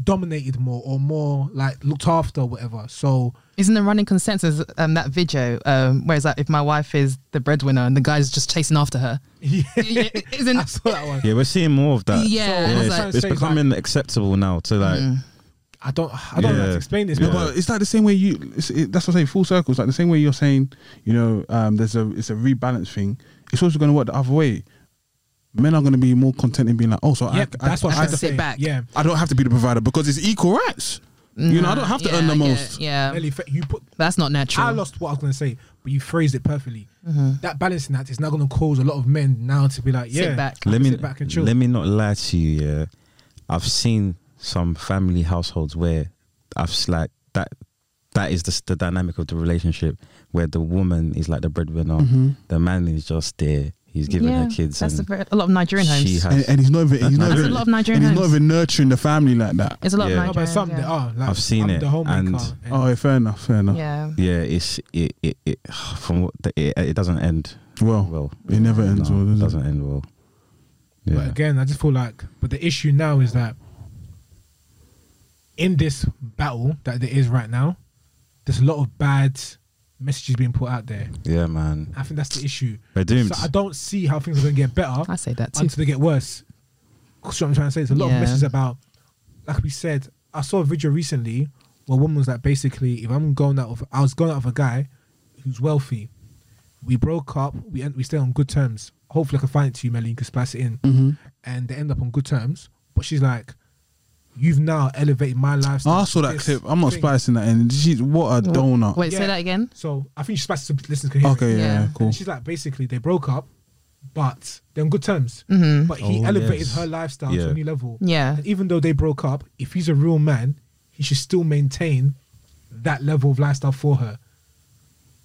A: dominated more or more like looked after or whatever. So
C: Isn't the running consensus um, that video um, where it's like if my wife is the breadwinner and the guy's just chasing after her?
A: yeah,
C: Yeah, Isn't
A: I saw that one.
B: Yeah, we're seeing more of that.
C: Yeah, So, I was
B: it's,
C: like- Mm.
B: it's becoming acceptable now to like
A: I don't I don't know how
B: Yeah.
A: to explain this,
B: Yeah.
A: but
D: But it's like the same way you. It's, it, that's what I'm saying. Full circle. It's like the same way you're saying. You know, um, there's a it's a rebalance thing. It's also going to work the other way. Men are going to be more content in being like, oh, so
A: yeah,
D: I,
A: that's what I'm
C: have
D: I,
A: trying
C: to
A: to
C: sit
A: say.
C: back.
A: Yeah.
D: I don't have to be the provider because it's equal rights. you
C: Mm-hmm.
D: know, I don't have to earn the most.
C: Yeah,
A: Really, fa- you put
C: that's not natural. Mm-hmm.
A: I lost what I was going to say, but you phrased it perfectly. That balancing act is now going to cause a lot of men now to be like, yeah,
C: Sit back.
B: let me
A: sit back and chill.
B: let me not lie to you. Yeah, I've seen some family households where I've s- like that. That is the, s- the dynamic of the relationship where the woman is like the breadwinner,
D: Mm-hmm.
B: the man is just there. He's giving
C: Mm-hmm.
B: her
C: yeah,
B: kids.
C: That's a,
B: and
C: very, a lot of Nigerian homes.
B: she has,
D: And, and he's not even. He's not
B: That's
D: even,
B: a lot
C: of Nigerian
D: and he's not
C: homes.
D: even nurturing the family like that.
C: It's a lot
B: Yeah.
C: of
A: No, Oh,
C: Nigerian.
A: but some they
C: yeah.
A: are. Like,
B: I've seen
A: I'm
B: it,
A: The homemaker.
B: and-
A: and-
D: Oh, yeah, fair enough. Fair enough.
C: Yeah.
B: yeah, it's it it, it from what the, it, it doesn't end
D: Well,
B: well.
D: it never ends
B: No,
D: well.
B: it
D: Does
B: doesn't
D: not
B: end well.
A: But
B: Yeah,
A: again, I just feel like, but the issue now is that in this battle that there is right now, there's a lot of bad messages being put out there.
B: yeah, man.
A: I think that's the issue.
B: We're doomed.
A: So I don't see how things are going to get better
C: I say that too.
A: until they get worse. That's what I'm trying to say. There's a lot
C: Yeah.
A: of messages about, like we said, I saw a video recently where a woman was like, basically, if I'm going out with, I was going out with a guy who's wealthy, we broke up. We end, we stay on good terms. Hopefully, I can find it to you, Melly. You can splice it in,
C: Mm-hmm.
A: and they end up on good terms. But she's like, "You've now elevated my life."
D: Oh, I saw that clip. I'm not splicing that in. She, what a donut.
C: Wait,
A: Yeah.
C: say that again.
A: So I think she spliced it to listeners can hear it.
D: okay, yeah,
C: Yeah.
D: cool.
A: And she's like, basically, they broke up, but they're on good terms. But he
B: Oh,
A: elevated
B: yes.
A: her lifestyle to
B: Yeah.
A: a new level.
C: Mm-hmm. Yeah.
A: And even though they broke up, if he's a real man, he should still maintain that level of lifestyle for her.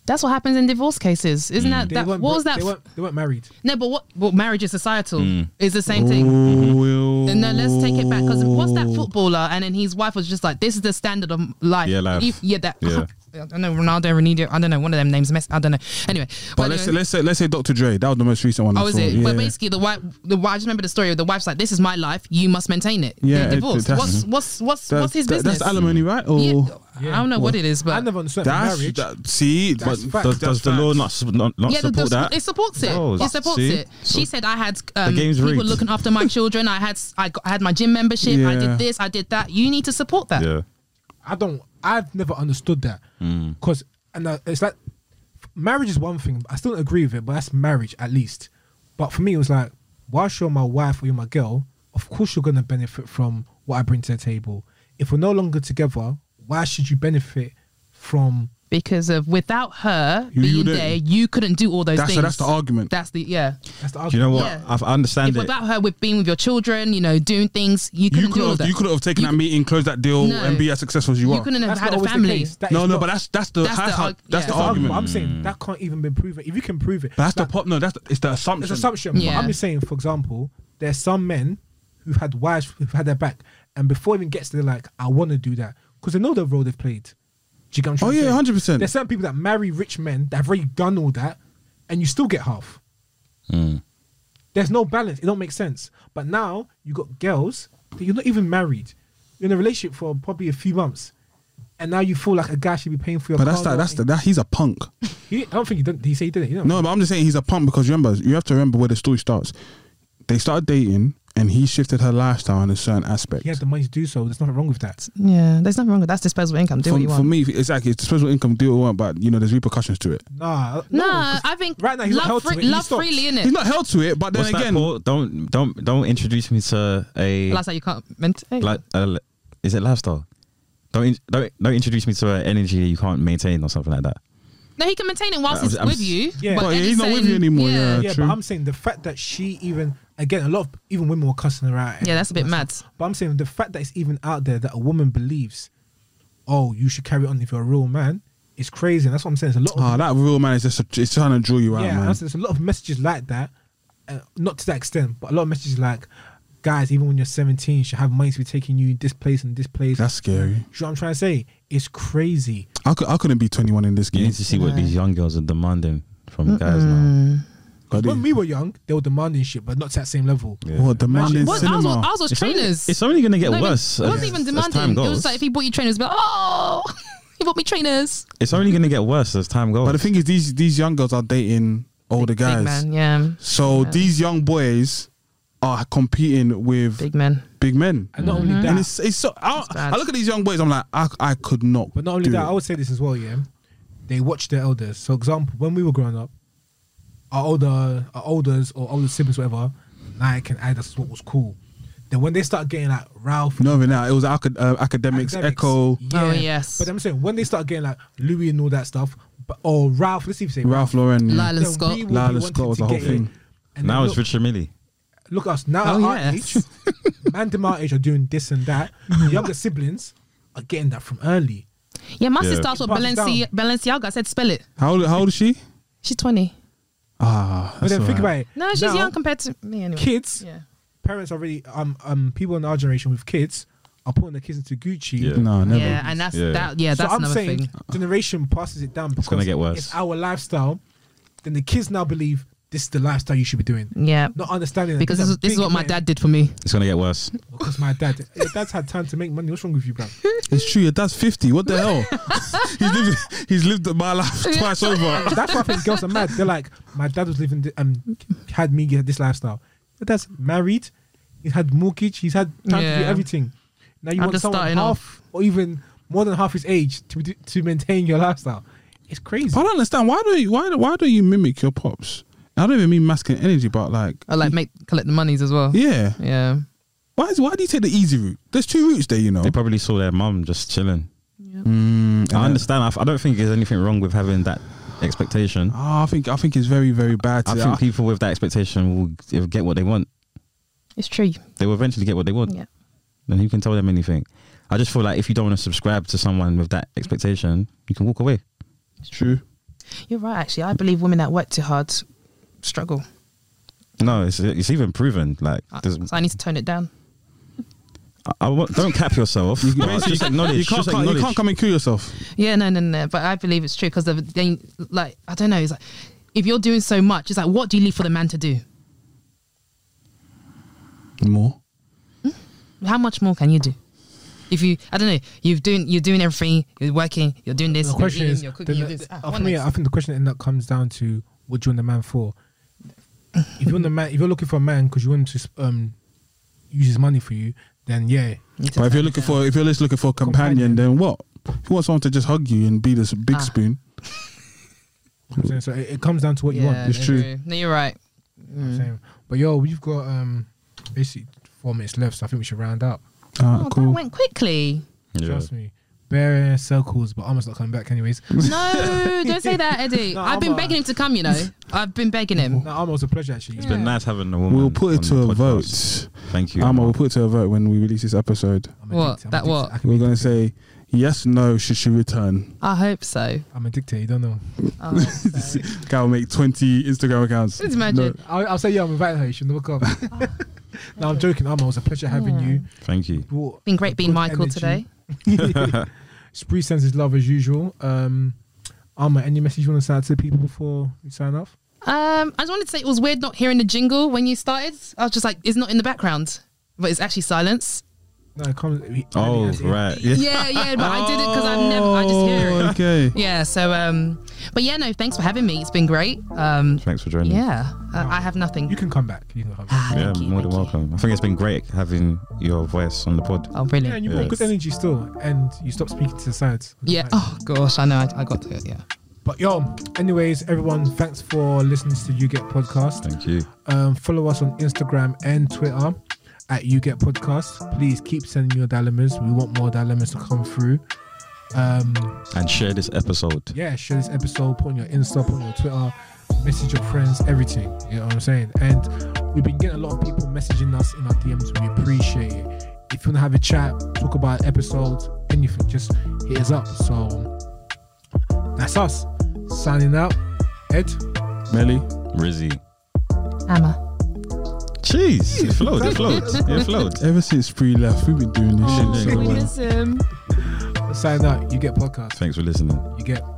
C: That's what happens in divorce cases,
D: Mm.
C: isn't that?
A: They
C: that what
A: weren't bro-
C: was that?
A: They weren't, they weren't married.
C: no, but what? Well, marriage is societal. It's the same thing.
D: Mm. Ooh.
C: No, let's take it back because what's that footballer? And then his wife was just like, "This is the standard of life."
B: Yeah, life.
C: If- yeah, that.
B: Yeah.
C: I don't know Ronaldo, Ronaldo. I don't know one of them names. Mess. I don't know. Anyway,
D: But
C: but
D: let's say,
C: anyway,
D: let's say let's say Dr. Dre. That was the most recent one.
C: oh,
D: I
C: is
D: saw.
C: it?
D: Yeah.
C: But basically, the wife. The wife. I just remember the story. of The wife's like, "This is my life. You must maintain it."
D: Yeah,
C: They're
D: it-
C: divorced. what's
D: that's-
C: what's what's
D: That-
C: what's his
D: that-
C: business?
D: That's alimony, right? Or
C: Yeah,
A: Yeah.
C: I don't know what it is, but
A: I never understood
D: that's
A: marriage.
D: that, see,
A: That's
D: but
A: fact.
B: Does, does the
D: facts.
B: law not s- not, not
C: yeah, the-
B: support
C: the-
B: that?
C: it supports it.
B: Oh,
C: it supports
B: see?
C: it. She said I had um,
B: The game's
C: people
B: rigged.
C: looking after my children. I had I, got, I had my gym membership. I
D: Yeah.
C: did this. I did that. You need to support that.
B: yeah,
A: I don't. I've never understood that
D: Mm.
A: because and uh, it's like marriage is one thing. I still agree with it, but that's marriage at least. But for me, it was like, whilst you're my wife or you're my girl, of course you're gonna benefit from what I bring to the table. If we're no longer together, why should you benefit from?
C: because of without her
D: You- you
C: being
D: don't-
C: there, you couldn't do all those
D: That's
C: things.
D: that's the argument.
C: That's the yeah.
A: That's the
B: do you know what?
C: Yeah.
B: I've- I understand
C: If
B: it.
C: without her, with being with your children, you know, doing things, you couldn't
D: you
C: do all
D: could
C: that.
D: have you could have taken
C: You
D: that meeting, closed that deal,
C: No.
D: and be as successful as you,
C: You
D: are.
C: couldn't have
A: That's
C: had
A: not
C: a
A: always the
C: family.
A: case. That
D: no,
A: is
D: no,
A: not-
D: but that's that's the
C: That's
D: that's,
C: the
D: how,
C: arg-
D: that's
C: yeah.
D: the
A: That's the
D: argument.
A: I'm saying that can't even be proven. If you can prove it,
D: But that's the
A: like,
D: pop. No, that's the, it's the assumption.
A: It's assumption.
C: Yeah.
A: But I'm just saying, for example, there's some men who've had wives who've had their back, and before it even gets there, like, I want to do that because they know the role they've played. Do you get what I'm
D: Oh
A: trying to
D: yeah,
A: say?
D: hundred percent.
A: There's certain people that marry rich men that have already done all that, and you still get half.
D: Hmm.
A: There's no balance. It don't make sense. But now you got girls that you're not even married. You're in a relationship for probably a few months, and now you feel like a guy should be paying for your.
D: But that's
A: car
D: that. That's
A: note.
D: the, that. He's a punk.
A: He, I don't think he did. He say he did it. You know?
D: No, but I'm just saying he's a punk because remember, you have to remember where the story starts. They started dating, and he shifted her lifestyle in a certain aspect.
A: he had the money to do so. There's nothing wrong with that.
C: Yeah, there's nothing wrong with that. That's disposable income. Do
D: for,
C: what you
D: for
C: want.
D: me, exactly. It's disposable income, do what you want, but you know, there's repercussions to it.
A: Nah, uh,
C: no,
A: because
C: I think
A: right now he's not
C: love,
A: held to
C: free,
A: it. He
C: love
A: stopped.
C: freely in
D: He's
C: it.
D: not held to it, but then
B: What's that
D: again,
B: called? Don't don't don't introduce me to a
C: Last you can't maintain.
B: like uh, is it lifestyle? Don't in, don't don't introduce me to an energy you can't maintain or something like that.
C: no, he can maintain it whilst
B: I'm-
C: he's
B: I'm-
C: with you.
A: Yeah.
C: but
D: Well,
C: then
D: yeah, he's not with you
C: saying-
D: anymore, yeah.
A: Yeah,
D: True.
A: but I'm saying the fact that she even again a lot of even women were cussing her out.
C: Yeah, that's a bit mad.
A: But I'm saying the fact that it's even out there that a woman believes, oh, you should carry on if you're a real man, is crazy. And that's what I'm saying. There's a lot
D: Ah,
A: of
D: that real man is just a, it's trying to draw you out,
A: yeah,
D: man.
A: honestly, there's a lot of messages like that. Uh, not to that extent, but a lot of messages like, guys, even when you're 17, you should have money to be taking you this place and this place.
D: That's
A: You
D: scary.
A: know what I'm trying to say? It's crazy.
D: I, could, I couldn't be 21 in this
B: You
D: game.
B: need to see what these young girls are demanding from guys now.
D: God,
A: When
D: it-
A: we were young, they were demanding shit, but not to that same level.
B: Yeah.
D: What demanding
C: What, I was,
D: cinema?
C: I was with
B: It's only,
C: trainers.
B: it's only gonna get
C: No, no,
B: worse.
C: It
B: as-
C: wasn't even
B: As time
C: demanding. It
B: goes.
C: was like if he bought you trainers, but oh, he bought me trainers.
B: it's only gonna get worse as time goes.
D: but the thing is, these these young girls are dating older
C: Big
D: guys.
C: man, yeah,
D: So
C: Yeah.
D: these young boys are competing with big,
C: big man.
D: men.
A: And not only that,
D: And it's, it's so. I,
C: bad.
D: I look at these young boys. I'm like, I, I could not.
A: But not only
D: do
A: that,
D: it.
A: I would say this as well, yeah. They watch their elders. So example, when we were growing up, our older our elders or older siblings, whatever, Nike and Adidas is what was cool. Then when they start getting like Ralph
D: no, but now it was acad- uh, academics, Echo,
C: Oh, yes.
A: But I'm saying when they start getting like Louis and all that stuff, but or Ralph, let's even say
D: Ralph Lauren.
C: Mm. Lyle
A: then
C: and Scott.
A: we will be
D: Lyle and
A: wanting
D: Scott was
A: to
D: the whole
A: get it.
D: thing.
A: And
B: now
A: then
B: it's
A: look,
B: Richard Millie.
A: look at us now
C: Oh,
A: at our
C: yes.
A: age, man, them our age are doing this and that. Younger siblings are getting that from early.
C: Yeah, my
B: Yeah.
C: sister starts with
A: Pass it
C: Balenci- Balenciaga. I said, spell it.
D: How old, how old is she?
C: She's 20.
D: Ah,
A: But then think about it.
C: No, she's
A: Now,
C: young compared to me anyway.
A: Kids
C: Yeah.
A: parents already um um people in our generation with kids are putting their kids into Gucci.
B: Yeah.
D: No, never.
C: Yeah, and that's
B: Yeah.
C: that. Yeah,
A: so
C: that's
A: I'm
C: another
A: saying
C: thing.
A: generation passes it down because
B: gonna get worse.
A: it's our lifestyle. Then the kids now believe this is the lifestyle you should be doing.
C: Yeah,
A: Not understanding that
C: because this
A: are
C: is, this is
A: big
C: what my
A: men-
C: dad did for me.
B: It's gonna get worse.
A: Because my dad, your dad's had time to make money. What's wrong with you, bro?
D: It's true. Your dad's 50. What the hell? he's lived. He's lived my life twice over.
A: That's why I think girls are mad. They're like, my dad was living th- um had me get this lifestyle. Your dad's married. He's had mortgage. He's had time to do
C: Yeah.
A: everything. Now you
C: I'm
A: want
C: just
A: someone
C: starting
A: half
C: off.
A: or even more than half his age to do- to maintain your lifestyle. It's crazy.
D: But I don't understand why do you why why do you mimic your pops? I don't even mean masculine energy, but like
C: I like make collect the monies as well.
D: yeah,
C: Yeah.
D: why is why do you take the easy route? There's two routes there, you know.
B: They probably saw their mum just chilling.
D: Mm, and
B: I
D: then-
B: understand. I, f- I don't think there's anything wrong with having that expectation.
D: Ah, I think I think it's very very bad.
B: I
D: to-
B: think people with that expectation will g- get what they want.
C: It's true.
B: They will eventually get what they want.
C: Yeah.
B: Then who can tell them anything? I just feel like if you don't want to subscribe to someone with that expectation, you can walk away.
D: it's true.
C: You're right actually. I believe women that work too hard struggle.
B: No, it's it's even proven. Like,
C: I-
B: there's,
C: Ah, So I need to tone it down.
B: I, I wa- don't cap yourself.
D: You-
B: but just acknowledge.
D: You can't,
B: just
D: can't- you
B: acknowledge.
D: can't come and kill yourself.
C: Yeah, no, no, no. But I believe it's true because they like I don't know. It's like if you're doing so much, it's like what do you leave for the man to do?
D: More.
C: How much more can you do? If you, I don't know, you've doing you're doing everything, you're working, you're doing this,
A: the question
C: you're eating,
A: is,
C: you're cooking,
A: the-
C: you're this.
A: the-
C: Ah,
A: uh,
C: what
A: for me,
C: next?
A: I think the question end up comes down to what do you want the man for? If you want the man, if you're looking for a man because you want him to um, use his money for you, then yeah,
C: Need to
D: But
C: tone
D: if you're
C: it
D: looking
C: down.
D: for if you're just looking for a companion,
A: Companion.
D: then what? If you want someone to just hug you and be this big
C: Ah.
D: spoon,
A: I'm saying, so it, it comes down to what you want.
C: Yeah,
D: It's
C: no,
D: true.
C: no, No, you're right.
A: I'm
B: Mm.
A: saying. But yo, we've got um, basically four minutes left, so I think we should round up.
D: ah,
C: Oh, that
D: cool.
C: went quickly.
B: Yeah.
A: Trust me, bare circles, but almost not coming back anyways.
C: No, don't say that, Eddie.
A: No,
C: I've been
A: I'm, uh,
C: begging him to come. You know, I've been begging him.
A: No, almost a pleasure actually.
B: It's been nice having a woman.
D: We'll put
B: on
D: it to
B: the
D: a
B: podcast.
D: vote.
B: Thank you.
D: Amma, we'll put it to a vote when we release this episode.
A: I'm
C: What?
A: addicted, I'm
C: That
A: addicted.
C: what?
A: I can be
D: We're gonna
A: addicted.
D: say yes, no. Should she return?
C: I hope so.
A: I'm addicted. You don't know.
C: I hope so.
D: Guy will make twenty Instagram accounts.
C: Just imagine.
A: I'll, I'll say yeah, I'm inviting her. You should never come. no, I'm joking. Amma, it was a pleasure having
C: Oh. Yeah.
A: you.
B: Thank you.
A: Brought
C: Been great being
A: good
C: Michael
A: energy.
C: today.
A: Spree sends his love as usual. Um, Amma, any message you want to send out to the people before we sign off?
C: Um, I just wanted to say it was weird not hearing the jingle when you started. I was just like, it's not in the background, but it's actually silence.
A: No, it comes. he-
B: Oh,
A: Andy has it.
B: right.
C: Yeah,
B: Yeah. Oh.
C: yeah, but I did it because I never, I just hear it.
D: Okay.
C: Yeah, so um, but yeah, no, thanks for having me. It's been great. Um,
B: Thanks for joining.
C: yeah, uh, I have nothing.
A: You can come back. You can come back.
C: Ah,
B: Yeah,
C: thank you,
B: more than
C: thank you.
B: welcome. I think it's been great having your voice on the pod.
C: Oh, brilliant.
A: Yeah, and you brought good energy still, and you stopped speaking to the sides.
C: Yeah.
A: Like-
C: Oh gosh, I know. I, I got to it. Yeah.
A: But yo, anyways, everyone, thanks for listening to You Get Podcast.
B: Thank you.
A: Um, follow us on Instagram and Twitter at You Get Podcast. Please keep sending your dilemmas. We want more dilemmas to come through. Um,
B: And share this episode.
A: yeah, share this episode, put on your Insta, put on your Twitter, message your friends, everything. You know what I'm saying? And we've been getting a lot of people messaging us in our DMs. We appreciate it. If you want to have a chat, talk about episodes, anything, just hit us up. So that's us. Signing out. Ed.
D: Melly.
B: Rizzy.
C: Emma.
B: Jeez, it flowed, it flowed, it flowed.
D: Ever since Free left, we've been doing this
B: Oh,
D: shit. so
B: we
D: well.
B: miss
C: him.
A: Signing out. You get podcast.
B: Thanks for listening.
A: You get.